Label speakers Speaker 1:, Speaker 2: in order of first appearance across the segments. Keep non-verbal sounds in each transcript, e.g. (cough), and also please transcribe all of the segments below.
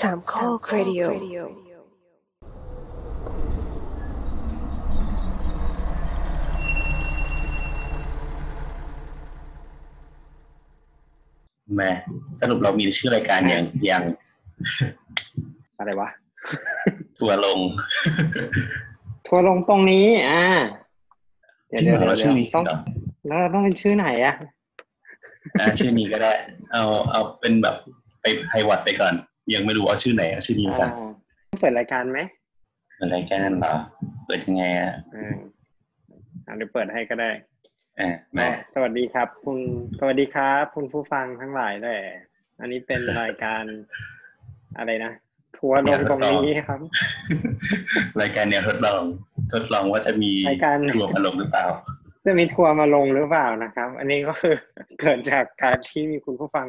Speaker 1: สามข้อครดิโอ
Speaker 2: แหม่สรุปเรามีชื่อรายการอย่างอย่าง
Speaker 3: อะไรวะ
Speaker 2: ทัวร์ลง
Speaker 3: ทัวร์ลงตรงนี้ อ่าเดี๋ยว
Speaker 2: จริง
Speaker 3: เดี๋ยว
Speaker 2: เหรอ
Speaker 3: เดี๋ยว
Speaker 2: ชื่อนี้
Speaker 3: ต้อง
Speaker 2: เหรอ
Speaker 3: แล้วเราต้องเป็นชื่อไหนอะ
Speaker 2: อ่ะชื่อนี้ก็ได้ เอาเอาเป็นแบบไปไพวัดไปก่อน ยังไม่รู้เอาชื่อไหนเอาชื่อนี้
Speaker 3: อ่า
Speaker 2: กัน
Speaker 3: ต้องเปิดรายการไหม
Speaker 2: รายการเหรอเปิดยังไงอ่ะ
Speaker 3: อ่าอ่าเดี๋ยวเปิดให้ก็ได้
Speaker 2: อ่ะมา
Speaker 3: สวัสดีครับ คุณสวัสดีครับ คุณผู้ฟังทั้งหลายแหละอันนี้เป็นรายการ อะไรนะทัวร์ลงตรงนี้ครับ
Speaker 2: รายการเนี่ยทดลอง ทดลองว่าจะมี
Speaker 3: รายการ
Speaker 2: ทัวร์มาลงหรือเปล่า
Speaker 3: จะมีทัวร์มาลงหรือเปล่านะครับ อันนี้ก็คือ (laughs) เกิดจากการที่มีคุณผู้ฟัง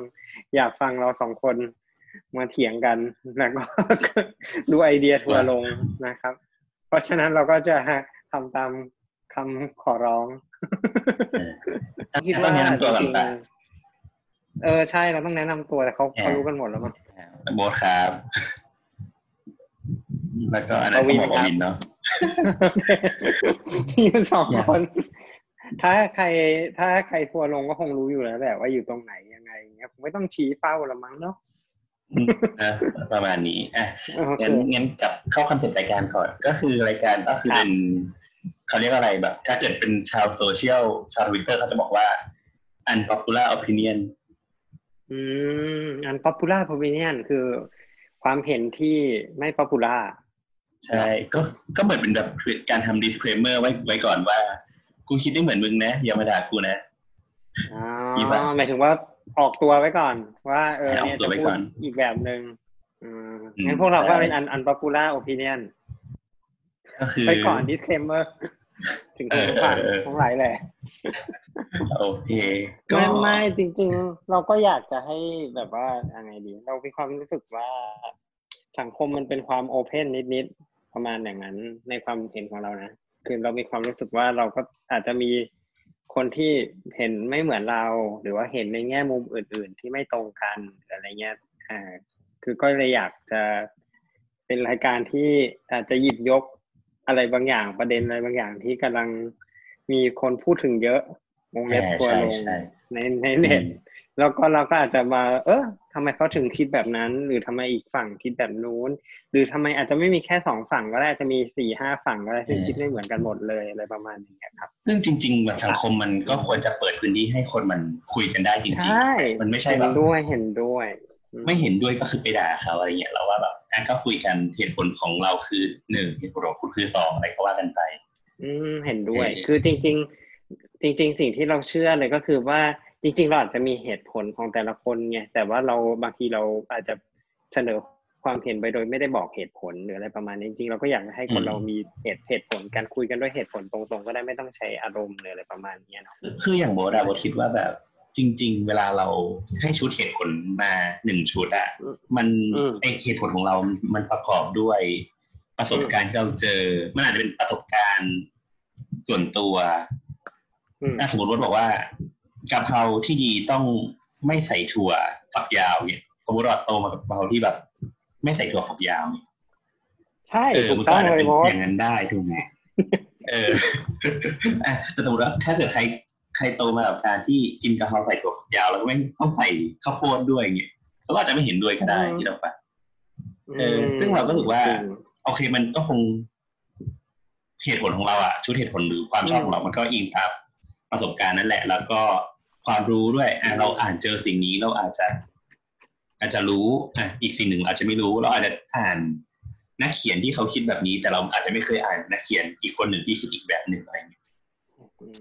Speaker 3: อยากฟังเราสองคนมาเถียงกันแล้วก็ (laughs) ดูไอเดียทัวร์ลงนะครับ เพราะฉะนั้นเราก็จะทำตามคำขอร้อง (laughs) คิด
Speaker 2: ต้อ
Speaker 3: ว่าง
Speaker 2: แนะนำตัวก่อ
Speaker 3: จ
Speaker 2: น
Speaker 3: ริง
Speaker 2: ปะ
Speaker 3: ๆเออใช่เราต้องแนะนำตัวแต่เขา
Speaker 2: อ่า
Speaker 3: เขารู้กันหมดแล้วมั้ง
Speaker 2: โบทครับ
Speaker 3: (laughs)
Speaker 2: แล้วก็อันนั้นก็บอก
Speaker 3: ป
Speaker 2: อ
Speaker 3: วี
Speaker 2: วิน
Speaker 3: ณครับ
Speaker 2: เนาะ
Speaker 3: มีอยู่สอง
Speaker 2: อย่า
Speaker 3: คน ถ้าใคร ถ้าใครทัวร์ลงก็คงรู้อยู่แล้วแหละว่าอยู่ตรงไหนยังไงอย่างเงี้ยผมไม่ต้องชี้เป้าละมั้งเนาะ
Speaker 2: นะประมาณนี้อ่ะ
Speaker 3: เออ
Speaker 2: งั้น
Speaker 3: คือ
Speaker 2: งั้นกลับเข้าคอนเซ็ปต์รายการก่อน ก็คือรายการก็คือ
Speaker 3: ครับ
Speaker 2: เป็นเขาเรียกอะไรแบบ ถ้าเกิดเป็นชาวโซเชียลชาวทวิตเตอร์เขาจะบอกว่า unpopular opinion
Speaker 3: อืมอัน popular opinion คือ ความเห็นที่ไม่ popular
Speaker 2: ใช่ ก็ก็เหมือนเป็นแบบการทำ disclaimer ไว้ไว้ก่อนว่า กูคิดไม่เหมือนมึงนะ อย่ามาด่ากูนะ
Speaker 3: อ๋
Speaker 2: อีกแบ
Speaker 3: อบหมายถึงว่าออกตัวไว้ก่อน ว่า เออ
Speaker 2: ใช่
Speaker 3: เนี่ย
Speaker 2: ออกตั
Speaker 3: จะ
Speaker 2: วไว้
Speaker 3: พู
Speaker 2: ก่
Speaker 3: ด
Speaker 2: อน
Speaker 3: อีกแบบหนึ่งอืม
Speaker 2: อืม
Speaker 3: งั้นพวกเราก็
Speaker 2: ใช่
Speaker 3: เป็นอัน unpopular opinion
Speaker 2: ก็คือ
Speaker 3: ไปก่อน disclaimer ถึงคุณผู้ฟัง
Speaker 2: เออเออ
Speaker 3: ทั้งหลายแหละ
Speaker 2: โอเคก็
Speaker 3: ไม่ไม่จริง ๆ เราก็อยากจะให้แบบว่าอะไรดี เรามีความรู้สึกว่า สังคมมันเป็นความโอเพนนิดๆประมาณอย่างนั้น ในความเห็นของเรานะคือเรามีความรู้สึกว่าเราก็อาจจะมีคนที่เห็นไม่เหมือนเรา หรือว่าเห็นในแง่มุมอื่น ๆ ที่ไม่ตรงกันหรืออะไรเงี้ยอ่า คือก็เลยอยากจะเป็นรายการที่อาจจะหยิบยกอะไรบางอย่างประเด็นอะไรบางอย่างที่กำลังมีคนพูดถึงเยอะวงเล็บ
Speaker 2: ใช่
Speaker 3: ทัวร์ลง
Speaker 2: ใช่ใช่
Speaker 3: ในในเน็ตแล้วก็เราก็อาจจะมา เออทำไมเขาถึงคิดแบบนั้น หรือทำไมอีกฝั่งคิดแบบนู้น หรือทำไมอาจจะไม่มีแค่สองฝั่งก็ได้อาจจะมีสี่ห้าฝั่งก็ได้ที่คิดไม่เหมือนกันหมดเลยอะไรประมาณนี้ยครับ
Speaker 2: ซึ่งจริงๆแบบสังคมมันก็ควรจะเปิดพื้นที่ให้คนมันคุยกันได้จริง
Speaker 3: ใช่
Speaker 2: ๆ มันไม่ใช่
Speaker 3: เห็
Speaker 2: แบ
Speaker 3: น
Speaker 2: บ
Speaker 3: ด้วยเห็นด้วยอืม
Speaker 2: ไม่เห็นด้วยก็คือไปด่าเขาอะไรเงี้ยเราว่าแบบอ่ะก็คุยกันเหตุผลของเราคือหนึ่งเหตุผลของคุณคือสองอะไรก็ว่ากันไป
Speaker 3: อืมเห็นด้วย
Speaker 2: เออ
Speaker 3: คือจริง ๆ จริง ๆ สิ่งที่เราเชื่อเลยก็คือว่าจริง ๆ เราอาจจะมีเหตุผลของแต่ละคนไงแต่ว่าเราบางทีเราอาจจะเสนอความเห็นไปโดยไม่ได้บอกเหตุผลหรืออะไรประมาณนี้จริงๆเราก็อยากให้คนเรามีเหตุเหตุผลการคุยกันด้วยเหตุผลตรงๆ ก็ได้ไม่ต้องใช้อารมณ์หรืออะไรประมาณเนี้ยเนาะ
Speaker 2: คือคืออย่างโบทอะโบทคิดว่าแบบ จริง ๆ เวลาเราให้ชุดเหตุผลมาหนึ่งชุดอะมันไอเหตุผลของเรา มันประกอบด้วยประสบการณ์ที่เราเจอ มันอาจจะเป็นประสบการณ์ส่วนตัว
Speaker 3: อืม
Speaker 2: ถ้าสมมติว่าบอกว่ากะเพราที่ดีต้องไม่ใส่ถั่วฝักยาวเนี่ยสมมติเราโตมากับกะเพราที่แบบ ไม่ใส่ถั่วฝักยาวเนี่ย
Speaker 3: ใช่
Speaker 2: เออ
Speaker 3: ถู
Speaker 2: มั
Speaker 3: ก
Speaker 2: นก็
Speaker 3: ต้อง
Speaker 2: อาจจะ
Speaker 3: เล
Speaker 2: เป็
Speaker 3: ย
Speaker 2: น
Speaker 3: มด
Speaker 2: อย่างนั้นได้ถูกไหมเออ (laughs) อ่ะแต่สมมติว่าถ้าเกิดใครใครโตมากับการที่กินกะเพราใส่ถั่วฝักยาวแล้วไม่ต้องใส่ข้าวโพดด้วยเนี่ยเขาก็อาจจะไม่เห็นด้วยก็ได้ที่เราปะ เออซึ่งเราก็รู้สึกว่า
Speaker 3: จริง
Speaker 2: โอเคมันก็คงเหตุผลของเราอะชุดเหตุผลหรือความชอบข
Speaker 3: อืม
Speaker 2: องเรามันก็อิงตามประสบการณ์นั่นแหละ แล้วก็ความรู้ด้วยอ่ะ
Speaker 3: อืม
Speaker 2: เราอ่านเจอสิ่งนี้เราอาจจะ อาจจะรู้อ่ะอีกสิ่งหนึ่งเราอาจจะไม่รู้ เราอาจจะอ่านนักเขียนที่เขาคิดแบบนี้ แต่เราอาจจะไม่เคยอ่านนักเขียนอีกคนหนึ่งที่คิดอีกแบบหนึ่งอะไรอย่างเงี้ย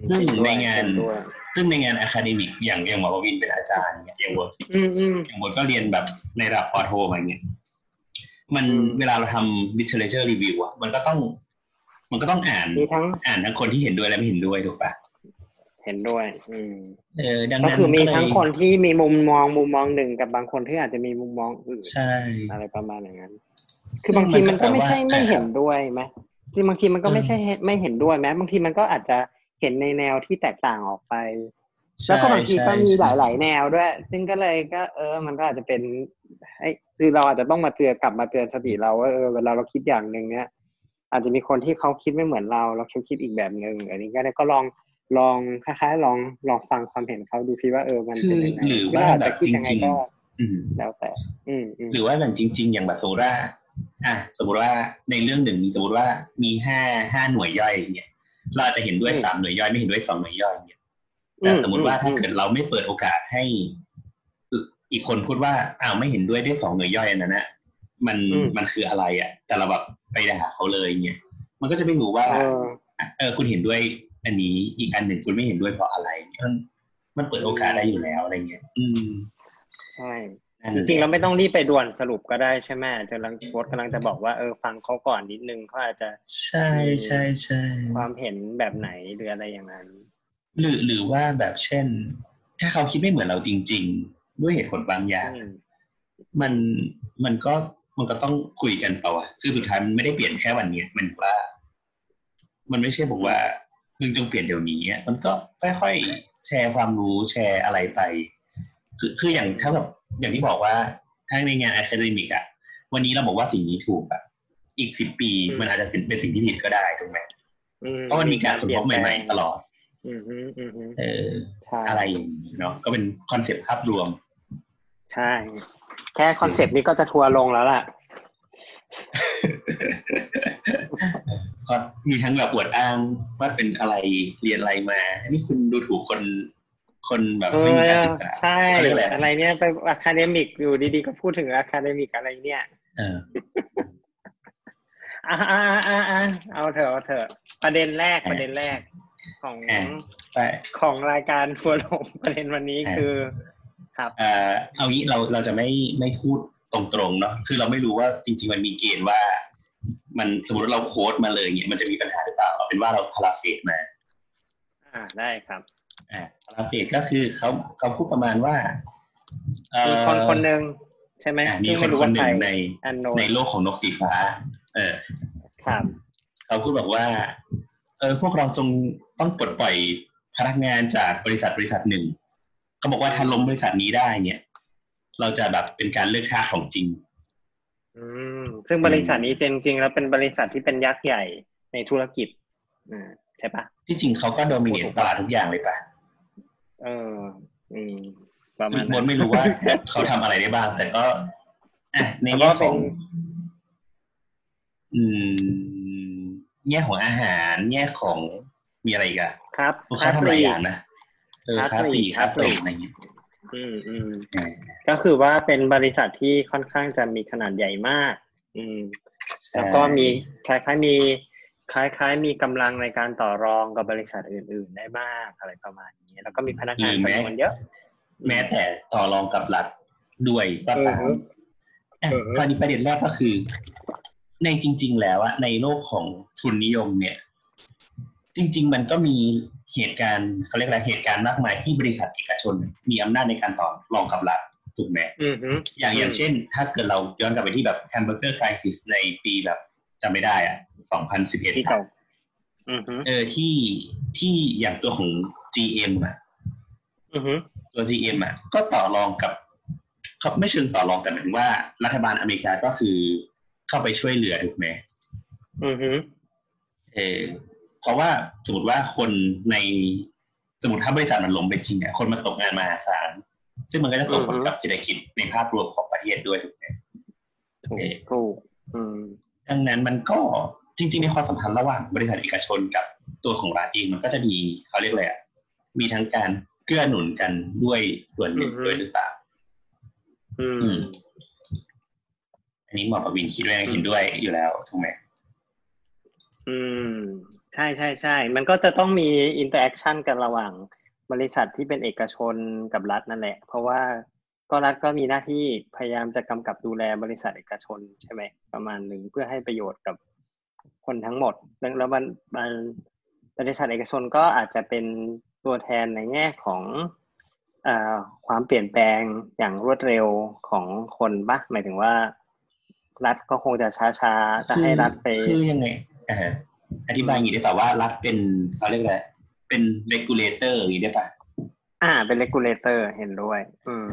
Speaker 2: ซึ่งในงาน
Speaker 3: เห็ด้วย
Speaker 2: ซึ่งในงานอะคาเดมิกอย่างอย่างหมอประวินเป็นอาจารย์เนี่ยอย่างวัว
Speaker 3: อืมอืม
Speaker 2: อย่างบทก็เรียนแบบในระดับปอโทมาอย่างเงี้ย มัน
Speaker 3: อืม
Speaker 2: เวลาเราทำ literature review อะมันก็ต้อง มันก็ต้องอ่าน
Speaker 3: มีทั้ง
Speaker 2: อ่านทั้งคนที่เห็นด้วยและไม่เห็นด้วยถูกปะ
Speaker 3: เห็นด้วย อืม
Speaker 2: เออ ดัง
Speaker 3: ก็
Speaker 2: นั้น
Speaker 3: คือมี
Speaker 2: เลย
Speaker 3: ทั้งคนที่มีมุมมองมุมมองหนึ่งกับบางคนที่อาจจะมีมุมมองอื่น
Speaker 2: ใช่
Speaker 3: อะไรประมาณอย่างนั้น คือบางทีมันก็ไม่ใช่
Speaker 2: ซึ่ง
Speaker 3: ไม่
Speaker 2: น
Speaker 3: เห็น
Speaker 2: แปลว่า
Speaker 3: ด้วยไหมคือบางทีมันก็
Speaker 2: อืม
Speaker 3: ไม่ใช่เห็นไม่เห็นด้วยไหมบางทีมันก็อาจจะเห็นในแนวที่แตกต่างออกไป แล้วก็บางทีก็มี
Speaker 2: ใช่
Speaker 3: หลาย ๆ แนวด้วย ซึ่งก็เลยก็ เออ มันก็อาจจะเป็นไอ้คือเราอาจจะต้องมาเตือนกลับมาเตือนสติเราว่าเออเวลาเราคิดอย่างหนึ่งเนี้ยอาจจะมีคนที่เขาคิดไม่เหมือนเราเราเขาคิดอีกแบบหนึ่งอันนี้ก็ได้ก็ลองลองคล้ายๆลองลองฟังความเห็นเขาดูซิว่าเออมันเป็นยังไง
Speaker 2: คือหรือว่า
Speaker 3: เราอาจจะคิด
Speaker 2: แบบ
Speaker 3: ยังไง
Speaker 2: จริงๆ
Speaker 3: ก็
Speaker 2: อืม
Speaker 3: แล้วแต่ อืมอืม
Speaker 2: หรือว่าแบบจริง ๆ อย่างแบบสมมติว่า อ่ะสมมติว่าในเรื่องหนึ่งมีสมมติว่ามีห้าห้าหน่วยย่อยอย่างเงี้ยเราอาจจะเห็นด้วยสามหน่วยย่อยไม่เห็นด้วยสองหน่วยย่อยอย่างเงี้ยแต่สมมติว่าถ้าเกิดเราไม่เปิดโอกาสให้ อีกคนพูดว่าอ้าวไม่เห็นด้วยด้วยสองหน่วยย่อยอันนั้นนะมันมันคืออะไรอ่ะ แต่เราแบบไปด่าเขาเลยเงี้ยมันก็จะไม่รู้ว่า
Speaker 3: เออ
Speaker 2: เออคุณเห็นด้วยอันนี้อีกอันหนึ่งคุณไม่เห็นด้วยเพราะอะไรเงี้ยมันมันเปิดโอกาสได้อยู่แล้วอะไรเงี้ยอืม
Speaker 3: ใช่
Speaker 2: นั่น
Speaker 3: จ
Speaker 2: แหละ
Speaker 3: ริงๆเราไม่ต้องรีบไปด่วนสรุปก็ได้ใช่ไหมอาจจะลังโค้ดกำลังจะบอกว่าเออฟังเขาก่อนนิดนึงเขาอาจจะ
Speaker 2: ใช่ใช่ใช่
Speaker 3: ความเห็นแบบไหนหรืออะไรอย่างนั้น
Speaker 2: หรือหรือว่าแบบเช่น ถ้าเขาคิดไม่เหมือนเราจริง ๆ ด้วยเหตุผลบางอย่าง
Speaker 3: อืม
Speaker 2: มันมันก็มันก็ต้องคุยกันเปล่าวะคือสุดท้ายมันไม่ได้เปลี่ยนแค่วันเนี้ยมันว่า มันไม่ใช่บอกว่ามึงจงเปลี่ยนเดี๋ยวนี้อะมันก็ค่อยๆแชร์ความรู้แชร์อะไรไป คือคืออย่างถ้าแบบอย่างที่บอกว่าถ้าในงานอะคาเดมิกอะวันนี้เราบอกว่าสิ่งนี้ถูกอะอีกสิบปีมันอาจจะเป็นสิ่งที่ผิดก็ได้ถูกไหม
Speaker 3: อื
Speaker 2: เพราะมันมีการค้นพบใหม่ ๆ ตลอด
Speaker 3: อืมฮึอืมฮึ
Speaker 2: เออ
Speaker 3: ใช่
Speaker 2: อะไรอย่างนี้เนาะก็เป็นคอนเซปต์ภาพรวม
Speaker 3: ใช่ แค่คอนเซปต์นี้ก็จะทัวร์ลงแล้วล่ะ
Speaker 2: ก็มีทั้งแบบอวดอ้างว่าเป็นอะไรเรียนอะไรมา นี่คุณดูถูกคนคนแบบ
Speaker 3: เอ
Speaker 2: ไม่มีการ
Speaker 3: อ
Speaker 2: ศึกษา
Speaker 3: ใช่
Speaker 2: เขาเรียกอะไร
Speaker 3: อะไรเนี่ยไปอะคาเดมิกอยู่ดีๆก็พูดถึงอะคาเดมิกอะไรเนี่ย
Speaker 2: เออ
Speaker 3: อ่าอ่าอ่าอ่าเอาเถอะเอาเถอะประเด็นแรกประเด็นแรก ของ
Speaker 2: แต่
Speaker 3: ของรายการทัวร์ลง (laughs) ประเด็นวันนี้คือ
Speaker 2: เออเอางี้เราเราจะไม่ไม่พูดตรงๆเนาะคือเราไม่รู้ว่าจริง ๆ มันมีเกณฑ์ว่า มันสมมติเราโค้ดมาเลยเนี่ยมันจะมีปัญหาหรือเปล่าเอาเป็นว่าเราพาราเฟสมา
Speaker 3: อ่าได้ครับ
Speaker 2: อ่าพาราเฟสก็คือเขาเขาพูดประมาณว่าเอ
Speaker 3: มี
Speaker 2: อ
Speaker 3: คนคนหนึ่งใช่ไหม
Speaker 2: อ่ะมี
Speaker 3: ที่
Speaker 2: คน
Speaker 3: ไรู้
Speaker 2: คนห
Speaker 3: ว่า
Speaker 2: นึ่
Speaker 3: ใรง
Speaker 2: ใน
Speaker 3: อันโน
Speaker 2: ในโลกของนกสีฟ้า เออ
Speaker 3: ครับ
Speaker 2: เขาพูดบอกว่า เออ พวกเราจงต้องปลดปล่อยพนักงานจากบริษัทบริษัทหนึ่ง เขาบอกว่าถ้าล้มบริษัทนี้ได้เนี่ย เราจะแบบเป็นการเลือกท่าสของจริง
Speaker 3: อืมซึ่งบริษัทนี้จริงๆแล้วเป็นบริษัทที่เป็นยักษ์ใหญ่ในธุรกิจอ่าใช่ปะ
Speaker 2: ที่จริงเขาก็โดมิเนตตลาดทุกอย่างเลยปะ
Speaker 3: เออ อืม ประมาณ
Speaker 2: บ
Speaker 3: นั้น น
Speaker 2: ไม่รู้ว่า (laughs) เขาทำอะไรได้บ้าง แต่ก็อ่ะใน
Speaker 3: แล้วก็
Speaker 2: แง่ของ
Speaker 3: เป็น
Speaker 2: อืม แง่ของอาหาร แง่ของมีอะไรอีกัน
Speaker 3: ครับ
Speaker 2: เขาทำหลายอย่าง
Speaker 3: ปลีก
Speaker 2: นะ เออ
Speaker 3: ค้า
Speaker 2: ค้า
Speaker 3: ป
Speaker 2: ป
Speaker 3: ลี
Speaker 2: ลี
Speaker 3: ก
Speaker 2: กค้าปลีก
Speaker 3: ค้าปลีก
Speaker 2: อะไรอย่างเงี้ย
Speaker 3: อืมอืมก็คือว่าเป็นบริษัทที่ค่อนข้างจะมีขนาดใหญ่มาก อืม แล้วก็มีคล้ายๆมี คล้าย ๆ มีกำลังในการต่อรองกับบริษัทอื่น ๆ ได้มากอะไรประมาณนี้ แล้วก็มีพนักงาน
Speaker 2: หรือแม้
Speaker 3: จำนวนเยอะ
Speaker 2: แม้แต่ต่อรองกับรัฐด้วยก็ตาม
Speaker 3: อือฮึ
Speaker 2: อ่ะ
Speaker 3: อือฮึ
Speaker 2: คราวนี้ประเด็นแรกก็คือ ในจริง ๆ แล้วอะในโลกของทุนนิยมเนี่ย จริง ๆ มันก็มีเหตุการณ์เขาเรียกอะไรเหตุการณ์มากมายที่บริษัทเอกชน มีอำนาจในการต่อรองกับรัฐถูกไหม
Speaker 3: อือฮึ
Speaker 2: อย่างอย่างเช่น ถ้าเกิดเราย้อนกลับไปที่แบบแฮมเบอร์เกอร์คริสในปีแบบจำไม่ได้อะสองพันสิบเอ็ด
Speaker 3: ที่เก่าอือฮึ
Speaker 2: เออที่ที่อย่างตัวของ GM อะ
Speaker 3: อือฮึ
Speaker 2: ตัว GM อ่ะก็ต่อรองกับเขาไม่เชิงต่อรองแต่หมายถึงว่ารัฐบาลอเมริกาก็คือเข้าไปช่วยเหลือถูกไหม
Speaker 3: อือฮึ
Speaker 2: เออเพราะว่าสมมติว่าคนในสมมติถ้าบริษัทมันล้มไปจริงอ่ะคนมาตกงานมหาศาลซึ่งมันก็จะส่งผลกับเศรษฐกิจในภาพรวมของประเทศด้วยถูกไหม
Speaker 3: ถูก
Speaker 2: เอ๊ะ
Speaker 3: ถูกอืม
Speaker 2: ดังนั้นมันก็จริง ๆ ในความสัมพันธ์ระหว่างบริษัทเอกชนกับตัวของรัฐเองมันก็จะมีเขาเรียกอะไรอ่ะมีทั้งการเกื้อหนุนกันด้วยส่วนหนึ่ง
Speaker 3: อือฮึ
Speaker 2: ด้วยหรือเปล่า
Speaker 3: อื
Speaker 2: อืม
Speaker 3: ม
Speaker 2: อันนี้หมอประวินคิดด้วยนะ
Speaker 3: อืม
Speaker 2: เห็นด้วยอยู่แล้วถูกไหม
Speaker 3: อืม ใช่ใช่ใช่ มันก็จะต้องมีอินเตอร์แอคชั่นกันระหว่างบริษัทที่เป็นเอกชนกับรัฐนั่นแหละ เพราะว่าก็รัฐก็มีหน้าที่พยายามจะกำกับดูแลบริษัทเอกชนใช่ไหมประมาณหนึ่งเพื่อให้ประโยชน์กับคนทั้งหมด แล้วแล้วมันมันบริษัทเอกชนก็อาจจะเป็นตัวแทนในแง่ของเอ่อความเปลี่ยนแปลงอย่างรวดเร็วของคนปะหมายถึงว่า รัฐก็คงจะช้าๆจะให้รัฐไป
Speaker 2: คือคือยังไงอ่าฮะอธิบายอย่างนี้ได้ป่ะว่ารัฐเป็นเขาเรียกอะไรเป็น regulator อย่างนี้ได้ป่ะ
Speaker 3: อ่า เป็นเลกูเลเตอร์เห็นด้วย อืม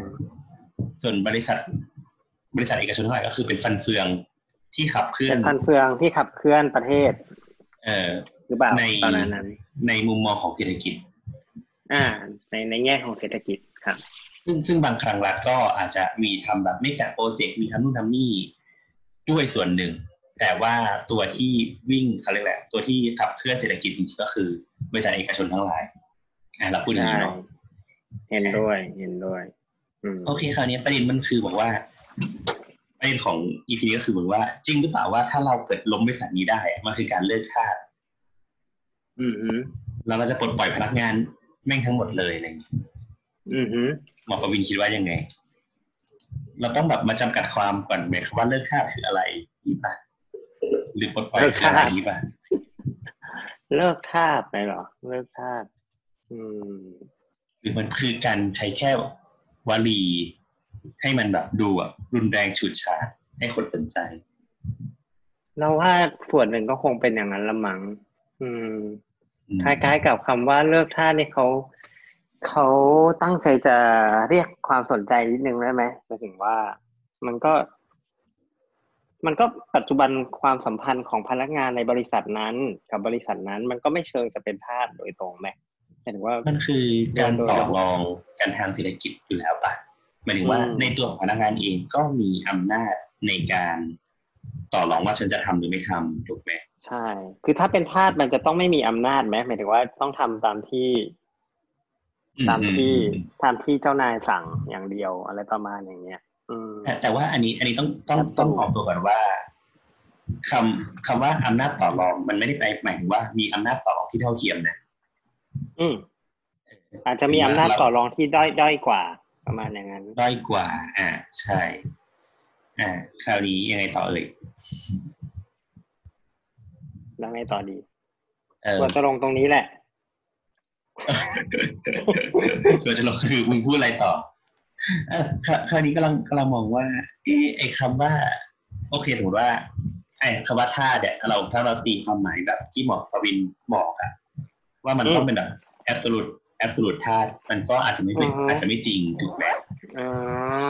Speaker 2: ส่วนบริษัท บริษัทเอกชนเท่าไหร่ก็คือเป็นฟันเฟืองที่ขับเคลื่อ
Speaker 3: เป็น นพันเฟืองที่ขับเคลื่อนประเทศ
Speaker 2: เออ
Speaker 3: หรือเปล่า
Speaker 2: ใน
Speaker 3: ตอนนั้นนั้น
Speaker 2: ในมุมมองของเศรษฐกิจ
Speaker 3: อ่า ในในแง่ของเศรษฐกิจครับ
Speaker 2: ซึ่งซึ่งบางครั้งรัฐก็อาจจะมีทำแบบไม่จัดโปรเจกต์มีทำนู่นทำนี่ด้วยส่วนหนึ่ง แต่ว่าตัวที่วิ่งเขาเรียกแหละไรตัวที่ขับเคลื่อนเศรษฐกิจจริงๆก็คือบริษัทเอกชนทั้งหลายอ่ะเราพูดอย่าง
Speaker 3: ใช่
Speaker 2: นี้เนาะ
Speaker 3: เห็นด้วย เห็นด้วย อืม
Speaker 2: โอเคคราวนี้ประเด็นมันคือบอกว่าประเด็นของอีพีนี้ก็คือเหมือนว่า จริงหรือเปล่าว่าถ้าเราเกิดล้มบริษัทนี้ได้อะมันคือการเลิกทาส
Speaker 3: อืมฮึ
Speaker 2: แล้วเราจะปลดปล่อยพนักงานแม่งทั้งหมดเลยอะไรอย่างเงี้ย
Speaker 3: อืมฮึ
Speaker 2: หมอประวินคิดว่ายังไง เราต้องแบบมาจำกัดความก่อนไหมครับว่าเลิกคาดคืออะไรนี่ป่ะหรือปลดปล่อยคืออะไรนี่ป่ะ
Speaker 3: เลิกทาสไหมเหรอ เลิกทาสอืม
Speaker 2: หรือมันคือการใช้แค่วลี ให้มันแบบดูแบบรุนแรงฉูดฉาดให้คนสนใจ
Speaker 3: เราว่าส่วนหนึ่งก็คงเป็นอย่างนั้นละมั้งอืม
Speaker 2: อืม
Speaker 3: คล้ายๆกับคำว่าเลิกท่าสเนี่ยเขาเขาตั้งใจจะเรียกความสนใจนิดนึงได้ไหมหมายถึงว่ามันก็ มันก็ปัจจุบันความสัมพันธ์ของพนักงานในบริษัทนั้น กับบริษัทนั้น มันก็ไม่เชิงจะเป็นทาสโดยตรงไหมหมายถึงว่า
Speaker 2: มันคือการต่อรองกันทางเศรษฐกิจอยู่แล้วป่ะหมายถึงว่า
Speaker 3: อืม
Speaker 2: ในตัวของพนักงานเองก็มีอำนาจในการต่อรองว่าฉันจะทำหรือไม่ทำถูกไหม
Speaker 3: ใช่ คือถ้าเป็นทาสมันจะต้องไม่มีอำนาจไหมหมายถึงว่าต้องทำตามที่ ตามที่ตามที่เจ้านายสั่งอย่างเดียวอะไรประมาณอย่างเงี้ย อืม
Speaker 2: แต่แต่ว่าอันนี้อันนี้ต้องต้อง
Speaker 3: ครับ
Speaker 2: ต้องออกตัวก่อนว่าคำคำว่าอำนาจต่อรองมันไม่ได้ไปหมายถึงว่ามีอำนาจต่อรองที่เท่าเทียมนะ
Speaker 3: อืม อาจจะมีอำนาจต่อรองที่ด้อยด้อยกว่า ประมาณอย่างนั้น
Speaker 2: ด้อยกว่า อ่าใช่ อ่า คราวนี้ยังไงต่อเอ่ย
Speaker 3: แล้วไงต่อดี
Speaker 2: เออ
Speaker 3: ควรจะลงตรงนี้แหละ
Speaker 2: เราจะลองคือมึงพูดอะไรต่อเออคราวคราวนี้กำลังกำลังมองว่า เอะไอคำว่า โอเคสมมติว่า ไอคำว่าท่าเนี่ยเราถ้าเราตีความหมายแบบที่หมอประวินบอกอะว่ามันต้องเป็นแบบ absolute absolute ท่าสมันก็อาจจะไม่เป็น
Speaker 3: อือฮะ
Speaker 2: อาจจะไม่จริงถูกไหม
Speaker 3: อ่า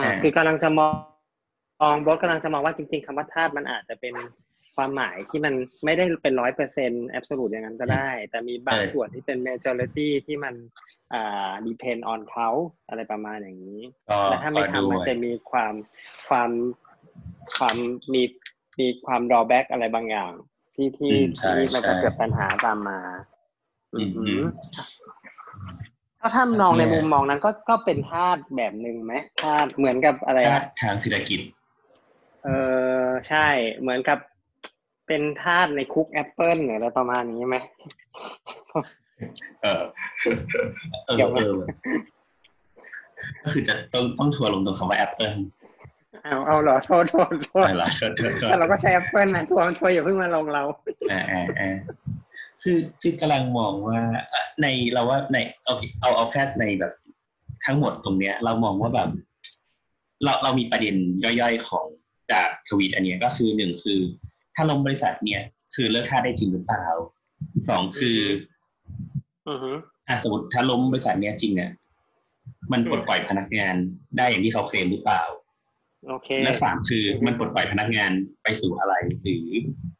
Speaker 2: อ่า
Speaker 3: คือกำลังจะมองมองบอสกำลังจะมองว่าจริง ๆคำว่าธาตุมันอาจจะเป็นความหมายที่มันไม่ได้เป็นร้อยเปอร์เซ็นต์แอบสูตอย่างนั้นก็ได้ แต่มีบางส่วนที่เป็น majority ที่มันอ่า depend on เขาอะไรประมาณอย่างนี้
Speaker 2: ก็
Speaker 3: แล้วถ้าไม่
Speaker 2: ก็ด้
Speaker 3: ทำมัน
Speaker 2: วย
Speaker 3: จะมีความความความมีมีความ drawback อะไรบางอย่าง ที่ที่
Speaker 2: อืมใช่
Speaker 3: ที่มันจะ
Speaker 2: ใช่
Speaker 3: เกิดปัญหาตามมา
Speaker 2: อืม
Speaker 3: อืมถ้าถ้ามองใน
Speaker 2: เนี่ย
Speaker 3: มุมมองนั้นก็ก็เป็นธาตุแบบหนึ่งไหมธาตุเหมือนกับอะไร
Speaker 2: ท่า
Speaker 3: อะ
Speaker 2: สทางเศรษฐกิจ
Speaker 3: เออใช่ เหมือนกับเป็นธาตุในคุกแอปเปิลหรืออะไรประมาณนี้ไหม
Speaker 2: เออเออ
Speaker 3: เกี่ยวไหม
Speaker 2: เออก็คือจะต้องต้องทัวร์ลงตรงคำว่าแอปเปิล
Speaker 3: เอาเอาเหรอโทษโทษโทษ
Speaker 2: (laughs) อะไรล่ะ
Speaker 3: แต่เราก็ใช้แอปเปิลนะทัวร์มันทัวร์อย่าเพิ่งมาลงเรา
Speaker 2: อ่าอ่าอ่าคือคือกำลังมองว่าอ่ะในเราว่าในเอาเอาเอาแค่ในแบบ ทั้งหมดตรงเนี้ย เรามองว่าแบบ เราเรามีประเด็นย่อยๆของจากทวีตอันเนี้ยก็คือหนึ่งคือ ถ้าลงบริษัทเนี่ย คือเลิกค่าสได้จริงหรือเปล่าสองคือ
Speaker 3: อือฮึ
Speaker 2: อ่ะสมมติถ้าล้มบริษัทเนี้ยจริงเนี่ยมันปลดปล่อยพนักงานได้อย่างที่เขาเคลมหรือเปล่า
Speaker 3: โอเค
Speaker 2: และสามคือมันปลดปล่อยพนักงานไปสู่อะไรหรือ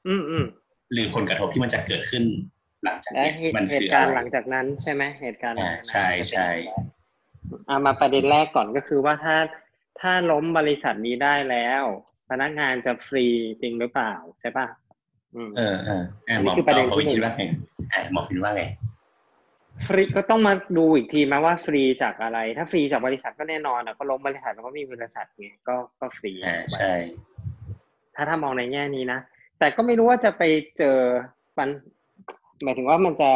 Speaker 3: อืมอืม
Speaker 2: หรือผลกระทบที่มันจะเกิดขึ้นหลังจาก
Speaker 3: และ
Speaker 2: เนี้ย
Speaker 3: เห
Speaker 2: มัน
Speaker 3: ตุเห
Speaker 2: คืออะ
Speaker 3: ตุการณ์
Speaker 2: ไร
Speaker 3: หลังจากนั้นใช่ไหมเหตุการณ์หลังจากนั้น
Speaker 2: อ่าใช่ใช่
Speaker 3: เอามาประเด็นแรกก่อนก็คือว่าถ้าถ้าล้มบริษัทนี้ได้แล้ว พนักงานจะฟรีจริงหรือเปล่าใช่ป่ะอืม
Speaker 2: เออเออเออ
Speaker 3: อัน
Speaker 2: หม
Speaker 3: นี้
Speaker 2: อ
Speaker 3: คือประเด็น
Speaker 2: หมอ
Speaker 3: ที่
Speaker 2: วิน
Speaker 3: หนึ่ง
Speaker 2: คิดว่าไงอ่ะหมอวินว่าไง
Speaker 3: ฟรีก็ต้องมาดูอีกทีมาว่าฟรีจากอะไร ถ้าฟรีจากบริษัทก็แน่นอนอ่ะก็ล้มบริษัทแล้วก็มีบริษัทไงก็ก็ฟรี
Speaker 2: อ่าใช่
Speaker 3: ถ้าถ้ามองในแง่นี้นะ แต่ก็ไม่รู้ว่าจะไปเจอมันหมายถึงว่ามันจะ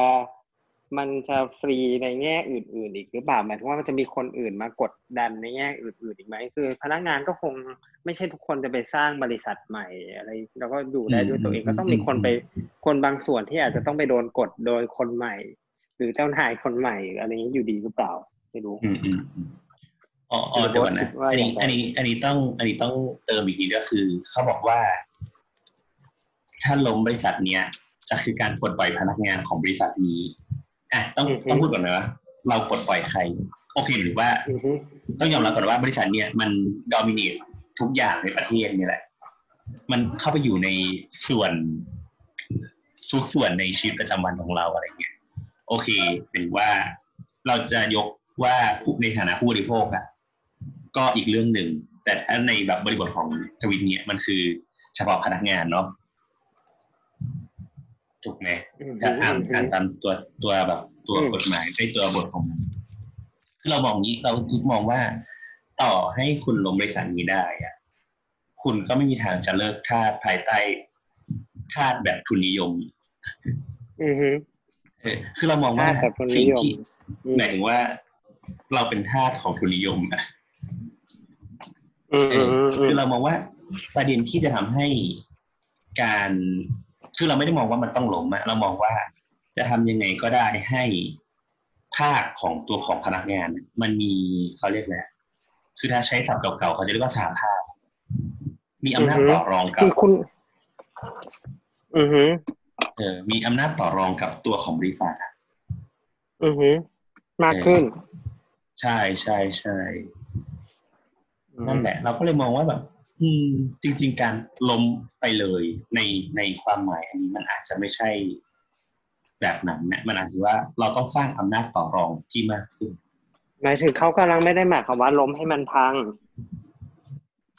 Speaker 3: มันจะฟรีในแง่อื่น ๆ อีกหรือเปล่าหมายถึงว่ามันจะมีคนอื่นมากดดันในแง่อื่น ๆ อีกไหมคือ พนักงานก็คงไม่ใช่ทุกคนจะไปสร้างบริษัทใหม่อะไร แล้วก็อยู่ได้ด้วยตัวเองก็ต้องมีคนไปคนบางส่วนที่อาจจะต้องไปโดนกดโดยคนใหม่ หรือเจ้านายคนใหม่หรืออะไรอย่างนี้อยู่ดีหรือเปล่าไม่รู้
Speaker 2: อืมอืมอืมอ๋ออ๋อเดี๋ยวก่อนนะ
Speaker 3: คิดว่า
Speaker 2: อัน
Speaker 3: อย่า
Speaker 2: นี้
Speaker 3: งไร
Speaker 2: อันนี้ อันนี้ต้อง อันนี้ต้องเติมอีกทีก็คือ เขาบอกว่า ถ้าล้มบริษัทเนี้ยจะคือการปลดปล่อยพนักงานของบริษัทนี้อ่ะต้องต้องพูดก่อนนะว่าเราปลดปล่อยใคร โอเคหรือว่า
Speaker 3: อือฮึ
Speaker 2: ต้องยอมรับก่อนว่าบริษัทเนี่ยมันดอมิเนตทุกอย่างในประเทศนี่แหละ มันเข้าไปอยู่ในส่วนทุกส่วนในชีวิตประจำวันของเราอะไรเงี้ยโอเคหรือว่าเราจะยกว่าผู้ในฐานะผู้บริโภคอะก็อีกเรื่องหนึ่ง แต่ถ้าในแบบบริบทของทวิตเนี้ยมันคือเฉพาะพนักงานเนาะถูกไหม
Speaker 3: อือฮึ
Speaker 2: ถ้าอ่านอ่านตามตัวตัวแบบตัวกฎหมายใช้ตัวบทของมันคือเรามองนี้เรามองว่าต่อให้คุณล้มบริษัทนี้ได้อะคุณก็ไม่มีทางจะเลิกทาสภายใต้ทาสแบบทุนนิยม
Speaker 3: อือฮึ
Speaker 2: เออคือเรามองว่า
Speaker 3: ทาสแบบทุนนิ
Speaker 2: สิ่ง
Speaker 3: ยม
Speaker 2: ที่หมายถึงว่า เราเป็นทาสของทุนนิยมอะ
Speaker 3: อือฮึอื
Speaker 2: คือ อเรามองว่าประเด็นที่จะทำให้การคือเราไม่ได้มองว่ามันต้องล้มอะเรามองว่าจะทำยังไงก็ได้ให้ภาคของตัวของพนักงาน มันมีเขาเรียกนะไรคือถ้าใช้ศัพท์เก่าๆเขาจะเรียกว่าสาภาพ มีอำนาจต่อรองกับ
Speaker 3: คุณคุณ อือฮึ
Speaker 2: เออมีอำนาจต่อรองกับตัวของบริษัทอะ
Speaker 3: อือฮึมากขึ้น
Speaker 2: ใช่ใช่ใช่นั่นแหละ เราก็เลยมองว่าแบบ อืม จริง ๆ การล้มไปเลยในในความหมายอันนี้มันอาจจะไม่ใช่ แบบนั้นนะมันอาจจะว่าเราต้องสร้างอำนาจต่อรองที่มากขึ้น
Speaker 3: หมายถึงเขากำลังไม่ได้หมายความว่าล้มให้มันพัง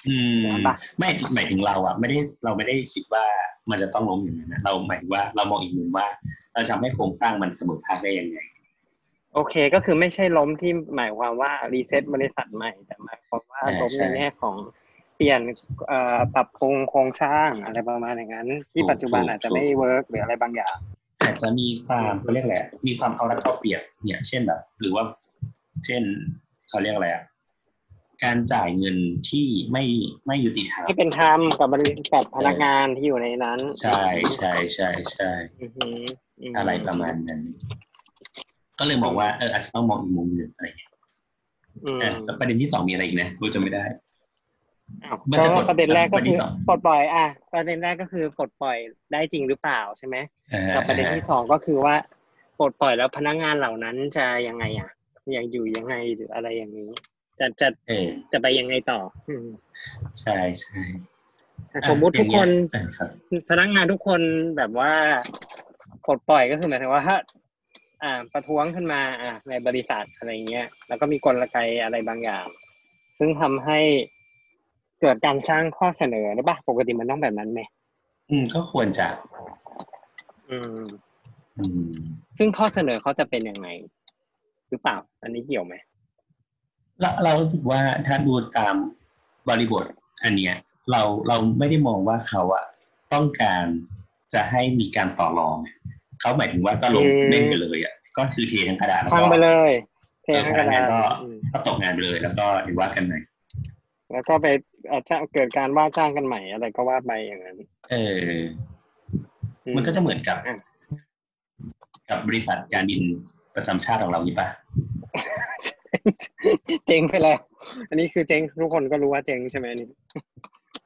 Speaker 2: อืม
Speaker 3: ใช่ปะ
Speaker 2: ไม่หมายถึงเราอะไม่ได้เราไม่ได้คิดว่ามันจะต้องล้มอย่างนั้นนะเราหมายถึงว่าเรามองอีกมุมว่า เราจะทำให้โครงสร้างมันเสมอภาคได้ยังไง
Speaker 3: โอเคก็คือไม่ใช่ล้มที่หมายความว่ารีเซ็ตบริษัทใหม่แต่หมายความว่า
Speaker 2: ใช่
Speaker 3: ล้ม
Speaker 2: ใช่
Speaker 3: ในแง่ของเปลี่ยนเอ่อปรับปรุงโครงสร้างอะไรประมาณอย่างนั้น ที่
Speaker 2: ถูก
Speaker 3: ปัจจุบัน
Speaker 2: ถูก
Speaker 3: อาจจะ
Speaker 2: ถูก
Speaker 3: ไม่เวิร์กหรืออะไรบางอย่าง
Speaker 2: อาจจะมีความเขาเรียกแหละไรมีความเอารัดเอาเปรียบเนี่ย เช่นแบบ หรือว่า เช่นเขาเรียกอะไรอะการจ่ายเงินที่ไม่ไม่ยุติธรรม
Speaker 3: ที่เป็นธรรมกับบริษัทพนักงานที่อยู่ในนั้น
Speaker 2: ใช่ใช่ใช่ใช่
Speaker 3: อือฮึม
Speaker 2: อะไรประมาณนั้น ก็เลยมองว่าเอออาจจะต้องมองอีกมุมหนึ่งอะไรอย่างเงี้ย
Speaker 3: อืม
Speaker 2: อ่ะแล้วประเด็นที่สองมีอะไรอีกนะรู้จะไม่ได้
Speaker 3: อ้าว
Speaker 2: มัน
Speaker 3: ก็
Speaker 2: จะปลด
Speaker 3: ประเด็นแรก
Speaker 2: ป
Speaker 3: ก็
Speaker 2: ระเด็
Speaker 3: คื
Speaker 2: น
Speaker 3: อ
Speaker 2: สอง
Speaker 3: ปลดปล่อย อ่ะ ประเด็นแรกก็คือปลดปล่อยได้จริงหรือเปล่าใช่ไหม
Speaker 2: อ่า
Speaker 3: กับประเด็นที่สองก็คือว่าปลดปล่อยแล้วพนักงานเหล่านั้นจะยังไงอ่ะยังอยู่ยังไงหรืออะไรอย่างนี้ จะจะ
Speaker 2: เออ
Speaker 3: จะไปยังไงต่ออืม
Speaker 2: ใช่ใช่
Speaker 3: แต่สมมุติทุกคน
Speaker 2: เออครับ
Speaker 3: พนักงานทุกคนแบบว่าปลดปล่อยก็คือหมายถึงว่าถ้าอ่า ประท้วงขึ้นมา อ่า ในบริษัทอะไรเงี้ย แล้วก็มีกลไกอะไรบางอย่าง ซึ่งทำให้เกิดการสร้างข้อเสนอหรือปะปกติมันต้องแบบนั้นไหม
Speaker 2: อืมก็ควรจะ
Speaker 3: อืม
Speaker 2: อืม
Speaker 3: ซึ่งข้อเสนอเขาจะเป็นยังไง หรือเปล่า อันนี้เกี่ยวไหม
Speaker 2: เราเรารู้สึกว่าถ้าดูตามบริบทอันเนี้ย เราเราไม่ได้มองว่าเขาอะต้องการจะให้มีการต่อรอง เขาหมายถึงว่าก็ลงเล่นไปเลยอะก็คือเททั้งกระดานแล้ว
Speaker 3: พัง
Speaker 2: ก็
Speaker 3: ไปเลยเท
Speaker 2: เออ
Speaker 3: ให้
Speaker 2: พ
Speaker 3: ก
Speaker 2: นั
Speaker 3: ระ
Speaker 2: กงา
Speaker 3: ดาน น
Speaker 2: ก็
Speaker 3: อืม
Speaker 2: ก็ตกงานไปเลย แล้วก็เดี๋ยวว่ากันใหม่
Speaker 3: แล้วก็ไปอาจจะเกิดการว่าจ้างกันใหม่อะไรก็ว่าไปอย่างนั้น
Speaker 2: เออ
Speaker 3: อื
Speaker 2: มันก็จะเหมือนกับ
Speaker 3: อ่ะ
Speaker 2: กับบริษัทการบินประจำชาติของเรานี่ปะ
Speaker 3: เจ๊งไปแล้ว อันนี้คือเจ๊งทุกคนก็รู้ว่าเจ๊งใช่ไหมอันนี้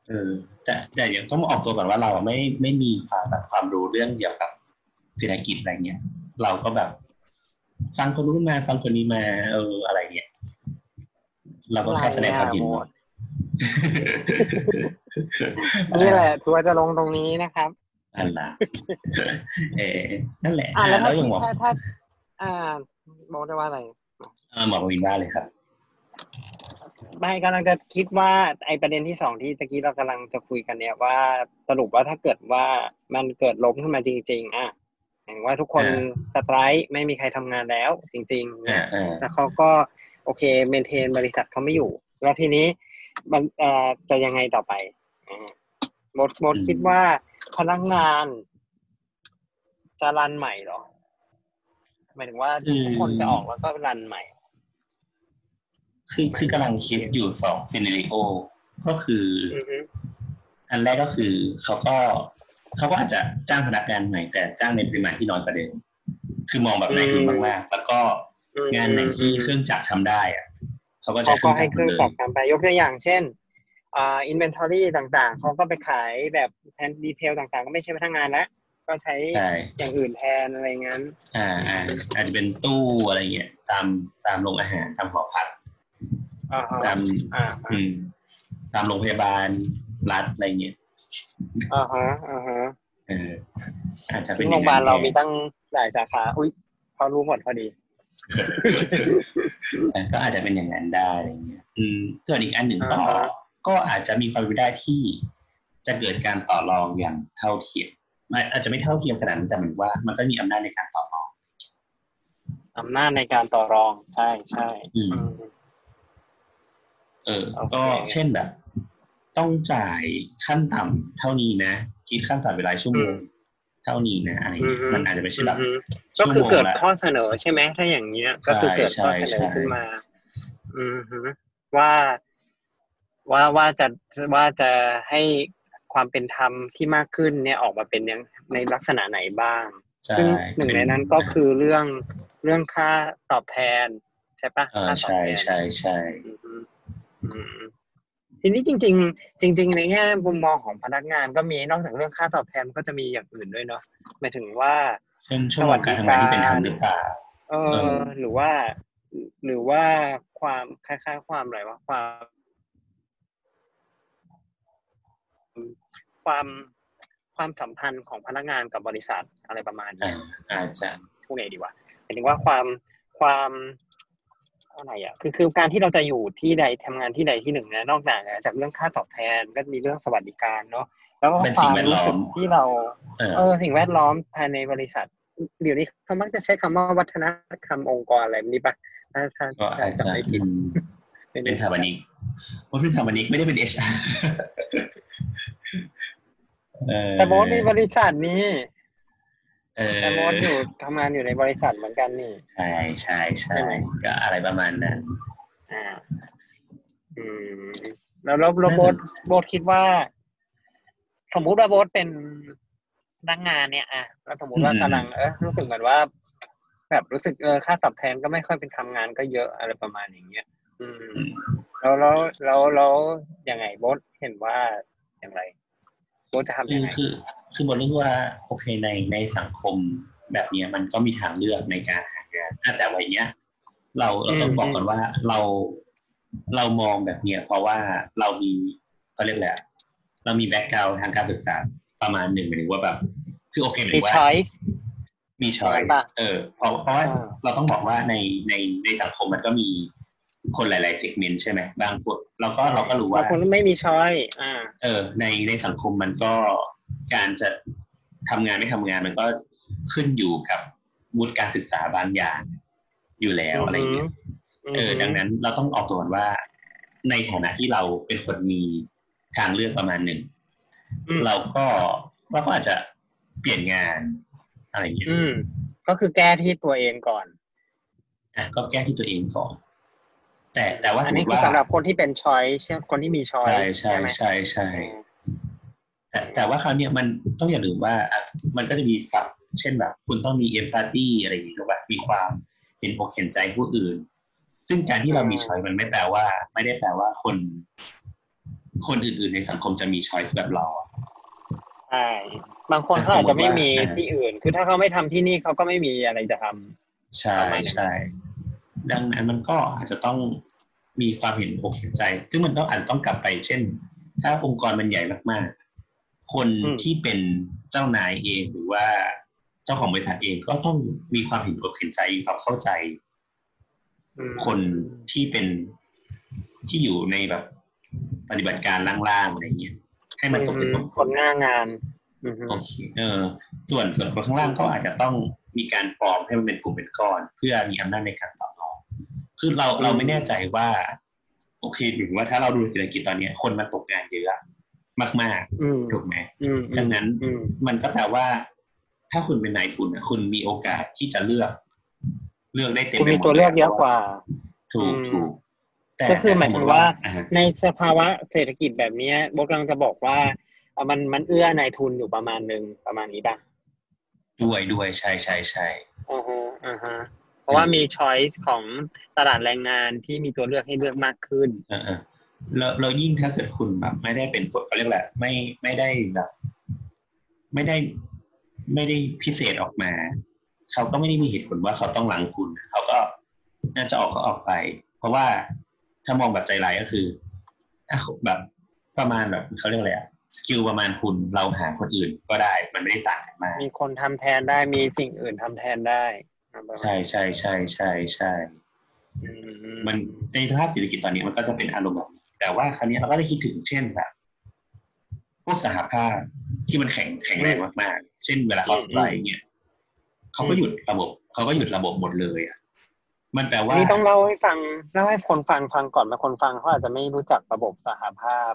Speaker 2: เออ แต่แต่อย่างต้องออกตัวก่อนว่าเราอะไม่ไม่มีความแบบความรู้เรื่องเกี่ยวกับเศรษฐกิจอะไรเงี้ย เราก็แบบ ฟังคนนู้นมาฟังคนนี้มา เอออะไรเงี้ยเราก็แค่แสดงความเห็นหมด
Speaker 3: นี่แหละทัวร์จะลงตรงนี้นะครับ
Speaker 2: อันละ (laughs) เออนั่นแหละ
Speaker 3: อ่าแล้ว
Speaker 2: แล้
Speaker 3: ถ้าว
Speaker 2: อย่างหมอ
Speaker 3: ถ้าถ้าอ่าบอกได้ว่าอะไร
Speaker 2: เออหมอประวินว่าเลยครับ
Speaker 3: ไม่กำลังจะคิดว่าไอประเด็นที่สองที่ตะกี้เรากำลังจะคุยกันเนี่ยว่าสรุปว่าถ้าเกิดว่ามันเกิดล้มขึ้นมาจริง ๆ อ่ะหมายถึงว่าทุกคน
Speaker 2: อ่า
Speaker 3: สไตรค์ไม่มีใครทำงานแล้ว จริง ๆ
Speaker 2: อ่าอ่า
Speaker 3: แล้วเขาก็โอเคเมนเทนบริษัทเขาไม่อยู่ แล้วทีนี้มันเอ่อจะยังไงต่อไปอ่าโมดโมดคิดว่าพนักงาน จะรันใหม่เหรอหมายถึงว่าทุกคนจะออกแล้วก็รันใหม่
Speaker 2: คือคือกำลังคิดอยู่สองซีน n ริโอก็คือ
Speaker 3: อือฮึ
Speaker 2: อันแรกก็คือเขาก็เขาก็อาจจะจ้างพนักงานใหม่แต่จ้างในปริมาณที่น้อยกว่าเดิมคือมองแบบในทุนมากๆแล้วก็งานไหนที่เครื่องจักรทำได้อะเขาก็
Speaker 3: เขา
Speaker 2: จะเค
Speaker 3: ก็
Speaker 2: รื่องจักรห
Speaker 3: ให้เค
Speaker 2: ม
Speaker 3: รื่
Speaker 2: ดเลย
Speaker 3: องจักรทำไปยกตัวอย่าง เช่นอ่าอินเวนทอรี่ต่างๆเขาก็ไปขายแบบแทนดีเทลต่างๆ ก็ไม่ใช่พนักงานละ ก็ใช้
Speaker 2: ใช่
Speaker 3: อย่างอื่นแทนอะไรงั้น
Speaker 2: อ่าอ่าอาจจะเป็นตู้อะไรเงี้ยตามตามโรงอาหารตามหอพัก
Speaker 3: อ่าฮะ
Speaker 2: ตาม
Speaker 3: อ่า
Speaker 2: อืมตามโรงพยาบาลรัฐอะไรเงี้ย
Speaker 3: อ่าฮะอ่าฮะ
Speaker 2: เอออาจจะเป็
Speaker 3: ซึ่
Speaker 2: น
Speaker 3: ง
Speaker 2: อ
Speaker 3: โร
Speaker 2: ย่
Speaker 3: งพ
Speaker 2: นั้น
Speaker 3: ยาบาลเรามี
Speaker 2: แทน
Speaker 3: ตั้งหลายสาขา อุ้ยเขารู้หมดพอดี
Speaker 2: เออก็อาจจะเป็นอย่างนั้นได้อะไรเงี้ยอืมส่วนอีกอันหนึ่งก็
Speaker 3: อ่าฮะ
Speaker 2: ก็อาจจะมีความเป็นไปได้ที่ จะเกิดการต่อรองอย่างเท่าเทียมมันอาจจะไม่เท่าเทียมขนาดนั้นแต่เหมือนว่า มันก็มีอำนาจในการต่อรอง
Speaker 3: อำนาจในการต่อรอง ใช่ใช่
Speaker 2: อืม
Speaker 3: อืม
Speaker 2: เออ
Speaker 3: โอเค
Speaker 2: ก็เช่นแบบ ต้องจ่ายขั้นต่ำเท่านี้นะ คิดขั้นต่ำเวลาชั่วโมงเท่านี้นะอะไรเงี้ยมันอาจจะไม่ใช่แบบ
Speaker 3: อืม
Speaker 2: ชั่
Speaker 3: ก็
Speaker 2: ว
Speaker 3: คือ
Speaker 2: โมง
Speaker 3: เกิด
Speaker 2: ละ
Speaker 3: ข้อเสนอใช่ไหมถ้าอย่างเงี้ย ก็คือเกิดข้อเสนอขึ้นมา อืมฮึว่าว่าว่าจะว่าจะให้ความเป็นธรรมที่มากขึ้นเนี่ยออกมาเป็นยังในลักษณะไหนบ้าง
Speaker 2: ใช่
Speaker 3: ซึ่งหนึ่งในนั้นก็คือเรื่องเรื่องค่าตอบแทน ใช่ปะ
Speaker 2: เออ
Speaker 3: ค่าตอบ
Speaker 2: ใช่
Speaker 3: แทน
Speaker 2: ใช่ใช่
Speaker 3: อืมอืมทีนี้จริง ๆ จริง ๆ ในแง่มุมมองของพนักงานก็มีนอกจากเรื่องค่าตอบแทนก็จะมีอย่างอื่นด้วยเนาะหมายถึงว่า
Speaker 2: เช่นช่วโมงการทำงานที่เป็นธรรมหรือเปล่า
Speaker 3: เอ
Speaker 2: เออ
Speaker 3: อหรือว่า หรือว่าความคล้ายๆความอะไรวะความ ความความสัมพันธ์ของพนักงานกับบริษัทอะไรประมาณ
Speaker 2: อ่า
Speaker 3: เนี้ย
Speaker 2: อาจจะ
Speaker 3: พูดไงดีวะหมายถึงว่าความความอะไรอ่ะ คือคือการที่เราจะอยู่ที่ใดทำงานที่ใดที่หนึ่งนะนอกจากจากเรื่องค่าตอบแทนก็มีเรื่องสวัสดิการเนาะแล้วก็
Speaker 2: เป็น
Speaker 3: ค
Speaker 2: สิ่
Speaker 3: วาง ม
Speaker 2: แวดล้
Speaker 3: รู้
Speaker 2: อม
Speaker 3: สึกที่เรา
Speaker 2: เออ
Speaker 3: เออสิ่งแวดล้อมภายในบริษัท เดี๋ยวนี้เขามักจะใช้คำว่าวัฒนธรรมองค์กรอะไรแบบนี้ปะถ้าถ้า
Speaker 2: ก็อาจจะ
Speaker 3: จำไม่ผิ
Speaker 2: เป็
Speaker 3: ด
Speaker 2: นเป็นธรรมนิกว่าเป็นธรรมนิกไม่ได้เป็นเอช (laughs) อาร์
Speaker 3: แต่โมดมีบริษัทนี้
Speaker 2: เออ
Speaker 3: แต่โมดอยู่ทำงานอยู่ในบริษัทเหมือนกันนี่
Speaker 2: ใช่ใช่ใช่
Speaker 3: ใช่ไหม
Speaker 2: ก็อะไรประมาณนั้น
Speaker 3: อ่า อืม แล้วแล้วแล้วโบท
Speaker 2: น่าสนใจ
Speaker 3: โบทคิดว่า สมมุติว่าโบทเป็นพนักงานเนี่ยอ่ะแล้วสมมุติว่ากำลังเออรู้สึกเหมือนว่า แบบรู้สึกเออค่าตอบแทนก็ไม่ค่อยเป็นทำงานก็เยอะอะไรประมาณอย่างเงี้ย อืม แล้วแล้วแล้วแล้วยังไงโบทเห็นว่าอย่างไรโบทจะทำ
Speaker 2: คื
Speaker 3: ยั
Speaker 2: อง
Speaker 3: ไง
Speaker 2: คือคือบทเรื่องว่าโอเคในในสังคมแบบเนี้ยมันก็มีทางเลือกในการหางานอ่ะแต่วันเนี้ย เราเราต้องบอกก่อนว่าเราเรามองแบบเนี้ยเพราะว่าเรามีเขาเรียกแหละไรอะเรามีแบ็กกราวทางการศึกษาประมาณหนึ่งหมายถึงว่าแบบคือโอเคหมา
Speaker 3: มี
Speaker 2: ยว่า
Speaker 3: ช้อยส์
Speaker 2: มีช้อย
Speaker 3: ใช่ปะ
Speaker 2: เออเพราะเพราะว่า
Speaker 3: อ่า
Speaker 2: เราต้องบอกว่าในในในสังคมมันก็มีคนหลายๆเซกเมนต์ใช่ไหมบางคนเราก็เราก็รู้
Speaker 3: บา
Speaker 2: ว่า
Speaker 3: งคนไม่มีช้อยส์อ่า
Speaker 2: เออในในสังคมมันก็การจะทำงานไม่ทำงานมันก็ขึ้นอยู่กับวุฒิการศึกษาบางอย่างอยู่แล้วอะไรอย่างเงี้ย เออดังนั้นเราต้องออกตัวก่อนว่า ในฐานะที่เราเป็นคนมีทางเลือกประมาณหนึ่ง
Speaker 3: อืม
Speaker 2: เราก็เราก็อาจจะเปลี่ยนงานอะไรอย่างเงี้ย
Speaker 3: อืม ก็คือแก้ที่ตัวเองก่อน
Speaker 2: อ่ะก็แก้ที่ตัวเองก่อน แต่แต่ว่าส
Speaker 3: อัน
Speaker 2: มม
Speaker 3: นี้
Speaker 2: ติ
Speaker 3: คือ
Speaker 2: ว่า
Speaker 3: สำหรับคนที่เป็นช้อยใช่คนที่มีช้อย
Speaker 2: ใช่ใช่
Speaker 3: ไหม
Speaker 2: ใช่ใช่ แต่แต่ว่าคราวเนี้ยมันต้องอย่าลืมว่าอ่ะมันก็จะมีศัพท์เช่นแบบ คุณต้องมีเอมพัตตีอะไรอย่างเงี้ยถูกป่ะมีความเห็นอกเห็นใจผู้อื่น ซึ่งการที่เรามีช้อยมันไม่แปลว่า ไม่ได้แปลว่าคน คนอื่นๆในสังคมจะมีช้อยแบบเราอะ
Speaker 3: ใช่บางคนเขาอาจจะไม่มี
Speaker 2: สมมุติว่า
Speaker 3: ที่อื่น คือถ้าเขาไม่ทำที่นี่เขาก็ไม่มีอะไรจะทำ
Speaker 2: ใช่
Speaker 3: ประมาณนั้น
Speaker 2: ใช่ดังนั้นมันก็อาจจะต้องมีความเห็นอกเห็นใจ ซึ่งมันก็อาจจะต้องกลับไป เช่น ถ้าองค์กรมันใหญ่มากๆ คนที่เป็นเจ้านายเองหรือว่าเจ้าของบริษัทเองก็ต้องมีความเห็นอกเห็นใจมีความเข้าใจ
Speaker 3: อืม
Speaker 2: คนที่เป็นที่อยู่ในแบบปฏิบัติการล่างๆอะไรเงี้ยให้มันสมเป็นสมผ
Speaker 3: คน
Speaker 2: ล
Speaker 3: หน้างานอืมฮึ
Speaker 2: โอเคเออส่วนส่วนคนข้างล่างก็อาจจะต้องมีการฟอร์มให้มันเป็นกลุ่มเป็นก้อน เพื่อมีอำนาจในการต่อรองคือเรา
Speaker 3: อืม
Speaker 2: เราไม่แน่ใจว่า โอเคถึงว่าถ้าเราดูเศรษฐกิจตอนเนี้ย คนมันตกงานเยอะมาก
Speaker 3: อืม
Speaker 2: ๆถูกไหม
Speaker 3: อืม
Speaker 2: ดังนั้น
Speaker 3: อืม
Speaker 2: มันก็แปลว่า ถ้าคุณเป็นนายทุนอะคุณมีโอกาสที่จะเลือก เลือกได้เต็ม
Speaker 3: คุณ
Speaker 2: ไปห
Speaker 3: มี
Speaker 2: มด
Speaker 3: ตัวเลือกเยอะกว่า
Speaker 2: ถูกถูกแต่
Speaker 3: ก็คือหมายถึงว่า
Speaker 2: อ่ฮะ
Speaker 3: ในสภาวะเศรษฐกิจแบบเนี้ยโบทกำลังจะบอกว่าเอ่อมันมันเอื้อนายทุนอยู่ประมาณหนึ่งประมาณนี้ป่ะ
Speaker 2: ด้วยด้วยใช่ใช่ใช่
Speaker 3: อ่าฮะอ่าฮะเพราะว่ามีช้อยส์ของตลาดแรงงานที่มีตัวเลือกให้เลือกมากขึ้น
Speaker 2: เออๆแล้วแล้วยิ่งถ้าเกิดคุณแบบ ไม่ได้เป็นคนเขาเรียกแหละไรไม่ไม่ได้แบบ ไม่ได้ ไม่ได้พิเศษออกมา เขาก็ไม่ได้มีเหตุผลว่าเขาต้องหลังคุณ เขาก็น่าจะออกก็ออกไป เพราะว่าถ้ามองแบบใจร้ายก็คืออ่ะแบบประมาณแบบเขาเรียกอะไรอะสกิลประมาณคุณเราหาคนอื่นก็ได้มันไม่ได้ต่างกันมาก
Speaker 3: มีคนทำแทนได้มีสิ่งอื่นทำแทนได้อะไรประมาณ
Speaker 2: ใช่ใช่ใช่ใช่ใช่
Speaker 3: อื
Speaker 2: มันในสภาพเศรษฐกิจตอนนี้มันก็จะเป็นอารมณ์แบบนี้แต่ว่าคราวนี้เราก็ได้คิดถึงเช่นแบบพวกสหภาพที่มันแข็งแข็งแรงมากๆ เช่นเวลาเขาสไลด์เนี่ยเขาก็หยุดระบบเขาก็หยุดระบบหมดเลยอ่ะมันแปลว่า
Speaker 3: นี่ต้องเล่าให้ฟังเล่าให้คนฟังฟังก่อนบางคนฟังเขาอาจจะไม่รู้จักระบบสหภาพ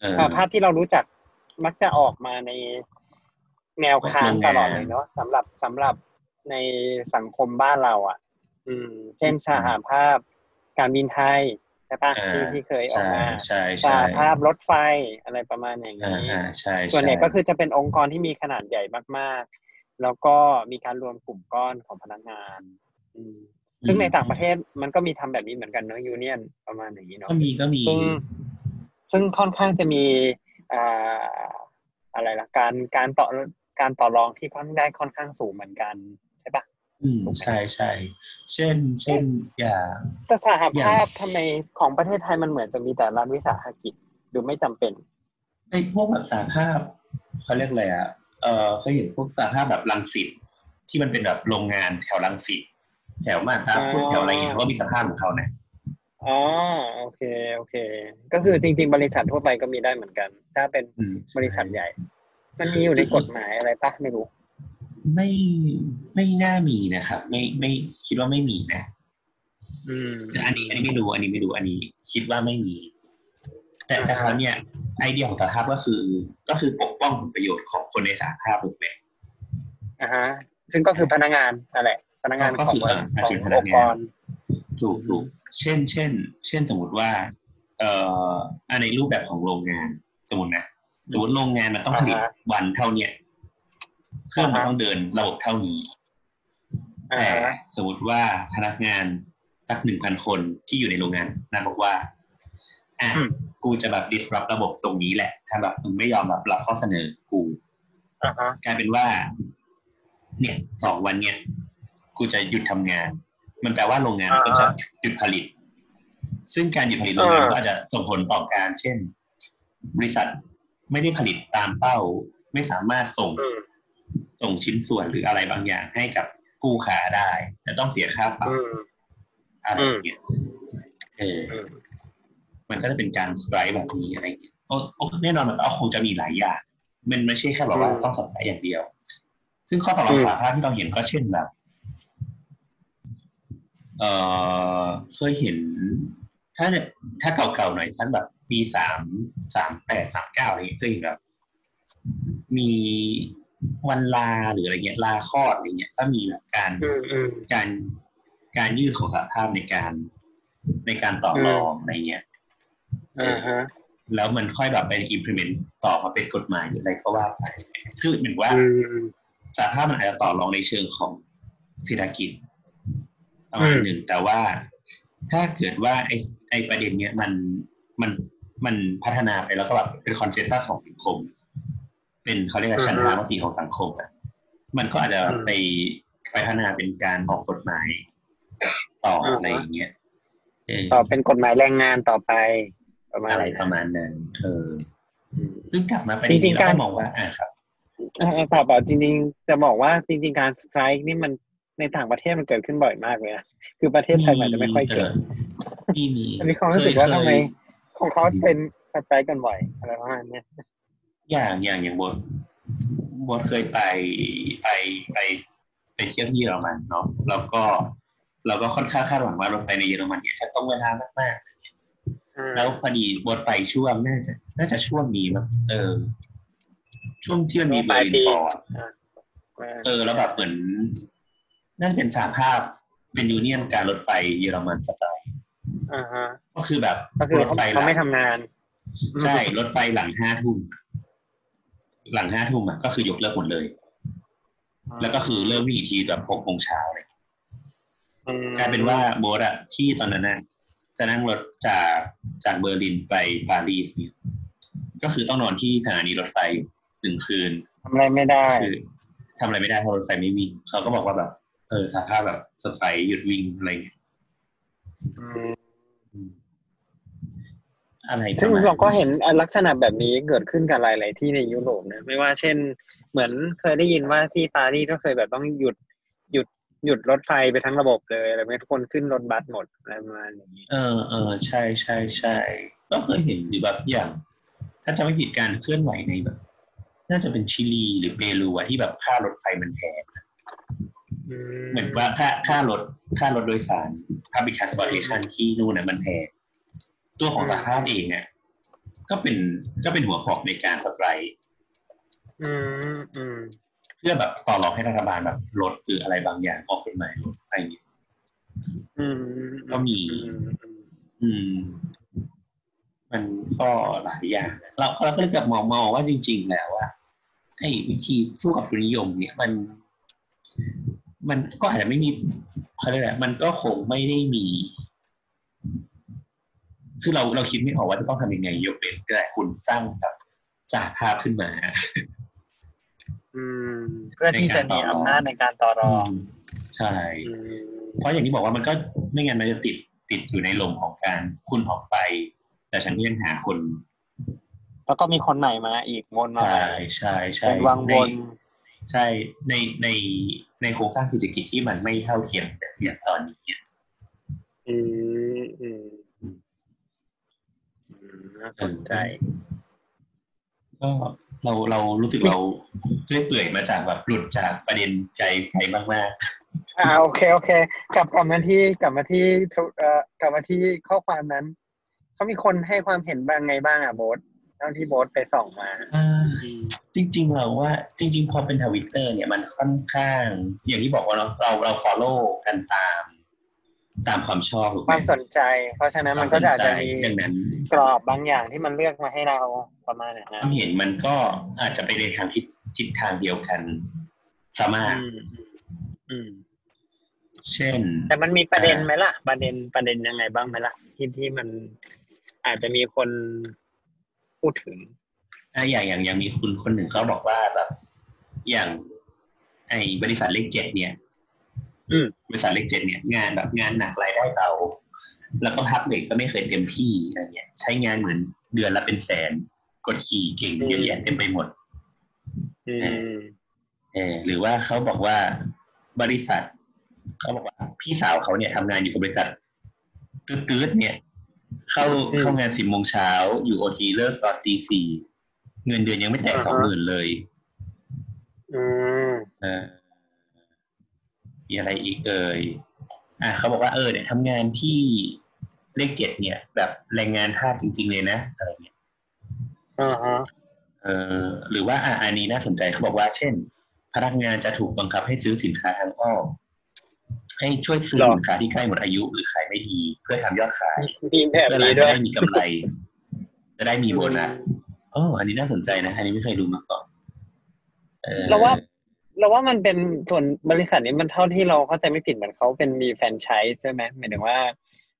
Speaker 2: เอ่อ
Speaker 3: สหภาพที่เรารู้จักมักจะออกมาในแนวค้านตลอดเลยเนาะสำหรับสำหรับในสังคมบ้านเรา อ่ะ อืม เช่นสหภาพการบินไทยใช่ปะ
Speaker 2: อ่า
Speaker 3: ที่ที่เคยออก
Speaker 2: ใช่
Speaker 3: มา
Speaker 2: ใช่
Speaker 3: ส
Speaker 2: ใช่
Speaker 3: หภาพรถไฟอะไรประมาณอย่าง
Speaker 2: อ่า
Speaker 3: นี้
Speaker 2: อ่าใช่
Speaker 3: ส่วนใหญ่
Speaker 2: ช่
Speaker 3: ก็คือจะเป็นองค์กรที่มีขนาดใหญ่มาก ๆ แล้วก็มีการรวมกลุ่มก้อนของพนักงานอืมซึ่งในต่างประเทศมันก็มีทำแบบนี้เหมือนกันเนาะยูเนียนประมาณอย่างนี้เนาะ
Speaker 2: ก็มีก็มี
Speaker 3: ซึ่งซึ่งค่อนข้างจะมีอ่าอะไรล่ะการการต่อการต่อรองที่ค่อนได้ค่อนข้างสูงเหมือนกันใช่ปะ
Speaker 2: อืมใช่ใช่เช่น เช่น อย่าง
Speaker 3: แต่ส
Speaker 2: อ
Speaker 3: ห
Speaker 2: ย่า
Speaker 3: ภาพ
Speaker 2: ง
Speaker 3: ทำไมของประเทศไทยมันเหมือนจะมีแต่รัฐวิสาหกิจดูไม่จำเป็น
Speaker 2: ไอ้พวกแบบสาภาพเขาเรียกอะไรอ่ะ เออเคยเห็นพวกสาภาพแบบรังสิตที่มันเป็นแบบโรงงานแถวรังสิตแถวมาดตาพุทธ
Speaker 3: อ๋อ
Speaker 2: แถวอะไรอย่างเงี้ยเขาก็มีสาภาพของเขานะ
Speaker 3: อ๋อโอเคโอเค ก็คือจริง ๆ บริษัททั่วไปก็มีได้เหมือนกัน ถ้าเป็น
Speaker 2: อืม
Speaker 3: บริษัทใหญ่ มันมีอยู่ในกฎหมายอะไรปะไม่รู้
Speaker 2: ไม่ไม่น่ามีนะครับ ไม่ไม่คิดว่าไม่มีนะ
Speaker 3: อืม
Speaker 2: แต่อันนี้อันนี้ไม่รู้อันนี้ไม่รู้อันนี้ คิดว่าไม่มี แต่แต่คราวเนี่ย ไอเดียของสาภาพก็คือ ก็คือปกป้องผลประโยชน์ของคนในสาภาพถูกไหม
Speaker 3: อ่าฮะ ซึ่งก็คือพนักงานนั่นแหละ พนักงาน
Speaker 2: ก็
Speaker 3: ขอ
Speaker 2: คื
Speaker 3: ง
Speaker 2: ออ่า
Speaker 3: ของ
Speaker 2: คือพนั
Speaker 3: อก ง
Speaker 2: งาน
Speaker 3: ค์กร
Speaker 2: ถูกถูกเช่น เช่น เช่น สมมติว่า เอ่ออ่ะในรูปแบบของโรงงาน สมมตินะ สมมติโรงงานมันต้องผลิต
Speaker 3: อ่าฮะ
Speaker 2: วันเท่าเนี้ยเครื่องมันต้องเดินระบบเท่านี้
Speaker 3: อ่า
Speaker 2: แต่
Speaker 3: ฮะ
Speaker 2: สมมติว่าพนักงานสักหนึ่งพันคนที่อยู่ในโรงงานนางบอกว่า อ่ะ
Speaker 3: อืม
Speaker 2: กูจะแบบ disrupt ระบบตรงนี้แหละ ถ้าแบบมึงไม่ยอมแบบรับข้อเสนอกู
Speaker 3: อ่าฮะ
Speaker 2: กลายเป็นว่า เนี่ยสองวันเนี่ยกูจะหยุดทำงาน มันแปลว่าโรงงาน
Speaker 3: อ่าฮะ
Speaker 2: ก็จะหยุดผลิต ซึ่งการหยุดผลิตโรงงาน
Speaker 3: อ่า
Speaker 2: ก็อาจจะส่งผลต่อการ เช่น บริษัทไม่ได้ผลิตตามเป้า ไม่สามารถส่ง
Speaker 3: อืม
Speaker 2: ส่งชิ้นส่วนหรืออะไรบางอย่างให้กับกู้ค้าได้และต้องเสียค่าปรับ
Speaker 3: อืม
Speaker 2: อะไรอย่างเงี้ยเออ
Speaker 3: อืม
Speaker 2: มันก็จะเป็นการสไตร์แบบนี้อะไรอย่างเงี้ยโอ้โอ้แน่นอนมันก็คงจะมีหลายอย่าง มันไม่ใช่แค่แบบว่า
Speaker 3: อืม
Speaker 2: ต้องสไตร์อย่างเดียว ซึ่งข้อต่อรอ
Speaker 3: อื
Speaker 2: ง
Speaker 3: ม
Speaker 2: สาภาพที่เราเห็นก็เช่นแบบ เออเคยเห็น ถ้าถ้าเก่าๆหน่อยสั้นแบบปีสามสามแปดสามเก้าอะไรอย่างเงี้ยเคยเห็นแบบ มีวันลาหรืออะไรเงี้ยลาคลอดอะไรเงี้ยก็มีแบบการ
Speaker 3: อืมอืม
Speaker 2: การการยืดของสหภาพในการในการต่อรองอะไรเงี้ย
Speaker 3: อ่าฮะ
Speaker 2: แล้วมันค่อยแบบไป implement ต่อมาเป็นกฎหมายหรืออะไรก็ว่าไป คือเหมือนว่า
Speaker 3: อืม
Speaker 2: สหภาพมันอาจจะต่อรองในเชิงของเศรษฐกิจประมาณ
Speaker 3: อืม
Speaker 2: หนึ่งแต่ว่าถ้าเกิดว่าไอไอประเด็นเนี้ยมันมันมันพัฒนาไปแล้วก็แบบเป็นคอนเซน s ัสของสังคม เป็นเขาเรียกว่าชั้นทางมติของสังคมอ่ะมันก็อาจจะไปไปพัฒนาเป็นการออกกฎหมาย ต่ออะไรอย่างเงี้ยเออ
Speaker 3: ต่อเป็นกฎหมายแรงงานต่อไป ประมาณ
Speaker 2: อะไรประมาณนั้นเออ
Speaker 3: อืม
Speaker 2: ซึ่งกลับมาประเด็น
Speaker 3: จริ
Speaker 2: นี้
Speaker 3: งๆ
Speaker 2: เรา
Speaker 3: การ
Speaker 2: ก็มองว่าอ่าครับ
Speaker 3: เอ่าเปล่าเปล่าจริงๆ จะบอกว่าจริง ๆ การสไตร์นี่มันในต่างประเทศมันเกิดขึ้นบ่อยมากเลยนะคือประเทศไทยมันจะไม่ค่อยเกิด
Speaker 2: มีมี
Speaker 3: อันนี้ความรู้สึกว่าทำ
Speaker 2: เค
Speaker 3: ไม
Speaker 2: ย
Speaker 3: ของเขาเป็นสไตร์กันบ่อยอะไรประมาณเนี้ย
Speaker 2: อย่างอย่างอย่างบทบทเคยไปไปไปไปเที่ยวที่เยอรมันเนาะแล้วก็เราก็ค่อนข้างคาดหวังว่ารถไฟในเยอรมันเนี่ยจะต้องเวลามาก
Speaker 3: อืม
Speaker 2: ๆ แล้วพอดีบทไปช่วงน่าจะ น่าจะช่วงนี้มั้งเออ ช่วงที่มันมีเบอร์ลินฟอร์ด เออแล้วแบบเหมือนน่าจะเป็นสาภาพเป็นยูเนียนการรถไฟเยอรมันสไตล์
Speaker 3: อ่าฮะ
Speaker 2: ก็คือแบบ
Speaker 3: ก็คือ
Speaker 2: รถ
Speaker 3: เขา
Speaker 2: ไฟห
Speaker 3: เขา
Speaker 2: ลัง
Speaker 3: ไม่ทำงาน
Speaker 2: ใช่รถไฟหลังห้าทุ่มหลังห้าทุ่มอ่ะก็คือยกเลิกหมดเลย แล้วก็คือเริ่มวิ่งอีกทีแบบหกโมงเช้าเลยกลายเป็นว่าโบสอ่ะที่ตอนนั้นน่ะจะนั่งรถจากจากเบอร์ลินไปปารีสเนี่ยก็คือต้องนอนที่สถานีรถไฟหนึ่งคืน
Speaker 3: ทำอะไรไม่ได้
Speaker 2: คือทำอะไรไม่ได้เพราะรถไฟไม่วิ่งเขาก็บอกว่าแบบ เออสภาพแบบรถไฟหยุดวิ่งอะไรเงี้ยอืมอะไรประมาณ
Speaker 3: ซึ่งเราก็เห็นลักษณะแบบนี้เกิดขึ้นกับหลาย ๆ ที่ในยุโรปนะไม่ว่าเช่น เหมือนเคยได้ยินว่าที่ปารีสก็เคยแบบต้องหยุดหยุดหยุดรถไฟไปทั้งระบบเลยอะไรเงี้ยทุกคนขึ้นรถบัสหมดอะไรประมาณอย่างนี้
Speaker 2: เออเออใช่ใช่ใช่ก็เคยเห็นอยู่แบบอย่าง ถ้าจะไม่ผิดการเคลื่อนไหวในแบบ น่าจะเป็นชิลีหรือเปรูอะที่แบบค่ารถไฟมันแพงเหมือนว่าค่าค่ารถค่ารถโดยสาร public transportation ที่นู่นน่ะมันแพงตัวของสหภาพเองเนี่ยก็เป็นก็เป็นหัวหอกในการสไตรค์
Speaker 3: อืมอืม
Speaker 2: เพื่อแบบต่อรองให้รัฐบาลแบบลดหรืออะไรบางอย่างออกกฎหมายลดอะไรอย่างเงี้ย
Speaker 3: อืม
Speaker 2: ก็มี อืม มันก็หลายอย่างนะเราเราก็เลยกลับมองมองว่าจริง ๆ แล้วว่าไอ้วิธีสู้กับทุนนิยม เนี่ยมัน มันก็อาจจะไม่มีเขาเรียกอะไรมันก็คงไม่ได้มี คือเราเราคิดไม่ออกว่าจะต้องทำยังไงยกเว้นแต่คุณสร้างแบบสาภาพขึ้นมา
Speaker 3: อืมเพื่อที่จะมีอำนาจในการต่อรอง
Speaker 2: มใช่ เพราะอย่างที่บอกว่ามันก็ไม่งั้นมันจะติดติดอยู่ในลมของการคุณออกไป แต่ฉันก็ยังหาคน
Speaker 3: แล้วก็มีคนใหม่มาอีกวนมาให
Speaker 2: ใช่
Speaker 3: ม่
Speaker 2: ใช่ใช่
Speaker 3: เป็นวังว
Speaker 2: ใน
Speaker 3: น
Speaker 2: ใช่ในในในโครงสร้างเศรษฐกิจที่มันไม่เท่าเทียมแบบอย่างตอนนี้เนี่ย
Speaker 3: อืมอืมอืมน่าสนใจ
Speaker 2: ก็เราเรารู้สึกเราเรื่อยเปื่อยมาจากแบบหลุดจากประเด็นใจใครมาก
Speaker 3: อ่าโอเคโอเค กลับกลับมาที่กลับมาที่ทวเอ่อกลับมาที่ข้อความนั้นเขามีคนให้ความเห็นบ้างไงบ้างอ่ะโบสเท่าที่โบสไปส่องมา
Speaker 2: ๆอ่าจริง ๆ เราว่า จริง ๆ พอเป็นทวิตเตอร์เนี่ยมันค่อนข้าง อย่างที่บอกว่าเราเราเราฟอลโล่กันตาม ตามความชอบถูก
Speaker 3: ค
Speaker 2: ไหม
Speaker 3: วามสนใจ เพราะฉะนั้นมันก็จะอาจจะมี
Speaker 2: ดังนั้น
Speaker 3: กรอบบางอย่างที่มันเลือกมาให้เราประมาณอย่าง
Speaker 2: ค
Speaker 3: นั้น
Speaker 2: วามเห็นมันก็อาจจะไปในทางทิศทิศทางเดียวกันสามารถ
Speaker 3: อืมอืม
Speaker 2: เช่น
Speaker 3: แต่มันมีประเด็นไหมล่ะ ประเด็นประเด็นยังไงบ้างไหมล่ะที่ที่มันอาจจะมีคนพูดถึง
Speaker 2: อ่ะอย่างอย่างอย่างมีคุณคนหนึ่งเขาบอกว่าแบบอย่าง ไอ้บริษัทเลขเจ็ดเนี่ย
Speaker 3: อืม
Speaker 2: บริษัทเลขเจ็ดเนี่ย งานแบบงานหนักรายได้เบาแล้วก็พักเบรกก็ไม่เคยเต็มที่อะไรเงี้ยใช้งานเหมือนเดือนละเป็นแสนกดขี่เก่งเยอะแยะเต็มไปหมด
Speaker 3: อืม
Speaker 2: เออหรือว่าเขาบอกว่าบริษัทเขาบอกว่าพี่สาวเขาเนี่ยทำงานอยู่กับบริษัทตืดๆเนี่ย เข้า
Speaker 3: อืม
Speaker 2: เข้างานสิบโมงเช้าอยู่โอทีเลิกตอนตีสี่เงินเดือนยังไม่แตะสองหมื่นเลย
Speaker 3: อืม
Speaker 2: เออมีอะไรอีกเอ่ยอ่ะเขาบอกว่าเออเนี่ยทำงานที่เลขเจ็ดเนี่ย แบบแรงงานทาสจริง ๆ เลยนะอะไรเงี้ย
Speaker 3: อ่าฮะ
Speaker 2: เออ หรือว่าอ่ะอันนี้น่าสนใจเขาบอกว่า เช่น พนักงานจะถูกบังคับให้ซื้อสินค้าทางอ้อมให้ช่วยซื้อสินค้าที่ใกล้หมดอายุหรือขายไม่ดี เพื่อทำยอดขาย
Speaker 3: มีแบบ
Speaker 2: เพื่อร้า
Speaker 3: นี้
Speaker 2: นจะได้มี
Speaker 3: ด้วย
Speaker 2: กำไร จะได้มีโบนัสอ๋ออันนี้น่าสนใจนะ อันนี้ไม่เคยดูมาก่อนออ
Speaker 3: เราว่า เราว่ามันเป็นส่วนบริษัทนี้มันเท่าที่เราเข้าใจไม่ผิดเหมือนเขาเป็นมีแฟรนไชส์ใช่ไหมหมายถึงว่า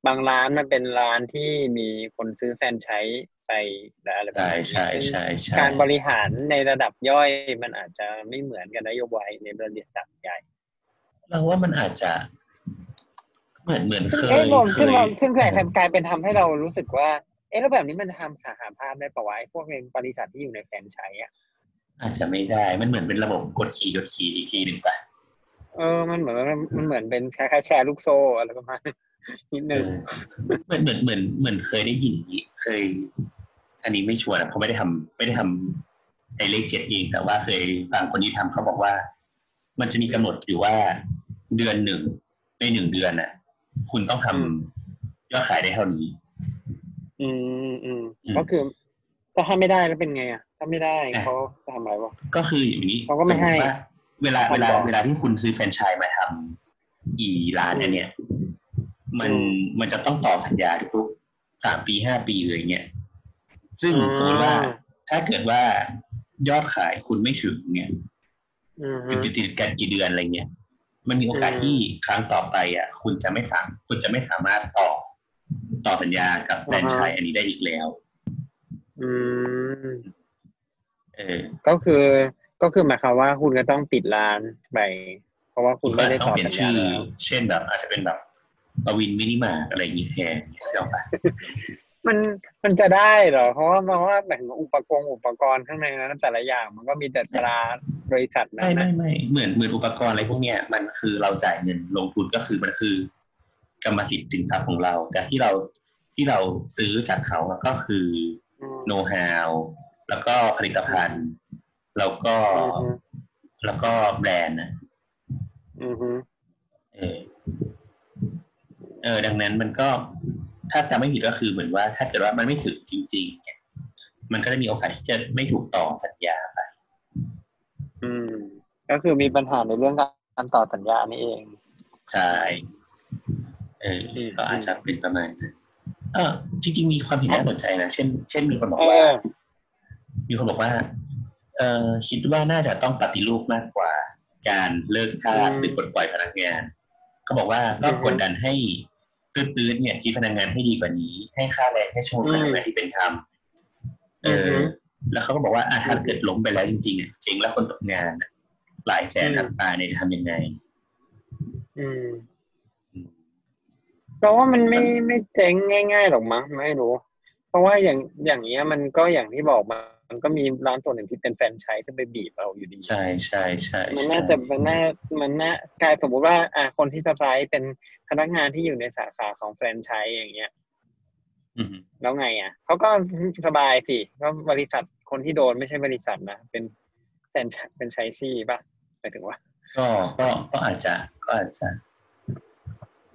Speaker 3: บางร้านมันเป็นร้านที่มีคนซื้อแฟรนไชส์ไปอะไรแบบ
Speaker 2: ใช่
Speaker 3: นี้
Speaker 2: ใช่ใช่ใช่
Speaker 3: การบริหารในระดับย่อยมันอาจจะไม่เหมือนกันนโยบายในระดับใหญ่
Speaker 2: เราว่ามันอาจจะ เหมือนเหมือนเคย
Speaker 3: เอ้ยรวม
Speaker 2: เค
Speaker 3: ซึ่ง
Speaker 2: ย
Speaker 3: เราซึ่งกลายเป็นกลายเป็นทำให้เรารู้สึกว่า เอ้แล้วแบบนี้มันจะทำสหภาพได้ปะวะไอ้พวกในบริษัทที่อยู่ในแฟรนไชส์อ่ะ
Speaker 2: อาจจะไม่ได้ มันเหมือนเป็นระบบกดขี่กดขี่อีกทีหนึ่งไปะ
Speaker 3: เออมันเหมือนมันเหมือนเป็นคล้ายๆแชร์ลูกโซ่อะไรประมาณนิดนึง
Speaker 2: เหมือนเหมือนเหมือนเหมือนเคยได้ยินอีกเคย อันนี้ไม่ชัวร์นะเขาะไม่ได้ทำไม่ได้ทำไอเลขเจ็ดเอง แต่ว่าเคยฟังคนที่ทำเขาบอกว่า มันจะมีกำหนดอยู่ว่าเดือนหนึ่งในหนึ่งเดือนน่ะ คุณต้องทำ
Speaker 3: อืม
Speaker 2: ยอดขายได้เท่านี้
Speaker 3: อืมอืม
Speaker 2: อืม
Speaker 3: ก็คือถ้าห้ามไม่ได้แล้วเป็นไงอ่ะ ถ้าไม่ได้
Speaker 2: อ่ะ
Speaker 3: เขาจะทำอะไรวะ
Speaker 2: ก็คืออย่างนี้
Speaker 3: เขาก็ไม่ให้
Speaker 2: สติว่าเวลา
Speaker 3: เขา
Speaker 2: เวลา
Speaker 3: บอก
Speaker 2: เวลาที่คุณซื้อแฟรนไชส์มาทำอีร้านอันเนี้ยมัน
Speaker 3: อืม
Speaker 2: มันจะต้องต่อสัญญาทุกๆสามปีห้าปีเลยเงี้ยซึ่ง
Speaker 3: อืม
Speaker 2: สมมติว่าถ้าเกิดว่ายอดขายคุณไม่ถึงเนี่ย
Speaker 3: อืมฮึ
Speaker 2: ติดติดๆกันกี่เดือนอะไรเงี้ยมันมีโอกาสที่ครั้งต่อไปอ่ะ คุณจะไม่สามคุณจะไม่สามารถต่อต่อสัญญากับแฟรนไชส์อันนี้ได้อีกแล้ว
Speaker 3: อืม
Speaker 2: เออ
Speaker 3: ก็คือ ก็คือหมายความว่าคุณก็ต้องปิดร้านไปเพราะว่าคุณ
Speaker 2: ก็
Speaker 3: ไม่ได้
Speaker 2: ต้อ
Speaker 3: ต่
Speaker 2: ง
Speaker 3: อ
Speaker 2: เปลี่ย
Speaker 3: สั
Speaker 2: น
Speaker 3: ญ
Speaker 2: ชื่อ
Speaker 3: ญาแล้ว
Speaker 2: เช่นแบบ อาจจะเป็นแบบปวินมินิมาร์ทอะไรอย่างเงี้ยแทนเดี๋ยวไป
Speaker 3: มันมันจะได้เหรอ เพราะว่าเพราะว่าหมายถึงอุปกรณ์อุปกรณ์ข้างในนั้นแต่ละอย่างมันก็มีแต่ตราบริษัทนั้
Speaker 2: ไม่
Speaker 3: น
Speaker 2: ไม่
Speaker 3: นะ
Speaker 2: ไม่เหมือนเหมือนอุปกรณ์อะไรพวกเนี้ยมันคือเราจ่ายเงินลงทุนก็คือมันคือกรรมสิทธิ์สินทรัพย์ของเรา แต่ที่เราที่เราซื้อจากเขาอะก็คือ
Speaker 3: อืม
Speaker 2: โน้ตฮาวแล้วก็ผลิตภัณฑ์ แล้วก็
Speaker 3: อือฮึ
Speaker 2: แล้วก็แบรนด์นะ
Speaker 3: อือฮึ
Speaker 2: เออเออ ดังนั้นมันก็ถ้าจำไม่ผิดก็คือเหมือนว่า ถ้าเกิดว่ามันไม่ถึงจริง ๆ เนี่ย มันก็จะมีโอกาสที่จะไม่ถูกต่อสัญญาไป
Speaker 3: อืม ก็คือมีปัญหาในเรื่องการต่อสัญญานี่เอง
Speaker 2: ใช่เออ
Speaker 3: อืม
Speaker 2: ก็อาจจะเป็นประมาณนั้นเออจริง ๆ มีความเห็นน่าสนใจนะเช่นเช่นมีคนบอก
Speaker 3: เอ
Speaker 2: ว่า
Speaker 3: อ
Speaker 2: มีคนบอกว่า เออคิดว่าน่าจะต้องปฏิรูปมากกว่า การเลิกทาส
Speaker 3: อืม
Speaker 2: หรือกดปล่อยพนักงาน เขาบอกว่าก็
Speaker 3: อือฮึ
Speaker 2: กดดันให้ตื้นๆเนี่ยคิดพนักงานให้ดีกว่านี้ ให้ค่าแรงให้ชั่วโมง
Speaker 3: อืม
Speaker 2: การทำงานที่เป็นธรรมเออ
Speaker 3: อฮึ
Speaker 2: อ แล้วเขาก็บอกว่าอ่ะถ้าเกิดล้มไปแล้วจริงๆเนี่ยจริงแล้วคนตกงานน่ะหลายแสน
Speaker 3: อืม
Speaker 2: อัตราเนี่ยจะทำยังไง
Speaker 3: อืมเพราะว่ามันไม่ไม่เจ๊งง่ายๆหรอกมั้งไม่รู้ เพราะว่าอย่างอย่างเงี้ยมันก็อย่างที่บอกมามันก็มีร้านตัวหนึ่งที่เป็นแฟรนไชส์ที่ไปบีบเราอยู่ดี
Speaker 2: ใช่ใช่ใช่
Speaker 3: มัน
Speaker 2: ใช่
Speaker 3: น่าจะมันน่ามันน่ากลายสมมติว่า อ่าคนที่สไลด์เป็นพนักงานที่อยู่ในสาขาของแฟรนไชส์อย่างเงี้ย
Speaker 2: อืม
Speaker 3: แล้วไงอ่ะเขาก็สบายสิก็บริษัทคนที่โดนไม่ใช่บริษัทนะเป็นแฟรนไชส์เป็นไชส์ซี่ป่ะหมายถึงว่า
Speaker 2: ก็ก็ก็อาจจะก็อาจจะ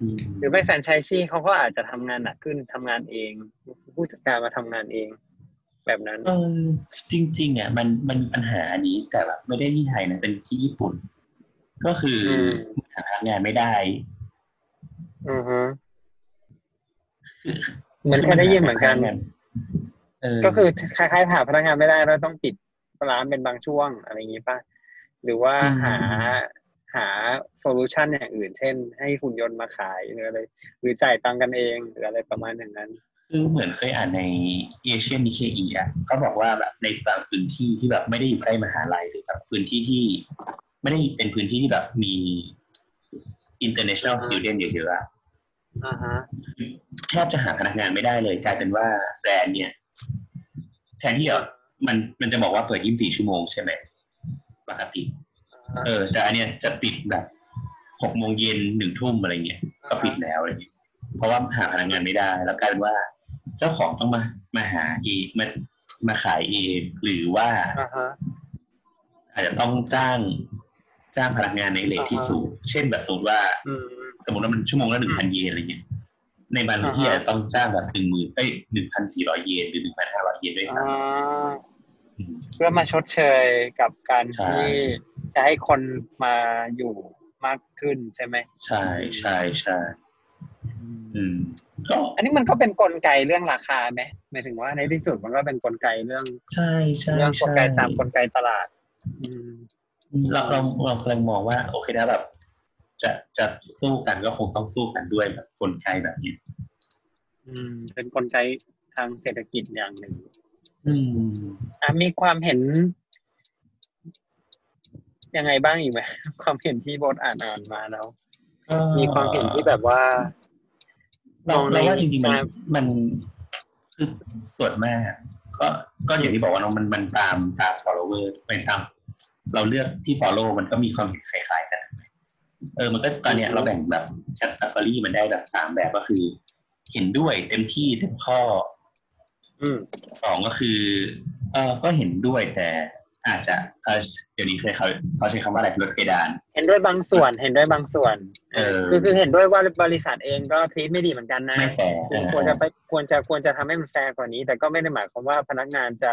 Speaker 2: อืม
Speaker 3: หรือไม่แฟรนไชส์ซี่เขาก็อาจจะทำงานหนักขึ้นทำงานเอง ผู้จัดการมาทำงานเอง แบบนั้น
Speaker 2: เออจริง ๆอ่ะมันมันมีปัญหาอันนี้แต่แบบไม่ได้ที่ไทยนะเป็นที่ญี่ปุ่น ก็คืออ
Speaker 3: ม
Speaker 2: หาพนักงานไม่ได้
Speaker 3: อือฮะเหมือนเคยได้ยินเหมือนกัน
Speaker 2: เออ
Speaker 3: ก็คือคล้ายๆหาพนักงานไม่ได้แล้วต้องปิดร้านเป็นบางช่วงอะไรอย่างนี้ป่ะ หรือว่าหาหาโซลูชันอย่างอื่น เช่น ให้หุ่นยนต์มาขายหรืออะไรหรือจ่ายตังค์กันเองหรืออะไรประมาณอย่างนั้น
Speaker 2: คือเหมือนเคยอ่านในเอเชียนิเคอีอ่ะก็บอกว่าแบบในบางพื้นที่ที่แบบไม่ได้อยู่ใกล้มหาลัยหรือแบบพื้นที่ที่ ไม่ได้เป็นพื้นที่ที่แบบมี international
Speaker 3: อ่า
Speaker 2: student เยอะๆอะ
Speaker 3: อ่าฮะ
Speaker 2: แทบจะหาพนักงานไม่ได้เลยกลายเป็นว่าแบรนด์เนี่ย แทนที่จะมันมันจะบอกว่าเปิด 24 ชั่วโมงใช่ไหมปกติ เออแต่อันเนี้ยจะปิดแบบหกโมงเย็นหนึ่งทุ่มอะไรเงี้ยก็ปิดแล้วอะไรเงี้ยเพราะว่าหาพนักงานไม่ได้ แล้วกลายเป็นว่า เจ้าของต้องมามาหาเองมามาขายเองหรือว่า
Speaker 3: อ่าฮะ
Speaker 2: อาจจะต้องจ้างจ้างพนักงานในเลทที่
Speaker 3: อ่าฮะ
Speaker 2: สูงเช่นแบบสมมติว่า
Speaker 3: อืม
Speaker 2: สมมติว่ามันชั่วโมงละหนึ่งพันเยนอะไรเงี้ยในบางที่
Speaker 3: อ่าฮะ
Speaker 2: อาจจะต้องจ้างแบบหนึ่งหมื่นเอ้ยหนึ่งพันสี่ร้อยเยนหรือหนึ่งพันห้าร้อยเยนด้วยซ้
Speaker 3: อ่าเพื่อมาชดเชยกับการที่จะให้คนมาอยู่มากขึ้นใช่ไหม
Speaker 2: ำใช่ใช่ใช่อืมก็
Speaker 3: อันนี้มันก็เป็นกลไกเรื่องราคาไหมหมายถึงว่าในที่สุดมันก็เป็นกลไกเรื่อง
Speaker 2: ใช่ใช่
Speaker 3: เรื่องก
Speaker 2: ใช่
Speaker 3: ลไกตามกลไกตลาด อืม
Speaker 2: เราเราเรากำลังมองว่า โอเคนะแบบ จะจะสู้กันก็คงต้องสู้กันด้วยแบบกลไกแบบนี้
Speaker 3: อืม เป็นกลไกทางเศรษฐกิจอย่างหนึ่ง
Speaker 2: อืม
Speaker 3: อ่ะมีความเห็น ยังไงบ้างอีกไหม (laughs) ความเห็นที่โบทอ่านอ่านมาแล้ว มีความเห็นที่แบบว่า
Speaker 2: เรา
Speaker 3: มองใน
Speaker 2: เราว่าจริงๆมัน
Speaker 3: การ
Speaker 2: มันคือส่วนมากก็ก็อย่างที่บอกว่าเนอะมันมันตามตาม follower เป็นตาม เราเลือกที่ follow มันก็มีความเห็นคล้ายๆกันเออ มันก็ตอนเนี้ยเราแบ่งแบบแคตตาล็อมันได้แบบสามแบบก็คือ เห็นด้วยเต็มที่เต็มข้อ
Speaker 3: อืม
Speaker 2: สองก็คือ เออก็เห็นด้วยแต่อาจจะเขาเดี๋ยวนี้เคยเขาเขาใช้คำว่าอะไรลดเพดาน
Speaker 3: เห็นด้วยบางส่วน เห็นด้วยบางส่วน
Speaker 2: เออ
Speaker 3: คือคือเห็นด้วยว่าบริษัทเองก็ทีไม่ดีเหมือนกันนะ
Speaker 2: ไม่แฟร์เออ
Speaker 3: ควรจะไปควรจะควรจะทำให้มันแฟร์กว่านี้ แต่ก็ไม่ได้หมายความว่าพนักงานจะ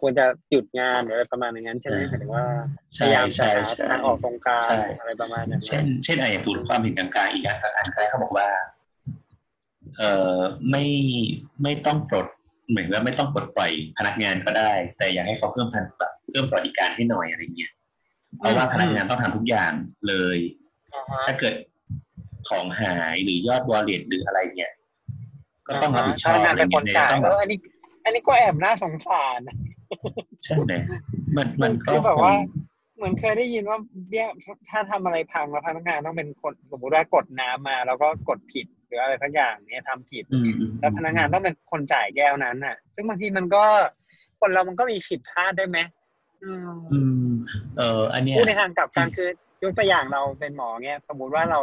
Speaker 3: ควรจะหยุดงานหรืออะไรประมาณอย่างนั้นใช่ไหมหมายถึงว่าพ
Speaker 2: ใช่
Speaker 3: ยายามจะ
Speaker 2: ใช่
Speaker 3: หา
Speaker 2: ใช่
Speaker 3: ทางออกตรงกลาง
Speaker 2: ใช่
Speaker 3: อะไรประมาณอย่าง
Speaker 2: เช่
Speaker 3: นั้น
Speaker 2: น เช่นอะไรอย่างสูตรความเห็นกลางๆอีกอันสักอันใครเขาบอกว่า เออไม่ไม่ต้องปลดเหมือนว่าไม่ต้องปลดปล่อยพนักงานก็ได้ แต่อยากให้เขาเพิ่มพันแบบเพิ่มสวัสดิการให้หน่อยอะไรเงี้ยเพราะว่าพนักงานต้องทำทุกอย่างเลย
Speaker 3: อ่าฮะ
Speaker 2: ถ้าเกิดของหายหรือยอดวอลเล็ตหรืออะไรเนี่ย ก็ต้องรับผิดชอบ
Speaker 3: พนักงานเป็นคนจ่าย
Speaker 2: ต้องแบ
Speaker 3: แล้
Speaker 2: บ
Speaker 3: วอันนี้ อันนี้ก็แอบน่าสงสาร
Speaker 2: ใช่ไหม มันมันก็
Speaker 3: คือแบบ
Speaker 2: ค
Speaker 3: ว่า
Speaker 2: ง
Speaker 3: เหมือนเคยได้ยินว่าเบี้ยถ้าทำอะไรพังแล้วพนักงานต้องเป็นคนสมมติว่ากดน้ำมา แล้วก็กดผิดหรืออะไรสักอย่างเนี่ยทำผิด
Speaker 2: อืมอืม
Speaker 3: แล้วพนักงานต้องเป็นคนจ่ายแก้วนั้นน่ะ ซึ่งบางทีมันก็คนเรามันก็มีผิดพลาดได้ไหมอืม
Speaker 2: อืมเอออันเนี้ย
Speaker 3: พูดในทางกลับ
Speaker 2: จ
Speaker 3: กัน
Speaker 2: ริง
Speaker 3: คือ ยกตัวอย่างเราเป็นหมอเนี่ยสมมติว่าเรา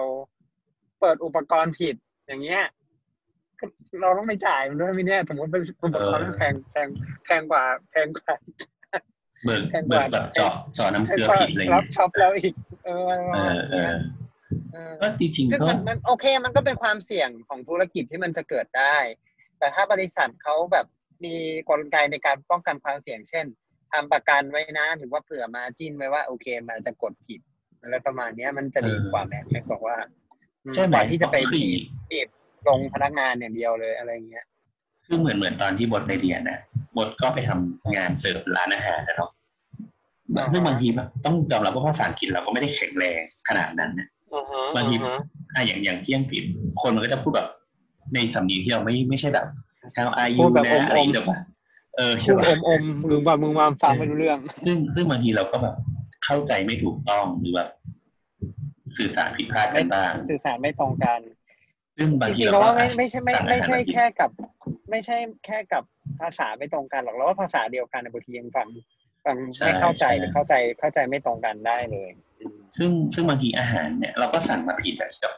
Speaker 3: เปิดอุปกรณ์ผิดอย่างเงี้ยก็เราต้องไปจ่ายมันด้วยไหมเนี่ยสมมติเป็นอุปกรณ์ที่แพงแพงแพงกว่าแพงกว่า
Speaker 2: เบิก
Speaker 3: แพงก
Speaker 2: เบิ
Speaker 3: ว่า
Speaker 2: กแบบเจาะเจาะน้ำ
Speaker 3: แพ
Speaker 2: เก
Speaker 3: ง
Speaker 2: ลือก
Speaker 3: ว่า
Speaker 2: ผิดอะไร
Speaker 3: รั
Speaker 2: เงี้
Speaker 3: บ
Speaker 2: ย
Speaker 3: ช็อปเราอีก เออ
Speaker 2: เออเออ
Speaker 3: เออ
Speaker 2: ก็จริง
Speaker 3: ซึ่
Speaker 2: ๆ
Speaker 3: ง
Speaker 2: ก็
Speaker 3: มันมันโอเคมันก็เป็นความเสี่ยงของธุรกิจที่มันจะเกิดได้ แต่ถ้าบริษัทเขาแบบมีกลไกในการป้องกันความเสี่ยง เช่นทำประกันไว้นะหรือว่าเผื่อมาจิ้นไว้ว่าโอเคมันจะกดผิดอะไรประมาณเนี้ยมันจะดีกว่าแม็กไม่บอกว่า
Speaker 2: ใช่ไหม
Speaker 3: กว่าที่จะไป
Speaker 2: คือ
Speaker 3: บีบบีบลงพนักงานอย่างเดียวเลยอะไรเงี้ย
Speaker 2: คือเหมือนเหมือนตอนที่บดไปเรียนนะบดก็ไปทำงานเสิร์ฟร้านอาหารนะเนาะ
Speaker 3: อ่าฮะ
Speaker 2: ซึ่งบางทีแบบต้องยอมรับว่าภาษาอังกฤษเราก็ไม่ได้แข็งแรงขนาดนั้นนะ บางที อ่ะอย่างอย่างที่อังกฤษคนมันก็จะพูดแบบในสำเนียงที่เราไม่ไม่ใช่แบบ how are
Speaker 3: พู
Speaker 2: you
Speaker 3: ดแบบ
Speaker 2: นะอะไร
Speaker 3: อ
Speaker 2: อย่าม ง
Speaker 3: ๆ
Speaker 2: เงี้ยแบบว่าเออ
Speaker 3: พู
Speaker 2: ใช่
Speaker 3: ด
Speaker 2: ปะ
Speaker 3: อมอมๆหรือว่ามึงมาฟังไม่รู้เรื่อง
Speaker 2: ซึ่งซึ่งบางทีเราก็แบบเข้าใจไม่ถูกต้องหรือแบบสื่อสารผิดพลาดกันบ้าง
Speaker 3: สื่อสารไม่ตรงกัน
Speaker 2: ซึ่งบาง
Speaker 3: จ
Speaker 2: ที
Speaker 3: ริงๆ
Speaker 2: เรา
Speaker 3: เรา
Speaker 2: ก็
Speaker 3: ว่า
Speaker 2: อาจ
Speaker 3: ไม่ไม่ใช่ไม่
Speaker 2: ต่างกัน
Speaker 3: ไม่ใช่
Speaker 2: นะพี่
Speaker 3: แค่กับ ไม่ใช่แค่กับภาษาไม่ตรงกันหรอกเราว่าภาษาเดียวกันนะบางทียังฟังฟังไม่เข้าใจหรือเข้าใจเข้าใจไม่ตรงกันได้เลย
Speaker 2: ซึ่งซึ่งบางทีอาหารเนี่ย เราก็สั่งมาผิดแบบจบ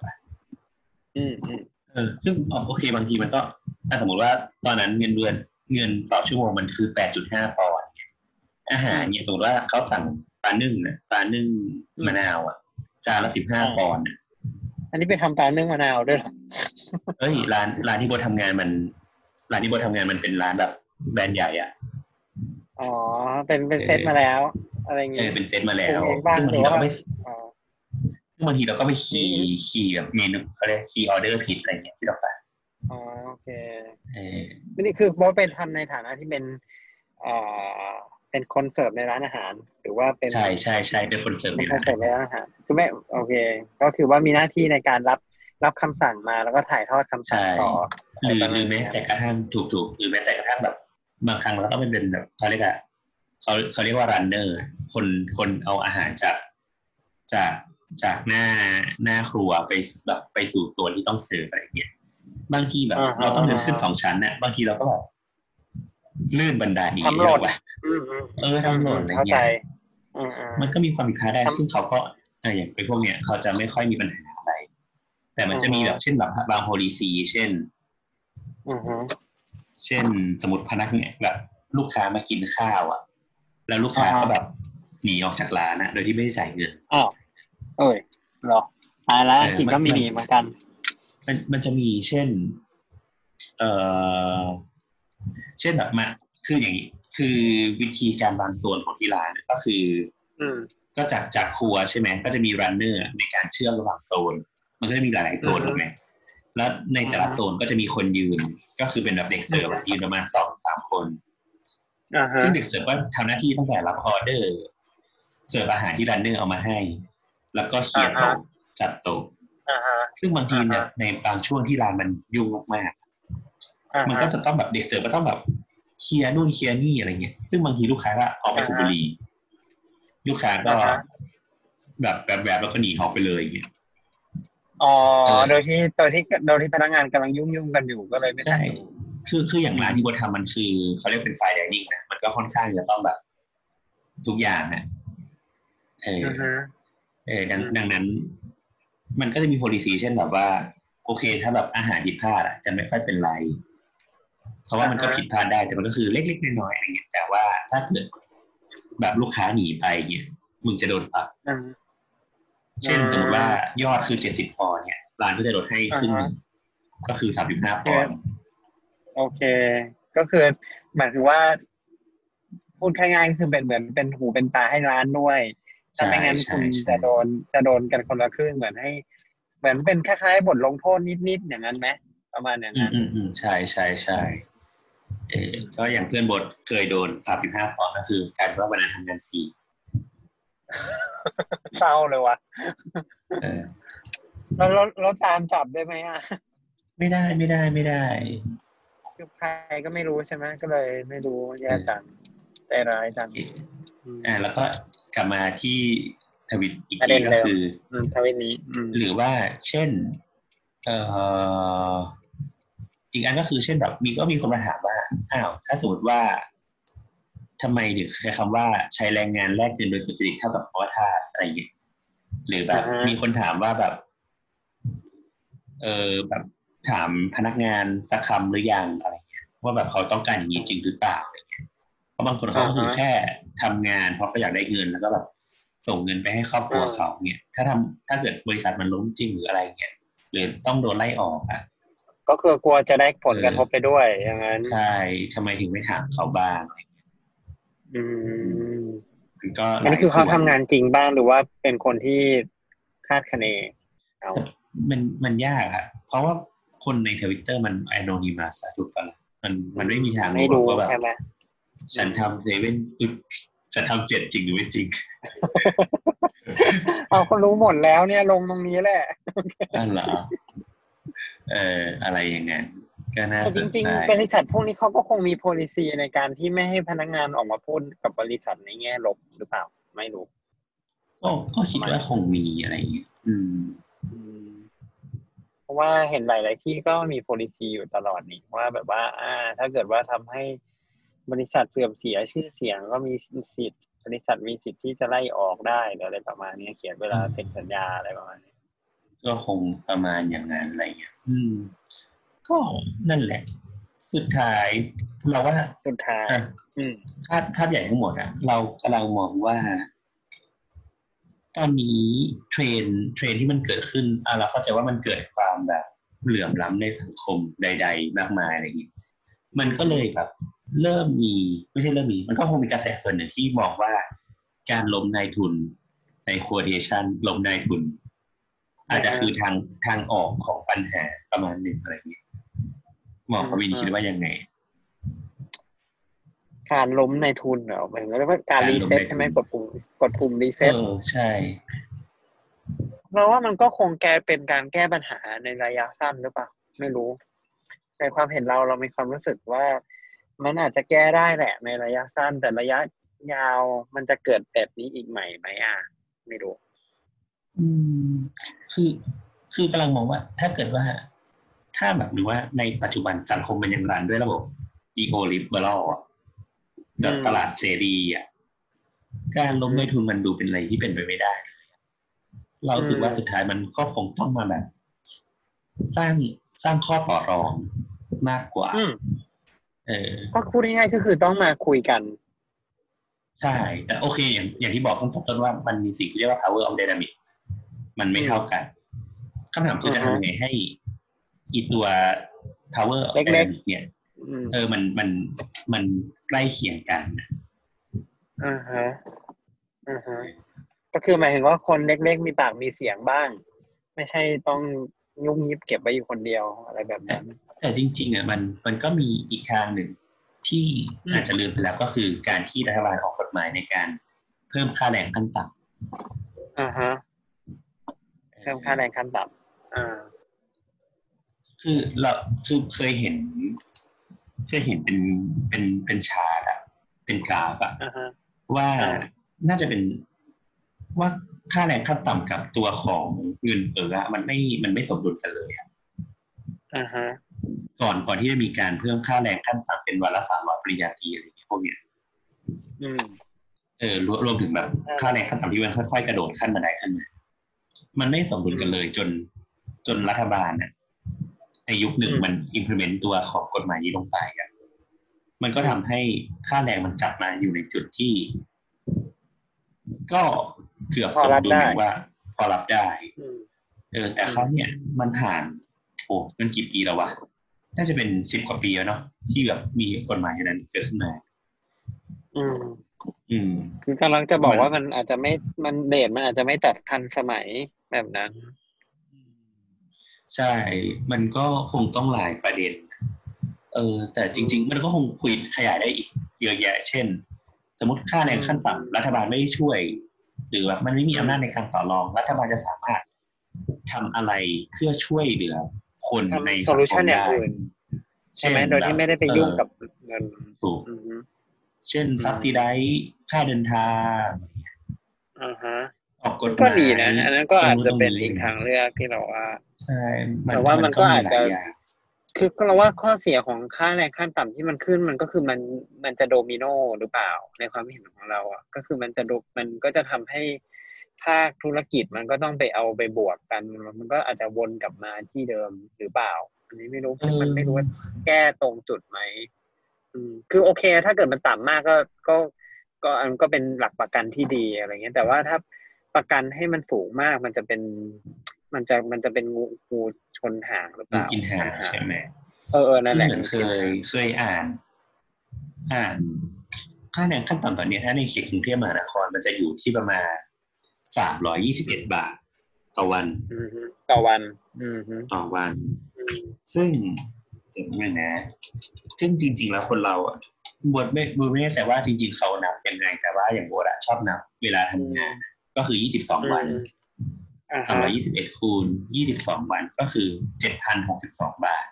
Speaker 3: อืมอืม
Speaker 2: เออซึ่งอ๋อโอเคบางทีมันก็ถ้าสมมติว่าตอนนั้นเงินเดือนเงินต่อชั่วโมงมันคือแปดจุดห้าปอนด์เนี่ยอาหารเนี่ยสมมติว่าเขาสั่งปลานึ่งเนี่ยปลานึ่งมะนาวอ่ะ จานละสิบห้าปอนด์อะ
Speaker 3: อันนี้ไปทำตาเนื่องมะนาวด้วยเหรอ
Speaker 2: เอ้ยร้านร้านที่โบทำงานมัน ร้านที่โบทำงานมันเป็นร้านแบบแบรนด์ใหญ่อ่ะ
Speaker 3: อ๋อเป็นเป็นเซตมาแล้ว อะไรอย่าง
Speaker 2: เอ
Speaker 3: งี้
Speaker 2: อเป็นเซตมาแล้ว
Speaker 3: ปรุงเองบ้าง
Speaker 2: ซึ่ง
Speaker 3: หรื
Speaker 2: บางที
Speaker 3: อ
Speaker 2: เราก็
Speaker 3: ว่า
Speaker 2: ไม่
Speaker 3: อ๋อ
Speaker 2: ซึ่งบางทีเราก็ไปคีย์คีย์แบบเมนูเขาเรียกคีย์ออเดอร์ผิดอะไรเงี้ยที่เราไป
Speaker 3: อ๋อโอเค
Speaker 2: เออ
Speaker 3: นี่คือบอกเป็นทำในฐานะที่เป็นอ่าเป็นคนเสิร์ฟในร้านอาหาร หรือว่าเป็น
Speaker 2: ใช่ใช่ใช่เป็นคนเสิร์ฟ
Speaker 3: ไม่
Speaker 2: นี่
Speaker 3: คอน
Speaker 2: นะ
Speaker 3: เสิร์ตแล้วค่ะคือไม่โอเค ก็คือว่ามีหน้าที่ในการรับรับคำสั่งมาแล้วก็ถ่ายทอดคำสั่ง
Speaker 2: ใช่
Speaker 3: ต่อ
Speaker 2: หรือหรือ
Speaker 3: ไหม
Speaker 2: แม้แต่กระทั่งถูกถูกหรือแม้แต่กระทั่งแบบบางครั้งเราก็เป็นแบบเขาเรียกอะเขาเขาเรียกว่ารันเนอร์คนคนเอาอาหารจากจากจากหน้าหน้าครัวไปแบบไปสู่โซนที่ต้องเสิร์ฟอะไรเงี้ยบางทีแบบ เราต้องเดินขึ้นสองชั้นเนี่ยบางทีเราก็แบบลื่นบันได
Speaker 3: ทำหล่น
Speaker 2: แบบ
Speaker 3: อืมอืม
Speaker 2: เออทำหล่นอะไรเงี้ย
Speaker 3: เข้าใจอืมอืม
Speaker 2: มันก็มีความผิดพลาดได้
Speaker 3: ครับ
Speaker 2: ซึ่งเขาก็เอ่ออย่างไอ้พวกเนี้ยเขาจะไม่ค่อยมีปัญหาอะไร แต่มันจะมี
Speaker 3: อือฮะ
Speaker 2: แบบเช่นแบบบางโพลิซีเช่น
Speaker 3: อือฮึ
Speaker 2: เช่น สมมติพนักงานแบบลูกค้ามากินข้าวอ่ะ แล้วลูกค้า
Speaker 3: อ่าฮะ
Speaker 2: ก็แบบหนีออกจากร้านนะโดยที่ไม่ได้จ่ายเงิน
Speaker 3: อ้าวเอ้ยเหรอตายแล้ว
Speaker 2: เออ
Speaker 3: กินก็
Speaker 2: มัน
Speaker 3: มีดีเหมือนกัน
Speaker 2: มันมันจะมีเช่น เอ่อ เช่นแบบมาคืออย่างนี้ คือวิธีการวางโซนของที่ร้านก็คือ
Speaker 3: อืม
Speaker 2: ก็จากจากครัวใช่ไหมก็จะมีรันเนอร์ในการเชื่อมระหว่างโซน มันก็จะมีหลายๆโซน
Speaker 3: อือฮึ
Speaker 2: ถูกไหมแล้วในแต่ละ
Speaker 3: อ่าฮะ
Speaker 2: โซนก็จะมีคนยืน ก็คือเป็นแบบเด็กเสิร์ฟอะยืนประมาณสองสามคน
Speaker 3: อ่าฮะ
Speaker 2: ซึ่งเด็กเสิร์ฟก็ทำหน้าที่ตั้งแต่รับออเดอร์ เสิร์ฟอาหารที่รันเนอร์เอามาให้ แล้วก็เคลียร์โต๊ะจัดโต๊ะ
Speaker 3: อ่าฮะ
Speaker 2: ซึ่งบางทีเนี่ย
Speaker 3: อ่าฮะ
Speaker 2: ในบางช่วงที่ร้านมันยุ่งมาก
Speaker 3: อ่า
Speaker 2: ๆมัน
Speaker 3: ฮะ
Speaker 2: ก็จะต้องแบบเด็กเสิร์ฟก็ต้องแบบเคลียร์นู่นเคลียร์นี่อะไรเงี้ยซึ่งบางทีลูกค้าก็ออกไปสูบบุหรี่ลูกค้าก็
Speaker 3: อ่าฮะ
Speaker 2: แบบแบบแบบแล้วก็หนีออกไปเลยอย่างเงี้ย
Speaker 3: อ๋อ
Speaker 2: เออ
Speaker 3: โดยที่โดยที่โดยที่พนักงานกำลังยุ่งยุ่งๆกันอยู่ก็เลยไม่ทันดู
Speaker 2: คือคืออย่างร้านที่โบทำมันคือเขาเรียกเป็นไฟไดนิ่งนะ มันก็ค่อนข้างจะต้องแบบ ทุกอย่างนะเออ
Speaker 3: อือฮะ
Speaker 2: เออดัง
Speaker 3: อืม
Speaker 2: ดังนั้น มันก็จะมีโพลิซีเช่นแบบว่า โอเคถ้าแบบอาหารผิดพลาดอะจะไม่ค่อยเป็นไร เพราะว่ามันก็ผิดพลาดได้แต่มันก็คือเล็กๆน้อยๆอะไรเงี้ยแต่ว่าถ้าเกิดแบบลูกค้าหนีไปเงี้ยมึงจะโดนปรับ
Speaker 3: อืม
Speaker 2: เช่นสมมติว่ายอดคือเจ็ดสิบปอนด์เนี่ยร้านก็จะลดให้ครึ่งหนึ่งก็คือสามสิบห้าปอนด์
Speaker 3: โอเค ก็คือหมายถึงว่า พูดง่ายๆก็คือเป็นเหมือนเป็นหูเป็นตาให้ร้านด้วยถ้าไม่งั้น
Speaker 2: ใช่
Speaker 3: คุณ
Speaker 2: ใช่
Speaker 3: จะโดนจะโดนกันคนละครึ่งเหมือนให้ เหมือนเป็นคล้ายๆบทลงโทษนิดๆอย่างนั้นไหมประมาณอย่าง
Speaker 2: อืม
Speaker 3: นั้น
Speaker 2: อืมอืมใช่ใช่ใช่เออก็อย่างเพื่อนบทเคยโดนสามสิบห้าปอนด์ก็คือกลารว่าวันนั้นทำงานฟรี
Speaker 3: เศร้าเลยว่ะ
Speaker 2: เออ
Speaker 3: แล้วแล้วแล้วตามจับได้ไหมอ่ะ (laughs)
Speaker 2: ไม่ได้ไม่ได้ไม่ได้
Speaker 3: คือใครก็ไม่รู้ใช่ไหมก็เลยไม่รู้แย่จังใจร้ายจัง
Speaker 2: เออ
Speaker 3: อืม
Speaker 2: อ่าแล้วก็กลับมาที่ทวิตอีก
Speaker 3: ประเด็
Speaker 2: ที
Speaker 3: น
Speaker 2: ก็
Speaker 3: เดิม
Speaker 2: คือ
Speaker 3: อืมทวิตนี้อืม
Speaker 2: หรือว่าเช่น เอ่ออีกอันก็คือเช่นแบบ มีก็มีคนมาถามว่า อ้าว ถ้าสมมติว่าทำไมถึงใช้คำว่าใช้แรงงานแลกเงินโดยสุจริตเท่ากับคำว่าทาสอะไรอย่างเงี้ยหรือแบบ
Speaker 3: อ่าฮะ
Speaker 2: มีคนถามว่าแบบ เออแบบถามพนักงานสักคำหรือยังอะไรเงี้ยว่าแบบเขาต้องการอย่างนี้จริงหรือเปล่าอะไรเงี้ยเพราะบางคนเขาก็คือแค่ทำงาน เพราะเขาอยากได้เงินแล้วก็แบบส่งเงินไปให้ครอบครัวเขาเนี่ย ถ้าทำถ้าเกิดบริษัทมันล้มจริงหรืออะไรเงี้ยหรือต้องโดนไล่ออกอ่ะ
Speaker 3: ก็คือกลัวจะได้ผลกระทบไปด้วยอย่างนั้น
Speaker 2: ใช่ทำไมถึงไม่ถามเขาบ้าง
Speaker 3: อืม
Speaker 2: มันก็
Speaker 3: อันนี้คือเขาทำงานจริงบ้างหรือว่าเป็นคนที่คาดคะเนเอา
Speaker 2: มันมันยากอะเพราะว่าคนในทวิตเตอร์มันไอโนนิมัสถูกปะล่ะมันมันไม่มีทาง
Speaker 3: ไม่รู้
Speaker 2: ว่าแบบ
Speaker 3: ใช่ไหม
Speaker 2: ฉันทำเซเว่นฉันทำเจ็ดจริงหรือไม่จริง (laughs)
Speaker 3: เอาก็รู้หมดแล้วเนี่ยลงตรงนี้แหละ
Speaker 2: อันเหรอ เออ อะไรอย่างนั้นก็น่า
Speaker 3: แต่
Speaker 2: ส
Speaker 3: จ
Speaker 2: น
Speaker 3: ริง
Speaker 2: ใจ
Speaker 3: ๆ บริษัทพวกนี้เขาก็คงมี policy ในการที่ไม่ให้พนักงานออกมาพูดกับบริษัทในแง่ลบหรือเปล่า ไม่รู้
Speaker 2: ก็ก็คิดว่าคงมีอะไรอย่างเงี้ยอืม
Speaker 3: เพราะว่าเห็นหลายๆที่ก็มี policy อยู่ตลอดนี่ว่าแบบว่า อ่า ถ้าเกิดว่าทำให้บริษัทเสื่อมเสียชื่อเสียงก็มีสิทธิ์ บริษัทมีสิทธิ์ที่จะไล่ออกได้หรืออะไรประมาณนี้เขียนเวลาเซ็นสัญญาอะไรประมาณนี้
Speaker 2: ก็คงประมาณอย่างนั้นอะไรเงี้ย อืม ก็นั่นแหละ สุดท้ายเราว่า
Speaker 3: สุดท้าย
Speaker 2: อ่ะ
Speaker 3: อืม
Speaker 2: ภาพภาพใหญ่ทั้งหมดอะเรากำลังมองว่า ตอนนี้เทรนด์เทรนด์ที่มันเกิดขึ้นอ่ะเราเข้าใจว่ามันเกิดความแบบเหลื่อมล้ำในสังคมใด ๆ มากมายอะไรอย่างงี้มันก็เลยแบบ เริ่มมีไม่ใช่เริ่มมี มันก็คงมีกระแสส่วนหนึ่งที่มองว่าการล้มนายทุนในครัวเทชันล้มนายทุน อาจจะคือทางทางออกของปัญหาประมาณหนึ่งอะไรอย่างเงี้ยหมอประวิน
Speaker 3: อืม
Speaker 2: คิดว่ายังไง
Speaker 3: การล้มในทุนเหรอหมายถึงว่าการรีเซ็ตใช่ไหมกดปุ่มกดปุ่มรี
Speaker 2: เอ
Speaker 3: เซ็ต
Speaker 2: อใช่
Speaker 3: เราว่ามันก็คงแกเป็นการแก้ปัญหาในระยะสั้นหรือเปล่า ไม่รู้ ในความเห็นเราเรามีความรู้สึกว่า มันอาจจะแก้ได้แหละ ในระยะสั้น แต่ระยะยาวมันจะเกิดแบบนี้อีกใหม่ไหมอ่ะ ไม่รู้
Speaker 2: อืมคือคือกำลังมองว่า ถ้าเกิดว่า ถ้าแบบหรือว่าในปัจจุบันสังคมมันยังรันด้วยระบบ eoliberal อะแบบ
Speaker 3: อืม
Speaker 2: ตลาดเสรีอ่ะการล้มในทุนมันดูเป็นอะไรที่เป็นไปไม่ได้ เราสึกว่าสุดท้ายมันก็คงต้องมาแบบ สร้างสร้างข้อต่อรองมากกว่า
Speaker 3: อืม
Speaker 2: เออ
Speaker 3: ก็พูดง่ายๆก็คือต้องมาคุยกัน
Speaker 2: ใช่ แต่โอเค อย่างอย่างที่บอกตั้งแต่ต้นว่ามันมีสิ่งที่เรียกว่า power of dynamic มันไม่เท่ากันคำถามคือจะ
Speaker 3: อือฮะ
Speaker 2: ทำยังไงให้อีตัว power of
Speaker 3: เล็กๆ
Speaker 2: dynamic เนี่ย
Speaker 3: อืม
Speaker 2: เออมันมันมันใกล้เคียงกันน่ะ
Speaker 3: อ่าฮะอ่าฮะก็คือหมายถึงว่าคนเล็กๆมีปากมีเสียงบ้าง ไม่ใช่ต้องยุ่งยิบเก็บไว้อยู่คนเดียวอะไรแบบนั้น
Speaker 2: แต่จริง ๆอ่ะมันมันก็มีอีกทางหนึ่งที่
Speaker 3: อืม
Speaker 2: อาจจะลืมไปแล้วก็คือการที่รัฐบาลออกกฎหมายในการเพิ่มค่าแรงขั้นต่
Speaker 3: อ่าฮะ
Speaker 2: ำ
Speaker 3: เพิ่มค่าแรงขั้นต่ำอ่า
Speaker 2: คือเราคือเคยเห็น เคยเห็นเป็นเป็นเป็นชาร์ตอะเป็นกราฟอะ
Speaker 3: อ่าฮะ
Speaker 2: ว่า
Speaker 3: อ่า
Speaker 2: น่าจะเป็นว่าค่าแรงขั้นต่ำกับตัวของเงินเฟ้ออะมันไม่มันไม่สมดุลกันเลยอะ
Speaker 3: อ่าฮะ
Speaker 2: ก่อนก่อนที่จะมีการเพิ่มค่าแรงขั้นต่ำเป็นวันละสามร้อยปริญญาตรีอะไรอย่างเงี้ยพวกเนี้ย
Speaker 3: อืม
Speaker 2: เออรวมรวมถึงแบบ
Speaker 3: อ่า
Speaker 2: ค่าแรงขั้นต่ำที่มันค่อยๆกระโดดขั้นบันไดขึ้นมามันไม่สมดุลกันเลย จนจนรัฐบาลน่ะในยุคหนึ่งมัน implement ตัวของกฎหมายนี้ลงไปอะ มันก็ทำให้ค่าแรงมันจับมาอยู่ในจุดที่ ก็เกือบสมดุลหรือว่า พอรับได้
Speaker 3: อืม
Speaker 2: เออ แต่เขาเนี่ยมันผ่านโอ้มันกี่ปีแล้ววะน่าจะเป็นสิบกว่าปีแล้วเนาะที่แบบมีกฎหมายอันนั้นเกิดขึ้นมา
Speaker 3: อืม
Speaker 2: อืม
Speaker 3: คือกำลังจะบอก
Speaker 2: มัน
Speaker 3: ว่ามันอาจจะไม่ มันเดทมันอาจจะไม่ตัดทันสมัยแบบนั้น
Speaker 2: ใช่ มันก็คงต้องหลายประเด็น เออ แต่จริง ๆ มันก็คงคุยขยายได้อีกเยอะแยะ เช่น สมมติค่าแรงขั้นต่ำรัฐบาลไม่ได้ช่วย หรือแบบมันไม่มีอำนาจในการต่อรอง รัฐบาลจะสามารถทำอะไรเพื่อช่วยเหลือคนใน
Speaker 3: ทำโซ
Speaker 2: สัง
Speaker 3: ลู
Speaker 2: ค
Speaker 3: ชัน
Speaker 2: ม
Speaker 3: อย่าง
Speaker 2: ได้
Speaker 3: อื่น ใช่ไหม
Speaker 2: เน
Speaker 3: โดยที่ไม่ได้ไปยุ่งกับเงิน
Speaker 2: เออถูก
Speaker 3: อือฮึ
Speaker 2: เช่นซับซิไดค่าเดินทาง
Speaker 3: อ่าฮะ
Speaker 2: ออกกฎหมาย
Speaker 3: ก็ดีนะอันนั้นก็อาจจะเป็น
Speaker 2: ตรง
Speaker 3: อีกทางเลือกที่เราว่า
Speaker 2: ใช่
Speaker 3: แต่ว่ามันก็อาจจะ
Speaker 2: มีหลยย่ง
Speaker 3: คือก็เราว่าข้อเสียของค่าแรงขั้นต่ำที่มันขึ้นมันก็คือมันมันจะโดมิโนหรือเปล่า ในความเห็นของเราอ่ะก็คือมันจะโดมันก็จะทำให้ภาคธุรกิจมันก็ต้องไปเอาไปบวกกัน มันก็อาจจะวนกลับมาที่เดิมหรือเปล่า อันนี้ไม่รู้
Speaker 2: เออ
Speaker 3: มันไม่รู้ว่าแก้ตรงจุดไหมอืมคือโอเค ถ้าเกิดมันต่ำมากก็ก็ก็อันก็เป็นหลักประกันที่ดีอะไรเงี้ย แต่ว่าถ้าประกันให้มันสูงมากมันจะเป็น มันจะมันจะเป็นงูงูชนหางหรือเป
Speaker 2: มัน
Speaker 3: ล่า
Speaker 2: กินหางใช่ไหม
Speaker 3: เออเออนั่นแหละ
Speaker 2: เหมือนเคยเคยอ่าน อ่านค่าแรงขั้นต่ำตอนเนี้ยถ้าในเขตกรุงเทพมหานครมันจะอยู่ที่ประมาณสามร้อยยี่สิบเอ็ดบาท ต่อวัน
Speaker 3: อือฮึต่อวัน อือฮึ
Speaker 2: ต่อวัน
Speaker 3: อืม
Speaker 2: ซึ่งเดี๋ยวนึงนะ ซึ่งจริง ๆ แล้วคนเราอ่ะบทไม่บทไม่แน่ใจว่าจริง ๆเขานับเป็นไงแต่ว่าอย่างโบทอะชอบนับเวลาทำงาน ก็คือยี่สิบสองวัน
Speaker 3: อ่า
Speaker 2: สาม
Speaker 3: ฮะ
Speaker 2: ร้อยยี่สิบเอ็ดคูณยี่สิบสองวันก็คือเจ็ดพันหกสิบสองบาท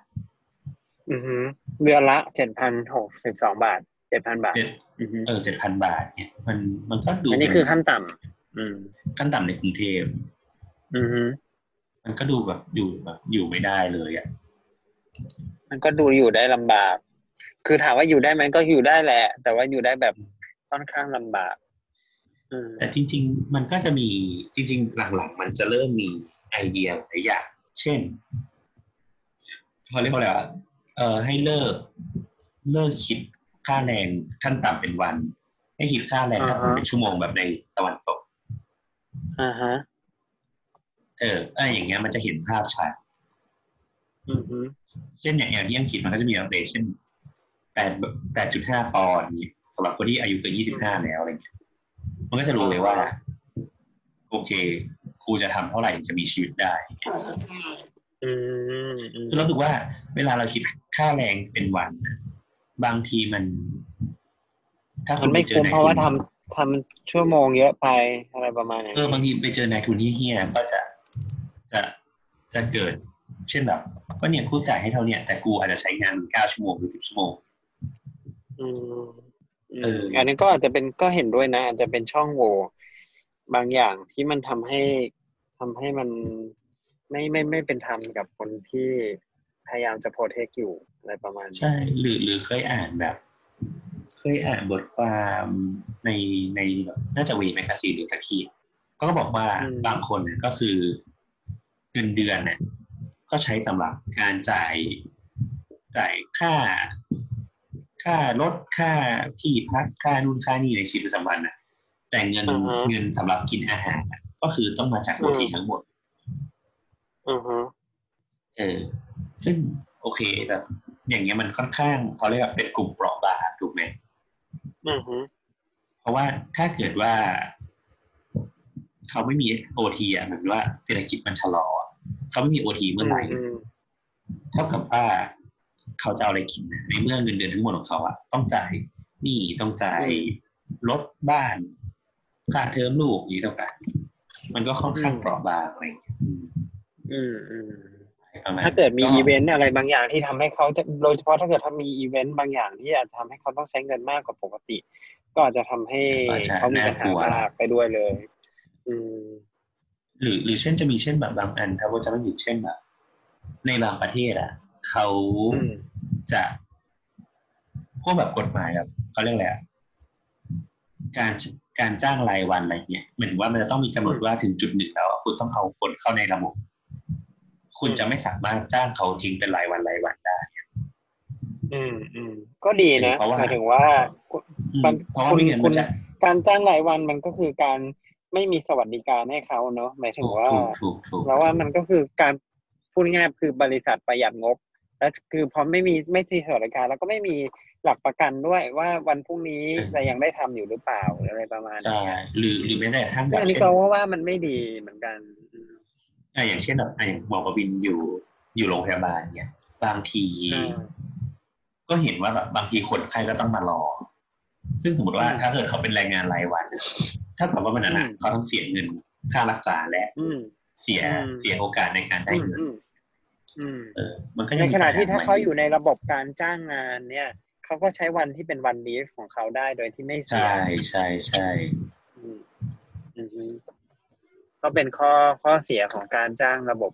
Speaker 3: อือฮึเดือนละเจ็ดพันหกสิบสองบาทเจ็ดพันบาท
Speaker 2: เจ็ด
Speaker 3: อือฮึ
Speaker 2: เออเจ็ดพันบาทเนี่ยมันมันก็ดู
Speaker 3: อันนี้คือขั้นต่ำอืม
Speaker 2: ขั้นต่ำในกรุงเทพ
Speaker 3: อือฮึ
Speaker 2: มันก็ดูแบบอยู่แบบอยู่ไม่ได้เลยอ่ะ
Speaker 3: มันก็ดูอยู่ได้ลำบาก คือถามว่าอยู่ได้ไหมก็อยู่ได้แหละ แต่ว่าอยู่ได้แบบค่อนข้างลำบาก อืม
Speaker 2: แต่จริง ๆ มันก็จะมีจริง ๆ หลังๆ มันจะเริ่มมีไอเดียหลายอย่าง เช่นเขาเรียกว่าอะไรวะเออให้เลิก เลิกคิดค่าแรงขั้นต่ำเป็นวัน ให้คิดค่าแรงขั้นต่ำเป็นชั่วโมงแบบในตะวันตก
Speaker 3: อ่าฮะ
Speaker 2: เออเอออย่างเงี้ยมันจะเห็นภาพชัด
Speaker 3: อือฮึ
Speaker 2: เช่นอย่างอย่างที่อังกฤษมันก็จะมีอัปเดตเช่นแปดแปดจุดห้าปอนด์เนี่ยสำหรับคนที่อายุเกินยี่สิบห้าแล้วอะไรเงี้ย มันก็จะรู้เลยว่า โอเคครูจะทำเท่าไหร่ถึงจะมีชีวิตได้
Speaker 3: อืมอืม
Speaker 2: คือเราสึกว่าเวลาเราคิดค่าแรงเป็นวันน่ะบางทีมัน ถ้าคุ
Speaker 3: มั
Speaker 2: ณ
Speaker 3: นไม่
Speaker 2: ปจอ
Speaker 3: คุ้ม
Speaker 2: ย
Speaker 3: เพราะว่า
Speaker 2: ทุ
Speaker 3: ทำ
Speaker 2: น
Speaker 3: ทำชั่วโมงเยอะไปอะไรประมาณอย่าง
Speaker 2: เออบางทีไปเจอนายทุนที่เฮี้ยๆก็จะจะจะเกิด เช่นแบบ ก็เนี่ยครูจ่ายให้เท่าเนี่ยแต่กูอาจจะใช้งานเก้าชั่วโมงหรือสิบชั่วโมง
Speaker 3: อืม
Speaker 2: เอออั
Speaker 3: อันนี้ก็อาจจะเป็นก็เห็นด้วยนะ อาจจะเป็นช่องโหว่บางอย่างที่มันทำให้ทำให้มันไม่ไม่ไม่เป็นธรรมกับคนที่พยายามจะโปรเทคอยู่อะไรประมาณนี้
Speaker 2: ใช่หรือหรือเคยอ่านแบบ เคยอ่านบทความในในแบบน่าจะวีแมกกาซีนหรือสักทีเขาก็บอกว่าบางคนเนี่ยก็คือเงินเดือนเนี่ยก็ใช้สำหรับการจ่ายจ่ายค่า ค่ารถค่าที่พักค่านู่นค่านี่ในชีวิตประจำวันนะแต่เงินเงินสำหรับกินอาหารน่ะก็คือต้องมาจากโอทีทั้งหมด
Speaker 3: อือฮะ
Speaker 2: เออ ซึ่งโอเคแบบ อย่างเงี้ยมันค่อนข้างเขาเรียกว่าเป็นกลุ่มเปราะบางถูกไหม
Speaker 3: อือฮะ
Speaker 2: เพราะว่าถ้าเกิดว่า เขาไม่มีโอทีอ่ะเหมือนว่าเศรษฐกิจมันชะลออะเขาไม่มีโอทีเมื่อไหร่
Speaker 3: อืม
Speaker 2: เท่ากับว่าเขาจะเอาอะไรกินนะในเมื่อเงินเดือนทั้งหมดของเขาอะต้องจ่ายหนี่ต้องจ่ายรถบ้านค่าเทอมลูกอย่างนี้ต้องการมันก็ค่อนข้างเปราะบางอะไรอย่างเงี้ยอืม
Speaker 3: อืมอืม
Speaker 2: ประมาณ
Speaker 3: ถ้าเกิดมี
Speaker 2: ก็
Speaker 3: อีเวนต์อะไรบางอย่างที่ทำให้เขาจะโดยเฉพาะถ้าเกิดถ้ามีอีเวนต์บางอย่างที่อาจจะทำให้เขาต้องใช้เงินมากกว่าปกติ ก็อาจจะทำให้
Speaker 2: อาจจะ
Speaker 3: เขามีปัญ
Speaker 2: น่าก
Speaker 3: หา
Speaker 2: ลัว
Speaker 3: มากไปด้วยเลย อืม
Speaker 2: หรือหรือเช่นจะมีเช่นแบบบางอันถ้าว่าจะไม่ผิดเช่นแบบในบางประเทศอ่ะเขา
Speaker 3: อืม
Speaker 2: จะพวกแบบกฎหมายแบบเขาเรียกอะไรอะการการจ้างรายวันอะไรเงี้ยเหมือนว่ามันจะต้องมีกำหนดว่าถึงจุดหนึ่งแล้วอะคุณต้องเอาคนเข้าในระบบ คุณจะไม่สามารถจ้างเขาทิ้งเป็นรายวันรายวันได้
Speaker 3: อืมอืมก็ดีนะ
Speaker 2: เพราะว่า
Speaker 3: หมายถึงว่า
Speaker 2: อืม
Speaker 3: มัน
Speaker 2: เพราะว่า
Speaker 3: คุณ
Speaker 2: ไม่งั้นมัน
Speaker 3: คุณ
Speaker 2: จะ
Speaker 3: การจ้างรายวันมันก็คือการไม่มีสวัสดิการให้เขาเนอะหมายถึ
Speaker 2: ถู
Speaker 3: ง
Speaker 2: ก
Speaker 3: ว่า
Speaker 2: ถูกถูกถูก
Speaker 3: เราว่ามันก็คือการพูดง่ายๆคือบริษัทประหยัดงบ และคือพอไม่มีไม่มีสวัสดิการ แล้วก็ไม่มีหลักประกันด้วยว่าวันพรุ่งนี้จะยังได้ทำอยู่หรือเปล่าหรืออะไรประมาณ
Speaker 2: ใช่
Speaker 3: นี้
Speaker 2: หรือหรือแม้แต่กระทั้งแบ
Speaker 3: ซึ่
Speaker 2: บ
Speaker 3: งอันนี้
Speaker 2: เช่น
Speaker 3: เราว่าว่ามันไม่ดีเหมือนกันอืม
Speaker 2: อ่ะอย่างเช่นแบบอ่ะอย่างหมอประวินอยู่อยู่โรงพยาบาลเนี่ยบางที
Speaker 3: อืม
Speaker 2: ก็เห็นว่าแบบบางทีคนไข้ก็ต้องมารอ ซึ่งสมมติว่า
Speaker 3: อืม
Speaker 2: ถ้าเกิดเขาเป็นแรงงานรายวัน ถ้าเกิดว่ามันนั้นอะ
Speaker 3: อืม
Speaker 2: เขาต้องเสียเงินค่ารักษาและ
Speaker 3: อืม
Speaker 2: เสีย
Speaker 3: อืม
Speaker 2: เสียโอกาสในการได้
Speaker 3: อืม
Speaker 2: เงิน
Speaker 3: อืมอืม
Speaker 2: เออ มันก็
Speaker 3: ใน
Speaker 2: ยังมี
Speaker 3: ขณะที่ถ้า
Speaker 2: ปัญห
Speaker 3: เขาอยู่ในระบบการจ้างงานเนี่ย เขาก็ใช้วันที่เป็นวันลีฟของเขาได้โดยที่ไม่เสีย
Speaker 2: ใช่ใช่ใช่
Speaker 3: อืมอือฮึก็เป็นข้อข้อเสียของการจ้างระบบ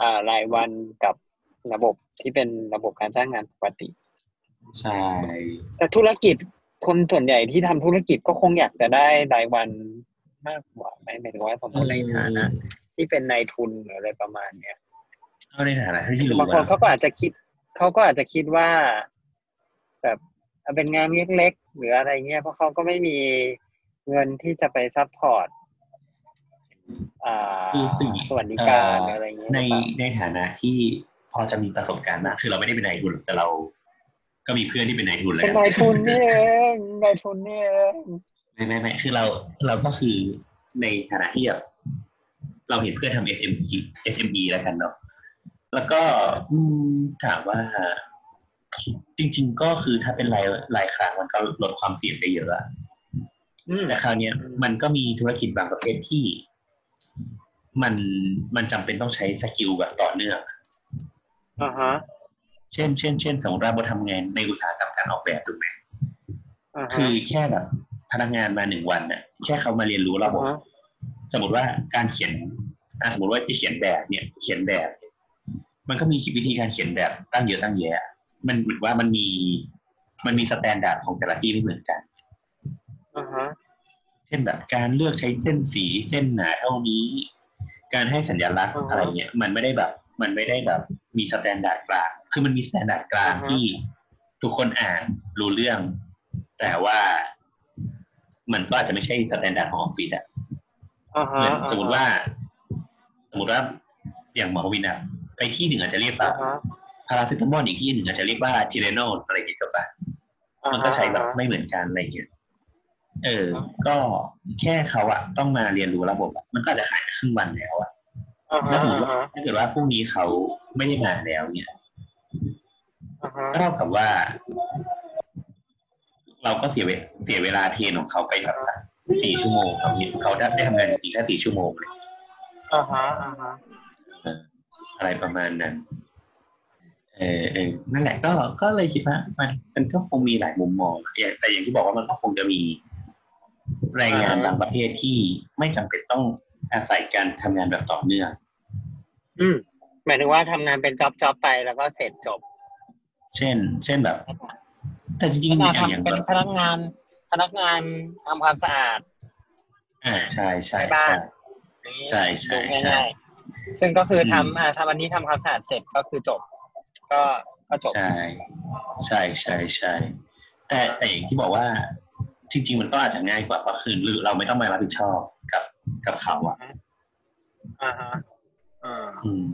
Speaker 3: อ่ารายวันกับระบบที่เป็นระบบการจ้างงานปกติ
Speaker 2: ใช่
Speaker 3: แต่ธุรกิจคนส่วนใหญ่ที่ทำธุรกิจก็คงอยากจะได้รายวันมากกว่าไหมหมายถึงว่าสมมติในฐานะที่เป็นนายทุนหรืออะไรประมาณเนี้ย
Speaker 2: เท่าในฐานะที่รู้
Speaker 3: บางคน
Speaker 2: ว่า
Speaker 3: เขาก็อาจจะคิดเขาก็อาจจะคิดว่า แบบเอาเป็นงานเล็กๆหรืออะไรเงี้ยเพราะเขาก็ไม่มีเงินที่จะไปซัพพอร์ตอ่า
Speaker 2: คือสิ่ง
Speaker 3: สวัสดิการหรืออะไรเงี้ย
Speaker 2: ในในฐานะที่พอจะมีประสบการณ์มากคือเราไม่ได้เป็นนายทุนแต่เรา ก็มีเพื่อนที่เป็นนายทุนแล้ว
Speaker 3: เป็น
Speaker 2: กัน
Speaker 3: นายทุนนี่เองนายทุนนี่เอง
Speaker 2: ไม่ไม่ไม่คือเราเราก็คือในฐานะที่แบบเราเห็นเพื่อนทำ SME SME แล้วกันเนาะแล้วก็อืมถามว่า จริง ๆ ก็คือถ้าเป็นรายรายครั้งมันก็ลดความเสี่ยงได้เยอะอะ
Speaker 3: อืม
Speaker 2: แต่คราวเนี้ยมันก็มีธุรกิจบางประเภทที่ มันมันจำเป็นต้องใช้สกิลแบบต่อเนื่อง
Speaker 3: อ่าฮะ
Speaker 2: เช่น เช่น เช่น สมมติว่าโบทำงานในอุตสาหกรรมการออกแบบถูกไหม
Speaker 3: อ่าฮะ
Speaker 2: คือแค่แบบพนักงานมาหนึ่งวันน่ะ แค่เขามาเรียนรู้ระบบ
Speaker 3: อ่าฮะ
Speaker 2: สมมติว่าการเขียนอ่ะสมมติว่าจะเขียนแบบเนี่ย เขียนแบบ มันก็มีวิธีการเขียนแบบตั้งเยอะตั้งแยะ มันเหมือนว่ามันมี มันมีสแตนดาร์ดของแต่ละที่ไม่เหมือนกัน
Speaker 3: อ่าฮะ
Speaker 2: เช่นแบบการเลือกใช้เส้นสีเส้นหนาเท่านี้ การให้สัญลักษณ์อะไรเงี้ยมันไม่ได้แบบ มันไม่ได้แบบมีสแตนดาร์ดกลางคือมันมีสแตนดาร์ดกลางที่ทุกคนอ่านรู้เรื่อง แต่ว่ามันก็อาจจะไม่ใช่สแตนดาร์ดของออฟฟิศอะ
Speaker 3: อ่า
Speaker 2: เห
Speaker 3: ฮะ
Speaker 2: มือนสมมติว่า สมมติว่าอย่างหมอวินอะไปที่หนึ่งอาจจะเรียกว่า
Speaker 3: อ่าฮะ
Speaker 2: พาราเซตามอลอีกที่หนึ่งอาจจะเรียกว่าทีเรโนอะไรอย่างเงี้ยก็ไป
Speaker 3: อ่าฮะ
Speaker 2: มันก็ใช้แบบไม่เหมือนกันอะไรอย่างเงี้ย เออ
Speaker 3: อ่า
Speaker 2: ก็แค่เขาอะต้องมาเรียนรู้ระบบอะมันก็อาจจะขายไปครึ่งวันแล้วอะ
Speaker 3: อ่าฮะ
Speaker 2: ถ้าสมมติ
Speaker 3: อ่า
Speaker 2: ว่า
Speaker 3: ฮะ
Speaker 2: ถ้าเกิดว่าพรุ่งนี้เขาไม่ได้มาแล้วเนี่ย
Speaker 3: อ่าฮะ
Speaker 2: ก็เท่ากับว่า เราก็เสียเวเสียเวลาเทรนของเขาไปแบบสี่ชั่วโมงแบบเนี้ยเขาได้ได้ทำงานจริงๆแค่สี่ชั่วโมงเลย
Speaker 3: อ่าฮะอ่าฮะ
Speaker 2: อะไรประมาณนั้น เออเออนั่นแหละก็ก็เลยคิดว่ามัน มันก็คงมีหลายมุมมองอะอย่างแต่อย่างที่บอกว่ามันก็คงจะมีแรงงานบางประเภทที่ไม่จำเป็นต้องอาศัยการทำงานแบบต่อเนื่อง
Speaker 3: อืมหมายถึงว่าทำงานเป็นจ็อบจ็อบไปแล้วก็เสร็จจบ
Speaker 2: เช่น เช่นแบบ แต่จริงๆ
Speaker 3: ก็
Speaker 2: อย่างอย่างแบ
Speaker 3: ทำเป็น
Speaker 2: บ
Speaker 3: พนักงานพนักงานทำความสะอาด
Speaker 2: อ่าใช่ใช่
Speaker 3: ในบ้า
Speaker 2: ใช่
Speaker 3: น อย่างนี้
Speaker 2: ใช่ใช่
Speaker 3: ดู
Speaker 2: ใช่
Speaker 3: ง่ายๆซึ่งก็คืออ
Speaker 2: ม
Speaker 3: ทำอ่าทำอันนี้ทำความสะอาดเสร็จก็คือจบ ก็ก็จบ
Speaker 2: ใช่ใช่ใช่ใช่แต่แต่อย่างที่บอกว่า จริง ๆ มันก็อาจจะง่ายกว่าเพราะคือหรือเราไม่ต้องมารับผิดชอบกับกับเขาอะ
Speaker 3: อ่าฮะอ่า
Speaker 2: อืม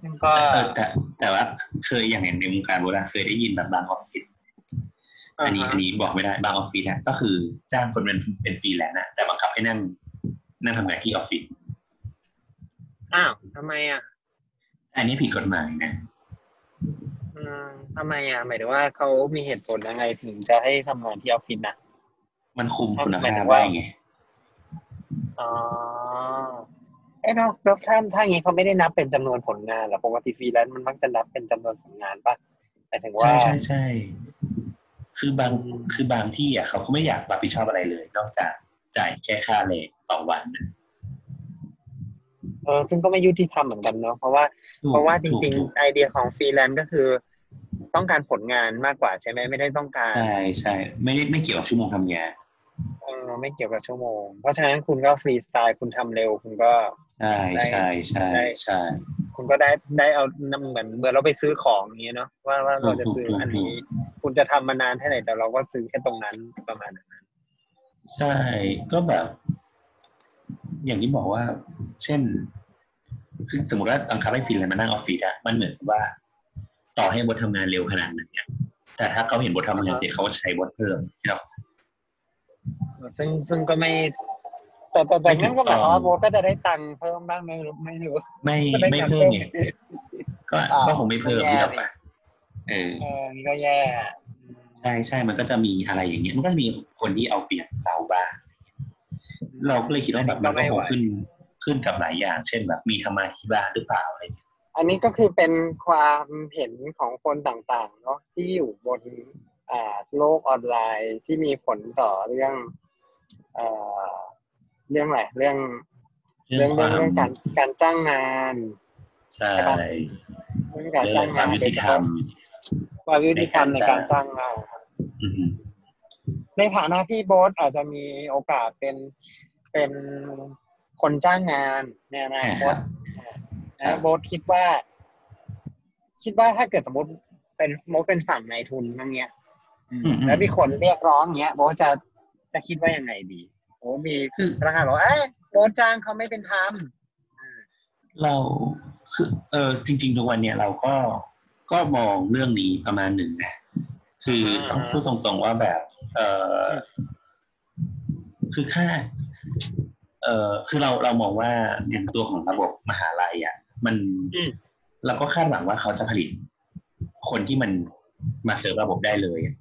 Speaker 3: ซึ่งก็
Speaker 2: เออแต่แต่ว่าเคยอย่างในวงการโบราณเคยได้ยินแบบบางออฟฟิศอันนี้อันนี้บอกไม่ได้บางออฟฟิศนะก็คือจ้างคนเป็นเป็นฟรีแลนซ์นะแต่บังคับให้นั่งนั่งทำงานที่ออฟฟิศ
Speaker 3: อ้าวทำไมอ่ะ
Speaker 2: อันนี้ผิดกฎหมายนะ
Speaker 3: อืมทำไมอ่ะหมายถึงว่าเขามีเหตุผลยังไงถึงจะให้ทำงานที่ออฟฟิศนะ
Speaker 2: มันคุมคุณภาพได้ไง
Speaker 3: อ๋อเอ้ยเนาะแล้วถ้าถ้าอย่างนี้เขาไม่ได้นับเป็นจำนวนผลงานเหรอปกติฟรีแลนซ์มันมักจะนับเป็นจำนวนผลงานป่ะหมายถึงว่า
Speaker 2: ใช่ใช่ใช่คือบางคือบางที่อ่ะเขาก็ไม่อยากรับผิดชอบอะไรเลย นอกจากจ่ายแค่ค่าแรงต่อวันนะ
Speaker 3: เออซึ่งก็ไม่ยุติธรรมเหมือนกันเนาะเพราะว่าเพราะว่าจริง
Speaker 2: ถูก
Speaker 3: ๆ ไอเดียของฟรีแลนซ์ก็คือ ต้องการผลงานมากกว่าใช่ไหมไม่ได้ต้องการ
Speaker 2: ใช่ใช่ไม่ได้ไม่เกี่ยวกับชั่วโมงทำงาน
Speaker 3: เออไม่เกี่ยวกับชั่วโมง เพราะฉะนั้นคุณก็ฟรีสไตล์คุณทำเร็ว คุณก็
Speaker 2: ใช่ใช่ใช่ใช่
Speaker 3: คุณก็ได้ได้เอานำเหมือนเหมือนเราไปซื้อของอย่างเงี้ยเนาะว่าว่าเราจะซื้ออันนี้ คุณจะทำมานานแค่ไหนแต่เราก็ซื้อแค่ตรงนั้นประมาณนั้น
Speaker 2: ใช่ก็แบบ อย่างที่บอกว่า เช่นคือสมมติว่าบังคับให้ฟรีแลนซ์มานั่งออฟฟิศอะมันเหมือนกับว่า ต่อให้บททำงานเร็วขนาดไหนอะแต่ถ้าเขาเห็นบททำงานเสร็จเขาก็ใช้บทเพิ่มครับ
Speaker 3: ซึ่งซึ่งก็ไม่ แต่แต่แต่นั่นก็หมายความว่า
Speaker 2: ไม่ถูกต้อง
Speaker 3: โบทก็จะได้ตังค์เพิ่มบ้างไม่รู้ไม่รู้
Speaker 2: ไม่
Speaker 3: ก็ด้
Speaker 2: ไม่
Speaker 3: ตัค์
Speaker 2: เพิ่มไงก็ก็คงไม่เพิ่มที่ต่อไปเออ
Speaker 3: เออนี่ก็แย่
Speaker 2: ใช่ใช่มันก็จะมีอะไรอย่างเงี้ยมันก็จะมีคนที่เอาเปรียบเราบ้างเราก็เลยคิดว่าแบบมันก็คงขึ้นขึ้นกับหลายอย่าง เช่นแบบมีธรรมาที่บ้านหรือเปล่าอะไรเงี้ย
Speaker 3: อันนี้ก็คือเป็นความเห็นของคนต่างๆ เนาะที่อยู่บนอ่าโลกออนไลน์ที่มีผลต่อเรื่องเอ่อเรื่องอะไรเรื่องเรื่อง
Speaker 2: ควา
Speaker 3: เรื่อง
Speaker 2: ม
Speaker 3: เรื่องการการจ้างงาน
Speaker 2: ใช่
Speaker 3: เรื่อง
Speaker 2: เรื่
Speaker 3: กา
Speaker 2: อ
Speaker 3: รจ้าง งงาว
Speaker 2: คาน มยุติธรรม
Speaker 3: ความยุติธรรมในการจ้างงาน
Speaker 2: อืม
Speaker 3: ในฐานะที่โบสอาจจะมีโอกาสเป็นเป็นคนจ้างงานในอนา
Speaker 2: ใช่
Speaker 3: ค
Speaker 2: ครับ ครั
Speaker 3: ต
Speaker 2: บ
Speaker 3: นะโบสคิดว่า คิดว่าถ้าเกิดสมมติเป็นโมสเป็นฝั่งนายทุนบ้างเนี้ยอืม
Speaker 2: อืม
Speaker 3: แล้วมีคนเรียกร้องเงี้ย โบสจะจะคิดว่ายังไงดีโอ้มี
Speaker 2: คือ
Speaker 3: พนักงานบอกว่าเอ้ยโบสจ้างเขาไม่เป็นธรรม
Speaker 2: เราคือเออจริง ๆ ทุกวันเนี่ยเราก็ก็มองเรื่องนี้ประมาณหนึ่งนะคือต้องพูดตรงๆว่าแบบ เออคือค่า เออคือเราเรามองว่าอย่างตัวของระบบมหาลัยอ่ะ มันเราก็คาดหวังว่าเขาจะผลิต คนที่มันมาเสิร์ฟระบบได้เลยอะ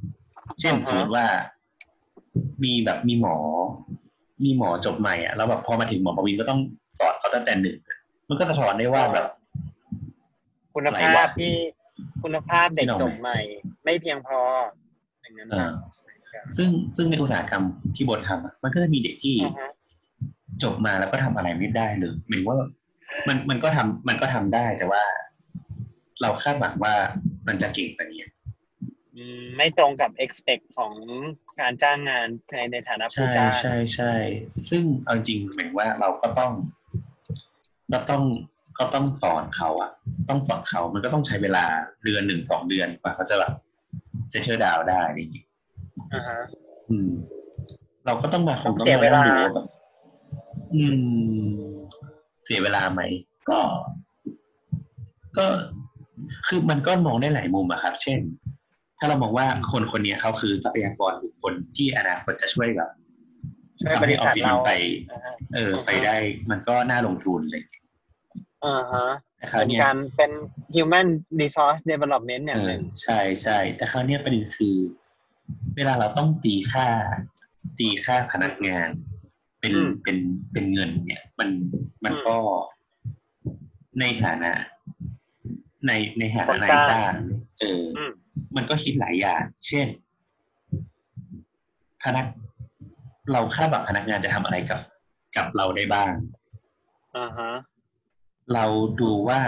Speaker 2: เช่นสมมติว่ามีแบบมีหมอ มีหมอจบใหม่อ่ะแล้วแบบพอมาถึงหมอประวินก็ต้องสอนเขาตั้งแต่หนึ่ง มันก็สะท้อนได้ว่าแบบ
Speaker 3: คุณภาพที่คุณภาพเด็ก
Speaker 2: ไม่เอาไหม
Speaker 3: จบใหม่ ไม่เพียงพออย่างนั้น
Speaker 2: เอ
Speaker 3: นะ
Speaker 2: อซึ่งซึ่งในอุตสาหกรรมที่บททำอะมันก็จะมีเด็กที่
Speaker 3: อ่าฮะ
Speaker 2: จบมาแล้วก็ทำอะไรไม่ได้เลยหมายว่า มันมันก็ทำมันก็ทำได้แต่ว่า เราคาดหวังว่ามันจะเก่งกว่านี้
Speaker 3: อืมไม่ตรงกับ expect ของการจ้างงานในในฐานะผู้
Speaker 2: ใช่
Speaker 3: จ้าง
Speaker 2: ใช่ใช่ ซึ่งเอาจริงหมายว่าเราก็ต้องก็ต้องก็ต้องสอนเขาอะต้องสอนเขา มันก็ต้องใช้เวลาเดือนหนึ่งสองเดือนกว่าเขาจะแบบเซเทอร์ดาวได้อะไรอย่างงี้
Speaker 3: อ่าฮะ
Speaker 2: อืม เราก็ต้องมาคงต้อง
Speaker 3: ต้อ
Speaker 2: ง
Speaker 3: เสีย
Speaker 2: มา
Speaker 3: เวลา
Speaker 2: ดูว่าแบบอืม เสียเวลาไหมก็ ก็คือมันก็มองได้หลายมุมอะครับ เช่น ถ้าเรามองว่าคนคนเนี้ยเขาคือทรัพยากรบุคคลที่อนาคตจะช่วยแบบ
Speaker 3: ช่วยบริษัท
Speaker 2: ทำ
Speaker 3: เรา
Speaker 2: ให้ออฟฟิศมันไป
Speaker 3: อ่าฮะ
Speaker 2: เออไปได้มันก็น่าลงทุนอะไรอย่างเลย
Speaker 3: อ่าฮะ
Speaker 2: นะคราว
Speaker 3: เป็น
Speaker 2: เนี้ย
Speaker 3: การเป็น human resource development เนี่ย
Speaker 2: เออใช่ใช่แต่คราวเนี้ยประเด็นคือ เวลาเราต้องตีค่า ตีค่าพนักงาน เป็นเป็นเป็นเงิน เนี่ย มันมันก็ในฐานะ ในในฐานะนายจ้างเอออ
Speaker 3: อืม
Speaker 2: มันก็คิดหลายอย่าง เช่น พนัก เราคาดหวังพนักงานจะทำอะไรกับ กับเราได้บ้าง
Speaker 3: อ่าฮะ
Speaker 2: เราดูว่า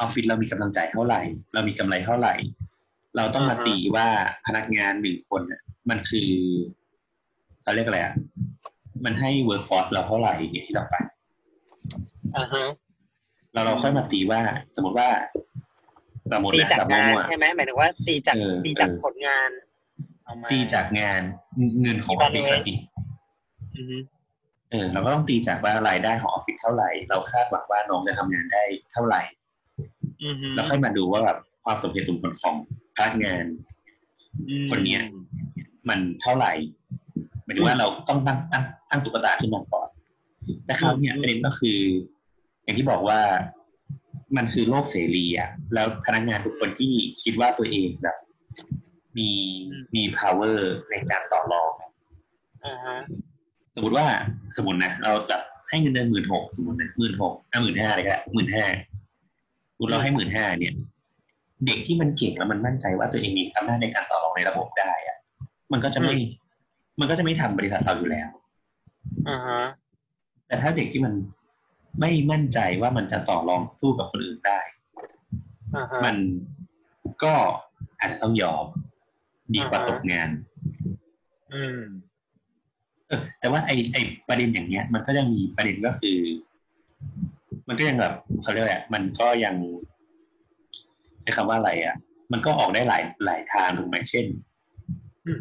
Speaker 2: ออฟฟิศเรามีกำลังจ่ายเท่าไหร่ เรามีกำไรเท่าไหร่ เราต้องมา
Speaker 3: อ่าฮะ
Speaker 2: ตีว่าพนักงานหนึ่งคนน่ะมันคือเขาเรียกอะไรอ่ะมันให้เวิร์กฟอร์สเราเท่าไหร่อย่างเงี้ยที่เราไป
Speaker 3: อ่าฮะ
Speaker 2: เราเราค่อยมาตีว่า สมมติว่าสมมติ
Speaker 3: ตี
Speaker 2: นะ
Speaker 3: จาก
Speaker 2: แบบ
Speaker 3: งาน
Speaker 2: มั่ว
Speaker 3: ใช่ไหมหมายถึงว่าตีจาก
Speaker 2: เออ
Speaker 3: ตีจาก
Speaker 2: เออ
Speaker 3: ผลงานเอามา
Speaker 2: ๆตีจากงานเงินของออฟฟิศอะพี่
Speaker 3: อือฮึ
Speaker 2: เออเราก็ต้องตีจากว่ารายได้ของออฟฟิศเท่าไหร่ เราคาดหวังว่าน้องจะทำงานได้เท่าไหร่
Speaker 3: อือฮึ
Speaker 2: แล้วค่อยมาดูว่าแบบความสมเหตุสมผลของพนักงาน คนเนี้ย มันเท่าไหร่หมายถึงว่าเราต้องตั้งตั้งตั้งตุ๊กตาขึ้นมาก่อนแต่คราวเนี้ยประเด็นก็คือ อย่างที่บอกว่ามันคือโลกเสรีอะแล้วพนักงานทุกคนที่คิดว่าตัวเองแบบมีมี power ในการต่อรอง
Speaker 3: อ่าฮะ
Speaker 2: สมมติว่าสมมตินะเราแบบให้เงินเดือนหมื่นหกสมมตินะหมื่นหกอ่ะหมื่นห้าอะไรก็ได้หมื่นห้าเราให้หมื่นห้าเนี่ย เด็กที่มันเก่งแล้วมันมั่นใจว่าตัวเองมีอำนาจในการต่อรองในระบบได้อะมันก็จะไม่ มันก็จะไม่ทำบริษัทเราอยู่แล้ว
Speaker 3: อ่าฮะ
Speaker 2: แต่ถ้าเด็กที่มันไม่มั่นใจว่ามันจะต่อรองสู้กับคนอื่นได้
Speaker 3: อ่าฮะ
Speaker 2: มันก็อาจจะต้องยอมดีกว่า
Speaker 3: อ่าฮะ
Speaker 2: ตกงาน
Speaker 3: อืม
Speaker 2: เออแต่ว่าไอไอประเด็นอย่างเนี้ย มันก็ยังมีประเด็นก็คือ มันก็ยังแบบเขาเรียกว่าอะไรมันก็ยังใช้คำว่าอะไรอ่ะ มันก็ออกได้หลายหลายทางถูกไหมเช่น
Speaker 3: อืม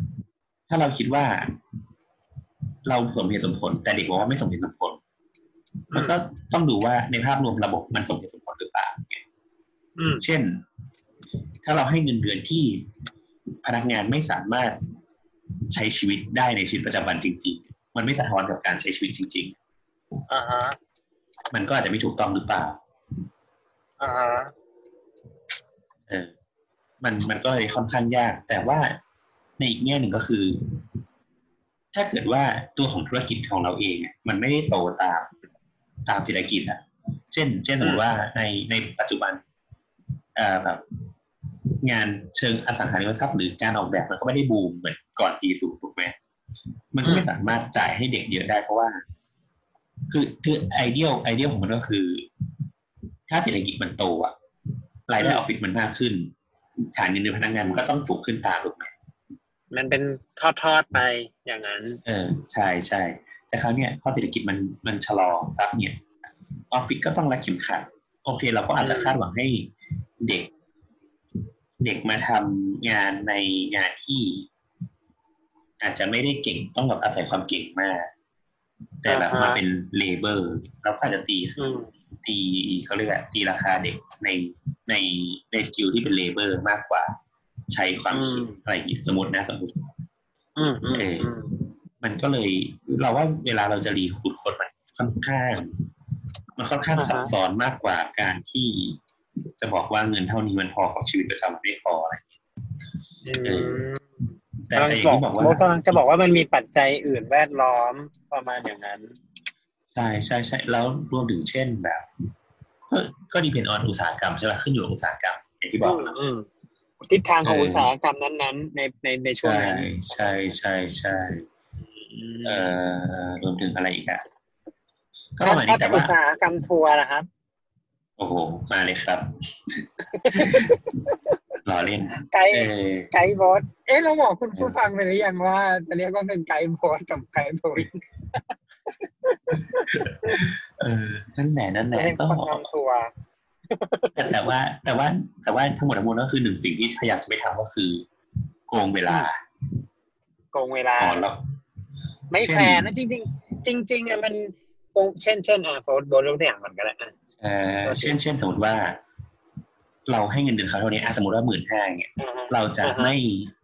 Speaker 2: ถ้าเราคิดว่า เราสมเหตุสมผล แต่เด็กบอกว่าไม่สมเหตุสมผล มันก็ต้องดูว่าในภาพรวมระบบมันสมเหตุสมผลหรือเปล่า
Speaker 3: อืม
Speaker 2: เช่น ถ้าเราให้เงินเดือนที่พนักงานไม่สามารถใช้ชีวิตได้ในชีวิตประจำวันจริง ๆ มันไม่สะท้อนกับการใช้ชีวิตจริง
Speaker 3: อ่าฮะ
Speaker 2: ๆ มันก็อาจจะไม่ถูกต้องหรือเปล่า
Speaker 3: อ่าฮะ
Speaker 2: เออ มันมันก็เลยค่อนข้างยาก แต่ว่าในอีกแง่หนึ่งก็คือ ถ้าเกิดว่าตัวของธุรกิจของเราเองอะมันไม่ได้โตตามตามเศรษฐกิจอะ เช่น เช่นสมมติว่าในในปัจจุบันเอ่อแบบงานเชิงอสังหาริมทรัพย์หรือการออกแบบมันก็ไม่ได้บูมเหมือนก่อน 40 ถูกไหมมันก็ไม่สามารถจ่ายให้เด็กเยอะได้เพราะว่า คือคือไอเดียไอเดียของมันก็คือ ถ้าเศรษฐกิจมันโตอะรายได้ออฟฟิศมันมากขึ้น ฐานเงินเดือนพนักงานมันก็ต้องสูงขึ้นตามถูกไหม
Speaker 3: มันเป็นทอดๆไปอย่างนั้น
Speaker 2: เออใช่ใช่แต่คราวเนี้ยพอเศรษฐกิจมันมันชะลอครับเนี่ยออฟฟิศก็ต้องรัดเข็มขัดโอเค เราก็อาจจะคาดหวังให้เด็ก เด็กมาทำงานในงานที่ อาจจะไม่ได้เก่งต้องแบบอาศัยความเก่งมาก แต่แบบ
Speaker 3: อ่าฮะ
Speaker 2: มาเป็นเลเบอร์เราก็อาจจะตี
Speaker 3: อืม
Speaker 2: ตีเขาเรียกอะไรตีราคาเด็กในในในสกิลที่เป็นเลเบอร์มากกว่า ใช้ความคิด
Speaker 3: อืม
Speaker 2: อะไรอย่างเงี้ยสมมตินะสมมติ
Speaker 3: อืมอืมอืม
Speaker 2: มันก็เลยเราว่าเวลาเราจะรีคูดคนมันค่อนข้างมันค่อนข้าง
Speaker 3: อ่าฮะ
Speaker 2: ซับซ้อนมากกว่าการที่จะบอกว่าเงินเท่านี้มันพอกับชีวิตประจำวันไม่พออะไร
Speaker 3: อืม
Speaker 2: แต่
Speaker 3: กำลั
Speaker 2: แต่
Speaker 3: ง
Speaker 2: อบ ย่างที่บอ
Speaker 3: อก
Speaker 2: ก
Speaker 3: โม
Speaker 2: ว่าก
Speaker 3: ำลังจะบอกว่ามันมีปัจจัยอื่นแวดล้อมประมาณอย่างนั้น
Speaker 2: ใช่ใช่ใช่แล้วรวมถึงเช่นแบบก็ก็ดีเป็นออนอุตสาหกรรมใช่ป่ะขึ้นอยู่กับอุตสาหกรรมอย่างที่บอกนะ
Speaker 3: อืมทิศทางของ
Speaker 2: เอออุ
Speaker 3: อุตสาหกรรมนั้นๆ ในในในช่วง
Speaker 2: ใช่
Speaker 3: นั้น
Speaker 2: ใช่ใช่ใช่เอ่อรวมถึงอะไรอีกอะก็ประมาณ
Speaker 3: ถ้า
Speaker 2: นี้แต่
Speaker 3: อุ
Speaker 2: ว่า
Speaker 3: ตสาหกรรมทัวร์นะครับ
Speaker 2: โอ้โห มาเลย
Speaker 3: (laughs)
Speaker 2: ครับ รอเล่น
Speaker 3: ไกด์
Speaker 2: เออ
Speaker 3: ไกด์โบอสเอ๊ะเราบอกคุณผู้ฟังไปหรือยังว่าจะเรียกว่าเป็นไกด์โบอสกับไกด์โบริง
Speaker 2: เออ นั่นแหละ นั่นแหละ
Speaker 3: เป็น
Speaker 2: ก็
Speaker 3: คนนำทัวร์
Speaker 2: แต่แต่ว่า แต่ว่า แต่ว่าทั้งหมดทั้งมวลก็คือหนึ่งสิ่งที่พยายามจะไม่ทำก็คือ โกงเวลา
Speaker 3: โกงเวลา
Speaker 2: อ๋อแล้ว
Speaker 3: ไม่
Speaker 2: เช่น
Speaker 3: แฟร์นะจริง ๆ จริงๆอะมันโกงเช่นเช่นอ่ะโบสโบสยกตัวอย่างก่อนก็ได้อ่ะ
Speaker 2: เอ่อ
Speaker 3: โอเค
Speaker 2: เช่นเช่นสมมติว่า เราให้เงินเดือนเขาเท่านี้อ่ะสมมติว่าหมื่นห้าเนี่ย
Speaker 3: อ่าฮะ
Speaker 2: เราจะ
Speaker 3: อ่าฮะ
Speaker 2: ไม่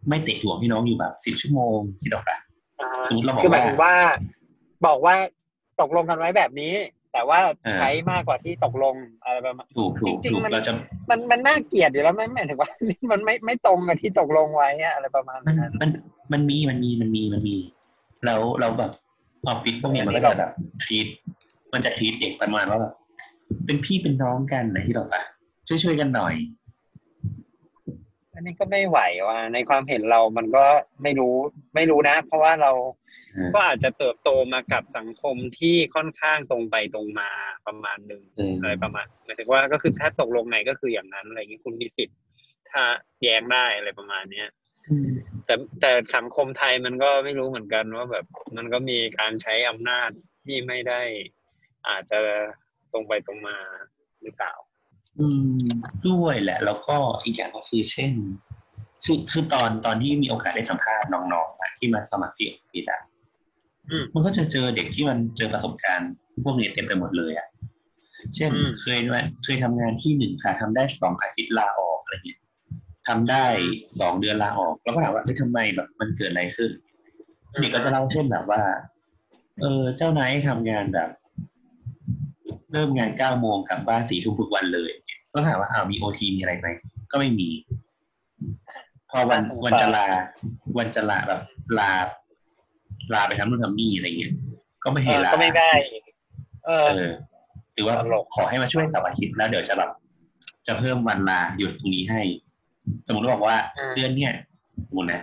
Speaker 2: ไม่เตะถ่วงให้น้องอยู่แบบสิบ10 ชั่วโมงคิดออกปะ
Speaker 3: อ่าฮะ
Speaker 2: สมมติเราบอก
Speaker 3: คือหมาย
Speaker 2: ว่า
Speaker 3: ถึงว่าบอกว่าตกลงกันไว้แบบนี้ แต่ว่า
Speaker 2: เออ
Speaker 3: ใช้มากกว่าที่ตกลงอะไรประมาณ
Speaker 2: ถูกถูก
Speaker 3: จริงๆ
Speaker 2: ถูก
Speaker 3: มัน
Speaker 2: เราจะ
Speaker 3: มันมันน่าเกลียดอยู่แล้วไม่หมายถึง (laughs) ว่า นี่มันไม่ไม่ตรงกับที่ตกลงไว้อะอะไรประมาณ
Speaker 2: มัน
Speaker 3: นั้น
Speaker 2: มันมันมีมันมีมันมีมันมี แล้วเราแบบออฟฟิศพวกเนี้ย
Speaker 3: อั
Speaker 2: มัน น
Speaker 3: นี้
Speaker 2: ก็
Speaker 3: เรา
Speaker 2: จะแบบทีตมันจะทีตเด็กประมาณว่าแบบเป็นพี่เป็นน้องกันนะที่เราปะช่วยช่วยๆกันหน่อย
Speaker 3: อันนี้ก็ไม่ไหวว่ะในความเห็นเรามันก็ไม่รู้ไม่รู้นะ เพราะว่าเรา
Speaker 2: เออ
Speaker 3: ก็อาจจะเติบโตมากับสังคมที่ค่อนข้างตรงไปตรงมาประมาณหนึ่ง
Speaker 2: เออ
Speaker 3: อะไรประมาณหมายถึงว่าก็คือถ้าตกลงไหนก็คืออย่างนั้นอะไรอย่างนี้คุณมีสิทธิ์ถ้าแย้งได้อะไรประมาณเนี้ย แต่แต่สังคมไทยมันก็ไม่รู้เหมือนกันว่าแบบมันก็มีการใช้อำนาจที่ไม่ได้ อาจจะตรงไปตรงมาหรือเปล่า
Speaker 2: อืมด้วยแหละ แล้วก็อีกอย่างก็คือเช่นคือคือตอนตอนที่มีโอกาสได้สัมภาษณ์น้องๆอะที่มาสมัครที่ออฟฟิศอะ
Speaker 3: อืม
Speaker 2: มันก็จะเจอเด็กที่มันเจอประสบการณ์พวกนี้เต็มไปหมดเลยอะเช่น
Speaker 3: อืม
Speaker 2: เคยว่าเคยทำงานที่หนึ่งค่ะทำได้สองอาทิตย์ลาออกอะไรเงี้ยทำได้สองเดือนลาออก แล้วก็ถามว่าเฮ้ยทำไมแบบมันเกิดอะไรขึ้น เด็กก็จะเล่าเช่นแบบว่า เออ เจ้านายให้ทำงานแบบ เริ่มงานเก้าโมงกลับบ้านสี่ทุ่มทุกวันเลยก็ถามว่าอ้าวมีโอทีมีอะไรไหม ก็ไม่มี พอวันวั
Speaker 3: น่าสงสาร
Speaker 2: นจะลา วันจะลาแบบลา ลาไปทำนู่นทำนี่อะไรเงี้ย ก็ไม่
Speaker 3: เอ
Speaker 2: ให้
Speaker 3: อ
Speaker 2: ลา
Speaker 3: ก็ไม่ได้ เออ
Speaker 2: เออ หรือว่า
Speaker 3: ตลก
Speaker 2: ขอให้มาช่วยเสาร์อาทิตย์แล้วเดี๋ยวจะแบบจะเพิ่มวันลาหยุดตรงนี้ให้ สมมติบอกว่า
Speaker 3: อืม
Speaker 2: เดือนเนี้ยสมมตินะ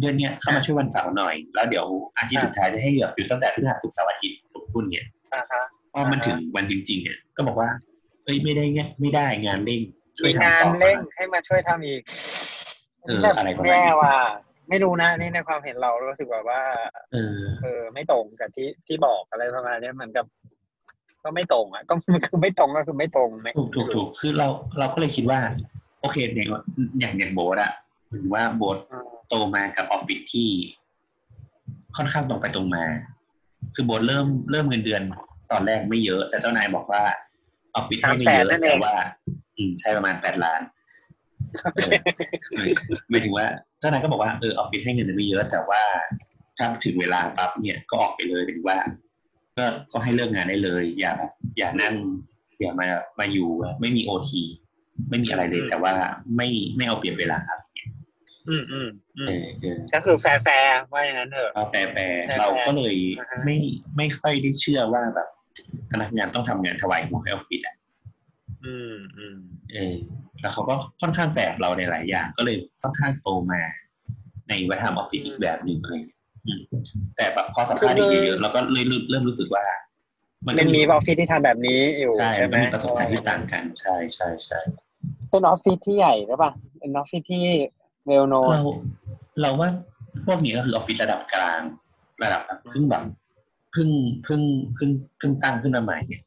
Speaker 2: เดือนเนี้ยเข้ามาช่วยวันเสาร์หน่อย แล้วเดี๋ยวอาทิตย์
Speaker 3: อ่ะ
Speaker 2: สุดท้ายจะให้แบบหยุดตั้งแต่พฤหัสศุกร์เสาร์อาทิตย์ของคุณเนี่ย
Speaker 3: อ่ะฮะ
Speaker 2: พอมัน
Speaker 3: อ่าฮะ
Speaker 2: ถึงวันจริงๆเนี่ยก็บอกว่าเอ้ยไม่ได้เงี้ยไม่ได้งานเร่งช่ว
Speaker 3: มี
Speaker 2: ย
Speaker 3: งา
Speaker 2: ทำ
Speaker 3: น
Speaker 2: ต่อ
Speaker 3: เร่งให้มาช่วยทำอีก
Speaker 2: เออ
Speaker 3: แบบ
Speaker 2: อะไรประมาณ
Speaker 3: แย่
Speaker 2: นี้
Speaker 3: ว่ะไม่รู้นะนี่ในความเห็นเรารู้สึกแบบว่า
Speaker 2: เออ
Speaker 3: เออไม่ตรงกับที่ที่บอกอะไรประมาณเนี้ยเหมือนกับ ก็ไม่ตรงอ่ะ ก็มันคือไม่ตรงก็คือไม่ตรงไหม
Speaker 2: ถูกถูกถูกคือเราเราก็เลยคิดว่า โอเคอย่างอย่างอย่างโบสอะหรือว่าโบส
Speaker 3: อืม
Speaker 2: โตมากับออฟฟิศที่ ค่อนข้างตรงไปตรงมา คือโบสเริ่มเริ่มเงินเดือนตอนแรกไม่เยอะ แต่เจ้านายบอกว่าออฟฟิศให้ไม่เย
Speaker 3: 300,000นั่
Speaker 2: อะ
Speaker 3: นเอง
Speaker 2: แต่ว่า อืมใช่ประมาณแปดล้านเออหมายถึงว่า เจ้านายก็บอกว่าเออออฟฟิศให้เงินเดือนไม่เยอะ แต่ว่าถ้าถึงเวลาปั๊บเนี่ยก็ออกไปเลยหรือว่า ก็ก็ให้เลิกงานได้เลย อย่าแบบอย่านั่ง เดี๋ยวมามาอยู่ไม่มีโอทีไม่มีอะไรเลย
Speaker 3: อืม
Speaker 2: แต่ว่าไม่ไม่เอาเปรียบเวลาครับ
Speaker 3: อืมอืมอืม
Speaker 2: เออเออ
Speaker 3: ก็คือแฟร์แฟร์ว่าอย่างนั้นเถอะ
Speaker 2: ก็แปรแปร
Speaker 3: แฟร์
Speaker 2: เราก็เลย
Speaker 3: อ่าฮะ
Speaker 2: ไม่ไม่ค่อยได้เชื่อว่าแบบพนักงานต้องทำงานถวายหัวให้ออฟฟิศอะ
Speaker 4: อืมอืม
Speaker 2: เออแล้วเขาก็ค่อนข้างแฝงเราในหลายอย่าง ก็เลยค่อนข้างโตมา ในวัฒนธรรมออฟฟิศอีกแบบหนึ่งอะไรอย่างเลยอืมแต่แบบพอสัมภาษณ์เยอะๆแล้วก็เลยเริ่มรู้สึกว่า มั
Speaker 3: มันน
Speaker 2: ก็
Speaker 3: มีออฟฟิศที่ทำแบบนี้อยู่
Speaker 2: ใช่
Speaker 3: ใช่
Speaker 2: มัน
Speaker 3: ไหม
Speaker 2: ก็มีประสบการณ์ที่ต่างกันใช่ใช่ใช่
Speaker 3: เป็นออฟฟิศที่ใหญ่หรือเปล่าเป็นออฟฟิศที่เวลโน
Speaker 2: เราเราว่าพวกนี้ก็คือออฟฟิศระดับกลาง ระดับแบบเพิ่งแบบเพิ่งเพิ่งเพิ่งเพิ่งตั้งขึ้นมาใหม่เนี่ย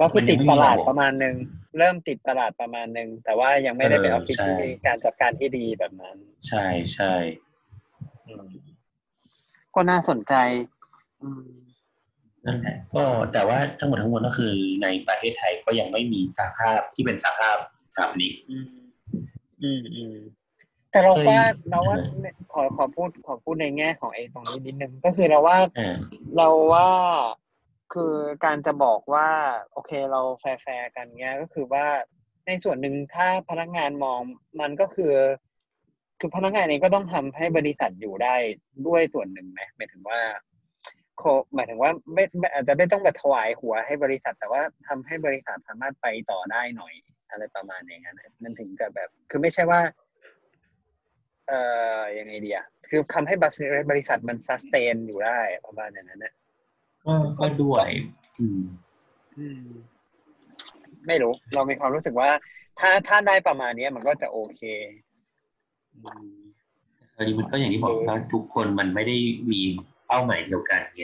Speaker 3: ก็คือติดตลาด
Speaker 2: มันยังไม่มีระบบ
Speaker 3: ประมาณหนึ่งเริ่มติดตลาดประมาณหนึ่งแต่ว่ายังไม่ได้เป็นอ
Speaker 2: เออ
Speaker 3: อฟฟิศ
Speaker 2: ใช่
Speaker 3: ที่มีการจัดการที่ดีแบบนั้น
Speaker 2: ใช่ใช่
Speaker 3: ก็น่าสนใจ อืม
Speaker 2: นั่นแหละก็แต่ว่าทั้งหมดทั้งมวลก็คือในประเทศไทยก็ยังไม่มีสาภาพที่เป็นสาภาพสถาปนิก
Speaker 3: อืมอืมอืมแต่เรา
Speaker 2: เค
Speaker 3: ว่า
Speaker 2: ย
Speaker 3: เราว่าขอขอพูดขอพูดในแง่ของไอ้ตรงนี้นิดนึงก็คือเราว่า
Speaker 2: อ่า
Speaker 3: เราว่าคือการจะบอกว่า โอเคเราแฟร์ๆกันเงี้ยก็คือว่าในส่วนหนึ่งถ้าพนักงานมองมันก็คือ คือพนักงานเองก็ต้องทำให้บริษัทอยู่ได้ด้วยส่วนหนึ่งไหมหมายถึงว่าโคหมายถึงว่าไม่ไม่อาจจะไม่ต้องแบบถวายหัวให้บริษัท แต่ว่าทำให้บริษัทสามารถไปต่อได้หน่อย อะไรประมาณอย่างนั้นมันถึงจะแบบ คือไม่ใช่ว่า เอ่อยังไงดีอะคือทำให้บริษัทมันสแตนอยู่ได้ประมาณอย่างนั้นนะ
Speaker 2: ก็ก็ด้วย อืม
Speaker 3: อืมไม่รู้ เรามีความรู้สึกว่า ถ้าถ้าได้ประมาณเนี้ยมันก็จะโอเคอืม
Speaker 2: อันนี้มันก็อย่างที่บอกว่าทุกคนมันไม่ได้มีเป้าหมายเดียวกันไง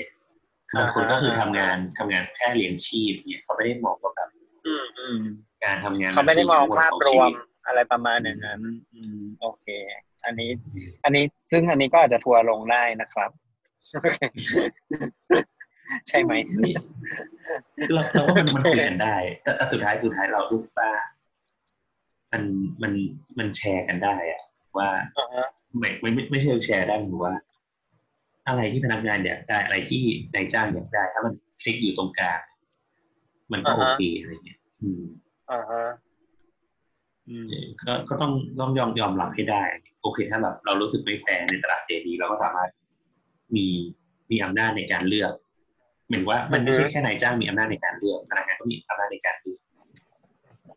Speaker 2: คือบางคนก็คือทำงานทำงานแค่เลี้ยงชีพเนี่ยเขาไม่ได้มองว่าแบบ
Speaker 3: อืมอืม
Speaker 2: การทำงาน
Speaker 3: เขาไม่ได้มองภาพรวม
Speaker 2: น
Speaker 3: อะไรประมาณอย่างนั้น อืม โอเค อันนี้ อันนี้ซึ่งอันนี้ก็อาจจะทัวร์ลงได้นะครับ ใช่ไหม
Speaker 2: คือเราเราว่ามันมันคุยกันได้ แต่แต่สุดท้ายสุดท้ายเรารู้สึกว่ามันมันมันแชร์กันได้อะว่า
Speaker 3: อ่าฮะ
Speaker 2: ไม่ไม่ไม่ไม่เชิงแชร์ได้หรือว่า อะไรที่พนักงานอยากได้อะไรที่นายจ้างอยากได้ ถ้ามันคลิกอยู่ตรงกลางมันก็โอเคอะไรเงี้ยอืม
Speaker 3: อ่าฮะอืม
Speaker 2: ก็ก็ต้องต้องยอมยอมรับให้ได้ โอเคถ้าแบบเรารู้สึกไม่แฟร์ในตลาดเสรีเราก็สามารถมีมีอำนาจในการเลือกเหมือนว่ามันไม่ใช่
Speaker 3: อือฮึ
Speaker 2: แค่นายจ้างมีอำนาจในการเลือกพนักงานก็มีอำนาจในการเลือก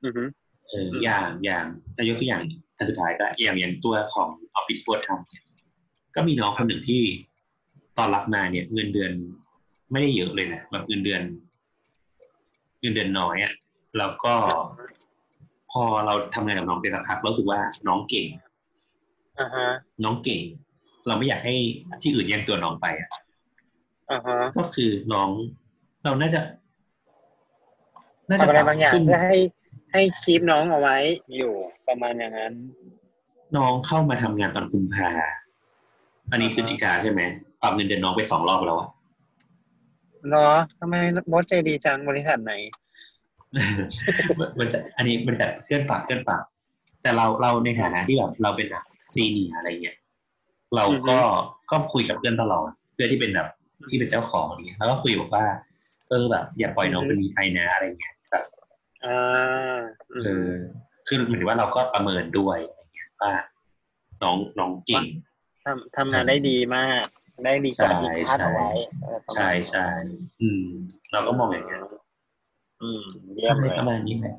Speaker 3: อือฮึ
Speaker 2: เอออย่างอย่างนายกตัวอย่างอันสุดท้ายก็อย่างอย่างตัวของออฟฟิศตัวทำเนี่ยก็มีน้องคนหนึ่งที่ตอนรับมาเนี่ยเงินเดือนไม่ได้เยอะเลยนะแบบเงินเดือน เงินเดือนน้อยอะแล้วก็ พอเราทำงานกับน้องไปสักพักเรารู้สึกว่าน้องเก่ง
Speaker 3: อ่าฮะ
Speaker 2: น้องเก่ง เราไม่อยากให้ที่อื่นแย่งตัวน้องไปอะ
Speaker 3: อ่าฮะ
Speaker 2: ก็คือน้องเราน่าจะ
Speaker 3: ทำอะไรบางอย่าง
Speaker 2: ขึ้น
Speaker 3: เพื่อให้ให้คีปน้องเอาไว้อยู่ประมาณอย่างนั้น
Speaker 2: น้องเข้ามาทำงานตอนกุมภาอันนี้พฤศจิกาใช่ไหมปรับเงินเดือนน้องไปสองรอบแล้วอะ
Speaker 3: เหรอทำไมมดใจดีจังบริษัทไหน
Speaker 2: มันจะอันนี้มันจะเคลื่อนปรับเคลื่อนปรับแต่เราเราในฐานะที่แบบเราเป็นแบบซีเนียอะไรเงี้ยเราก็ก็คุยกับเพื่อนตลอดเพื่อนที่เป็นแบบที่เป็นเจ้าของอะไรเงี้ยแล้วก็คุยบอกว่าเออแบบ อย่าปล่อยน้องเป็นมีภัยนะอะไรเงี้ยแบบ
Speaker 3: อ่าอื
Speaker 2: เอ
Speaker 3: ม
Speaker 2: อคือหมายถึงว่าเราก็ประเมินด้วยอะไรเงี้ยว่าน้องน้องเก่ง
Speaker 3: ทำทำงานได้ดีมาก ได้ดีกว่าที่คาดเอาไว้เออประมาณ
Speaker 2: ใช่ใช่อืม เราก็มองอย่างเงี้ย
Speaker 3: อืมเยี่ยมเลย
Speaker 2: ประมาณนี้แหละ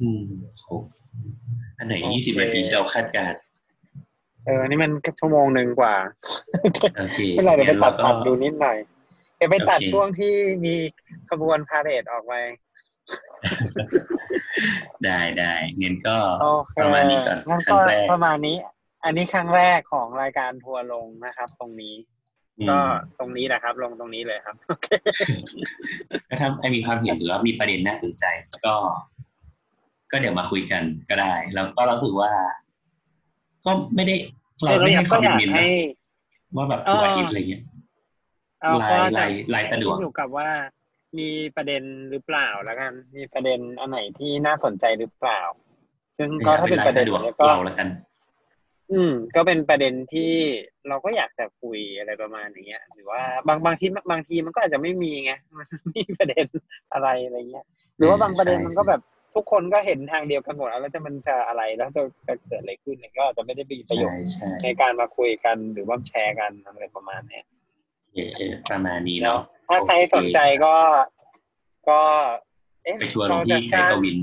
Speaker 2: อืมโอ้อันไหนยี่สิบนาทีที่เราคาดการณ์
Speaker 3: เออ นี่มันชั่วโมงหนึ่ง
Speaker 2: (laughs)
Speaker 3: กว่า
Speaker 2: โอเค
Speaker 3: ไม่เป็นไรเดี๋ยวไปตัด
Speaker 2: งั้น
Speaker 3: ตั
Speaker 2: รา
Speaker 3: ด
Speaker 2: ก็
Speaker 3: ดูนิดหน่อยเดี๋ยวไปตัด
Speaker 2: โอเค
Speaker 3: ช่วงที่มีขบวนพาเหรดออกไป
Speaker 2: ได้ได้เงินก็
Speaker 3: โอเค
Speaker 2: ประมาณนี้ก่อน
Speaker 3: งั้น
Speaker 2: ครั้
Speaker 3: ก็
Speaker 2: งแรก
Speaker 3: ประมาณนี้ อันนี้ครั้งแรกของรายการทัวร์ลงนะครับ ตรงนี้
Speaker 2: อืม
Speaker 3: ก็ตรงนี้แหละครับ ลงตรงนี้เลยครับ
Speaker 2: ก็ถ้าใครมีความเห็นหรือว่ามีประเด็นน่าสนใจ ก็ ก็เดี๋ยวมาคุยกันก็ได้ แล้วก็เราถือว่า ก็ไม่ได้เราไม่ได้ค
Speaker 3: ก็
Speaker 2: อม
Speaker 3: อยาก
Speaker 2: เมนต์
Speaker 3: ให้
Speaker 2: นะว่าแบบทุกอาทิตย์อะไรเงี้ย
Speaker 3: เอา
Speaker 2: ลาย
Speaker 3: ก็
Speaker 2: ลายลายสะดวก
Speaker 3: ขึ้นอยู่กับว่ามีประเด็นหรือเปล่าแล้วกัน มีประเด็นอันไหนที่น่าสนใจหรือเปล่า ซึ่งก็ถ้าเป็นประเด็น
Speaker 2: สะดวก
Speaker 3: แล้วก็
Speaker 2: เราแล้วกัน
Speaker 3: อืม ก็เป็นประเด็นที่เราก็อยากจะคุยอะไรประมาณอย่างเงี้ย หรือว่าบางบางทีบางทีมันก็อาจจะไม่มีไง (laughs) มันมีประเด็นอะไรอะไรเงี้ย หรือว่าบางประเด็น
Speaker 2: ใช่
Speaker 3: มันก็แบบทุกคนก็เห็นทางเดียวกันหมดแล้วแล้วจะมันจะอะไรแล้วจะจะเกิดอะไรขึ้นเนี่ยก็อาจจะไม่ได้มีประโยช
Speaker 2: ใช่
Speaker 3: น์
Speaker 2: ใช่
Speaker 3: ในการมาคุยกันหรือว่าแชร์กันอะไรประมาณเนี้ย
Speaker 2: เออเออประมาณนี้
Speaker 3: เนาะ
Speaker 2: เนาะ
Speaker 3: ถ้าใครสนใจก็ก็ เอ๊ะ
Speaker 2: ไปทัวร์ล
Speaker 3: เรา
Speaker 2: ง
Speaker 3: จะ
Speaker 2: ที่ไก
Speaker 3: จ้าง
Speaker 2: กวิน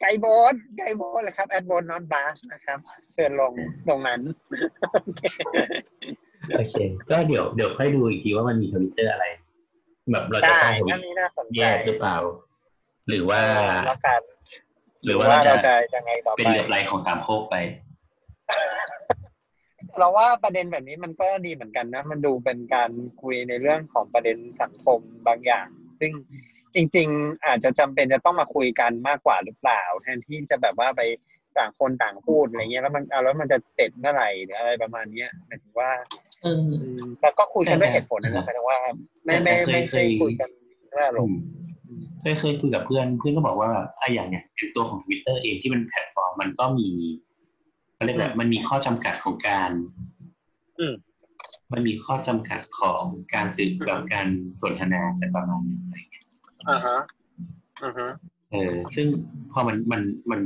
Speaker 3: ไกด์โบสไกด์โบสเลยครับแอดโบสนอนบาสนะครับ เชิญลงตรงนั้น
Speaker 2: โอเค ก็เดี๋ยวเดี๋ยวค่อยดูอีกทีว่ามันมีทวิตเตอร์อะไร แบบเราจะ
Speaker 3: ได้
Speaker 2: สร้างทวิ
Speaker 3: อั
Speaker 2: ต
Speaker 3: นนี้น่าสนใจ
Speaker 2: แยกหรือเปล่า หรือว่า
Speaker 3: แล้วกัน
Speaker 2: หรือว่าเราจะ
Speaker 3: จะยังไงต่อ
Speaker 2: เป็น
Speaker 3: ไป
Speaker 2: เหลือบไหลของสามโคกไป
Speaker 3: เราว่าประเด็นแบบนี้มันก็ดีเหมือนกันนะ มันดูเป็นการคุยในเรื่องของประเด็นสังคมบางอย่าง ซึ่งจริง ๆ อาจจะจำเป็นจะต้องมาคุยกันมากกว่าหรือเปล่า แทนที่จะแบบว่าไปต่างคนต่างพูดอะไรเงี้ยแล้วมันเอาแล้วมันจะเสร็จเมื่อไหร่หรืออะไรประมาณเนี้ยหมายถึงว่าอืมแต่ก็คุยกันด้วยเหตุผลนะครับหมายถึงว่าไม่ไม่ไม่ใช่คุยกันด้วยอารมณ์
Speaker 2: เคยเคยคุยกับเพื่อนเพื่อนก็บอกว่าไอ้อย่างเนี้ยคือตัวของ Twitter เองที่มันแพลตฟอร์มมันก็มีเขาเรียกว่ามันมีข้อจำกัดของการ
Speaker 3: อืม
Speaker 2: มันมีข้อจำกัดของการสื่อแบบการสนทนาแต่ประมาณหนึงอะไรเงี้ย
Speaker 3: อ่าฮะ อ่าฮะ
Speaker 2: เออ ซึ่งพอมันมันมัน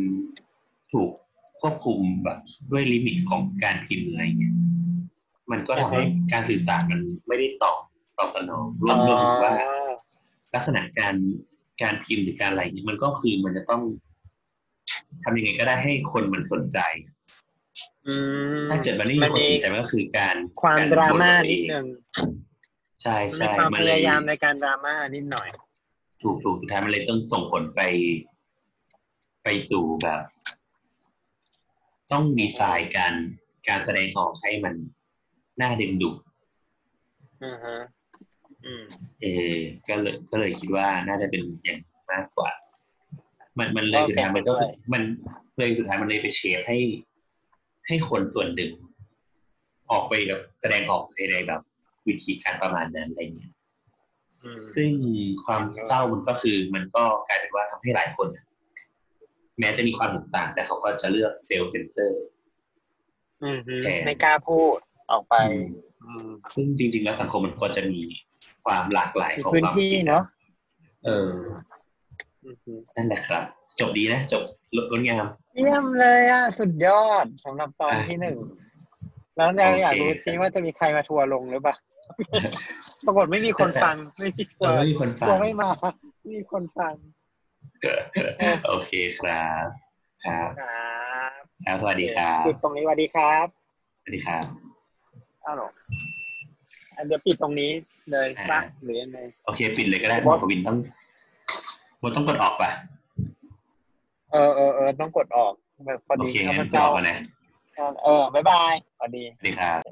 Speaker 2: ถูกควบคุมแบบด้วยลิมิตของการพิมพ์อะไรเงี้ยมันก็ทำให้การสื่อสารมันไม่ได้ตอบตอบสนองรวมรวมถึงว่า ลักษณะการการพิมพ์หรือการอะไรเนี่ยมันก็คือมันจะต้องทำยังไงก็ได้ให้คนมันสนใจ
Speaker 3: อืม
Speaker 2: ถ้าเกิดมันไม่มีคนสนใจมันก็คือการ
Speaker 3: ความ
Speaker 2: ก
Speaker 3: ดราม่า
Speaker 2: บ่ตัวเอง
Speaker 3: นิดนึง
Speaker 2: ใช่
Speaker 3: มี
Speaker 2: ใช่
Speaker 3: ความ
Speaker 2: มันเลย
Speaker 3: พาย ยามในการดราม่านิดหน่อย
Speaker 2: ถูกถูกสุดท้ายมันเลยต้องส่งผลไป ไปสู่แบบ ต้องดีไซน์การการแสดงออกให้มันน่าดึงดูด
Speaker 3: อือฮะ อืม
Speaker 2: เออก็เลยก็เลยคิดว่าน่าจะเป็นอย่างมากกว่า มันมันเลย
Speaker 3: ก็
Speaker 2: สุด
Speaker 3: เป็น
Speaker 2: ท้ายมันก็
Speaker 3: ไปได้
Speaker 2: มันเลยสุดท้ายมันเลยไปเชฟให้ ให้คนส่วนหนึ่ง ออกไปแบบแสดงออกในในแบบ วิธีการประมาณนั้นอะไรเงี้ย
Speaker 3: อืม
Speaker 2: ซึ่งความเศร้ามันก็คือ มันก็กลายเป็นว่าทำให้หลายคนน่ะแม้จะมีความเห็นต่าง แต่เขาก็จะเลือกเซลล์เซนเซอร์
Speaker 3: อือฮึ
Speaker 2: แผน
Speaker 3: ไม่กล้าพูดออกไป อืม
Speaker 2: ซึ่งจริง ๆ แล้วสังคมมันควรจะมีความหลากหลาย
Speaker 3: มี
Speaker 2: ของ
Speaker 3: พื้
Speaker 2: คน วาม
Speaker 3: ที่
Speaker 2: คิด
Speaker 3: เนาะ
Speaker 2: เออ
Speaker 3: อือฮึ
Speaker 2: นั่นแหละครับ จบดีนะ จบงดงาม
Speaker 3: เยี่ยมเลยอ่ะ สุดยอดสำหรับตอน
Speaker 2: อ่ะ
Speaker 3: ที่หนึ่ง แล้วเรา
Speaker 2: โอเค
Speaker 3: อยากรู้ซิว่าจะมีใครมาทัวร์ลงห (laughs) รือเปล่า ปรากฏไม่มีคนฟัง ไม่มีทัว
Speaker 2: เอ
Speaker 3: ร์
Speaker 2: อไม่มีคนฟัง
Speaker 3: ทัวร์ไม่มาไม่มีคนฟัง
Speaker 2: โอเคครับ ครับ
Speaker 3: ครับ
Speaker 2: ครับ สวัสดีครับ
Speaker 3: จุดตรงนี้สวัสดีครับ
Speaker 2: สวัสดีครับ
Speaker 3: อ้าวเหรออันเดี๋ยวปิดตรงนี้เลยปะ
Speaker 2: อ่า
Speaker 3: หรือยังไง
Speaker 2: โอเค ปิดเลยก็ได้หมอกวินต้องหมดต้องกดออกป่ะ
Speaker 3: เออเออเออต้องกดออกแบบพอ
Speaker 2: โอ
Speaker 3: ดี
Speaker 2: เค
Speaker 3: ข้าพ
Speaker 2: งั้นกด
Speaker 3: เจ้า
Speaker 2: ออกก่อนนะ
Speaker 3: เออ บ๊ายบาย พอดี
Speaker 2: สวัสดีครับ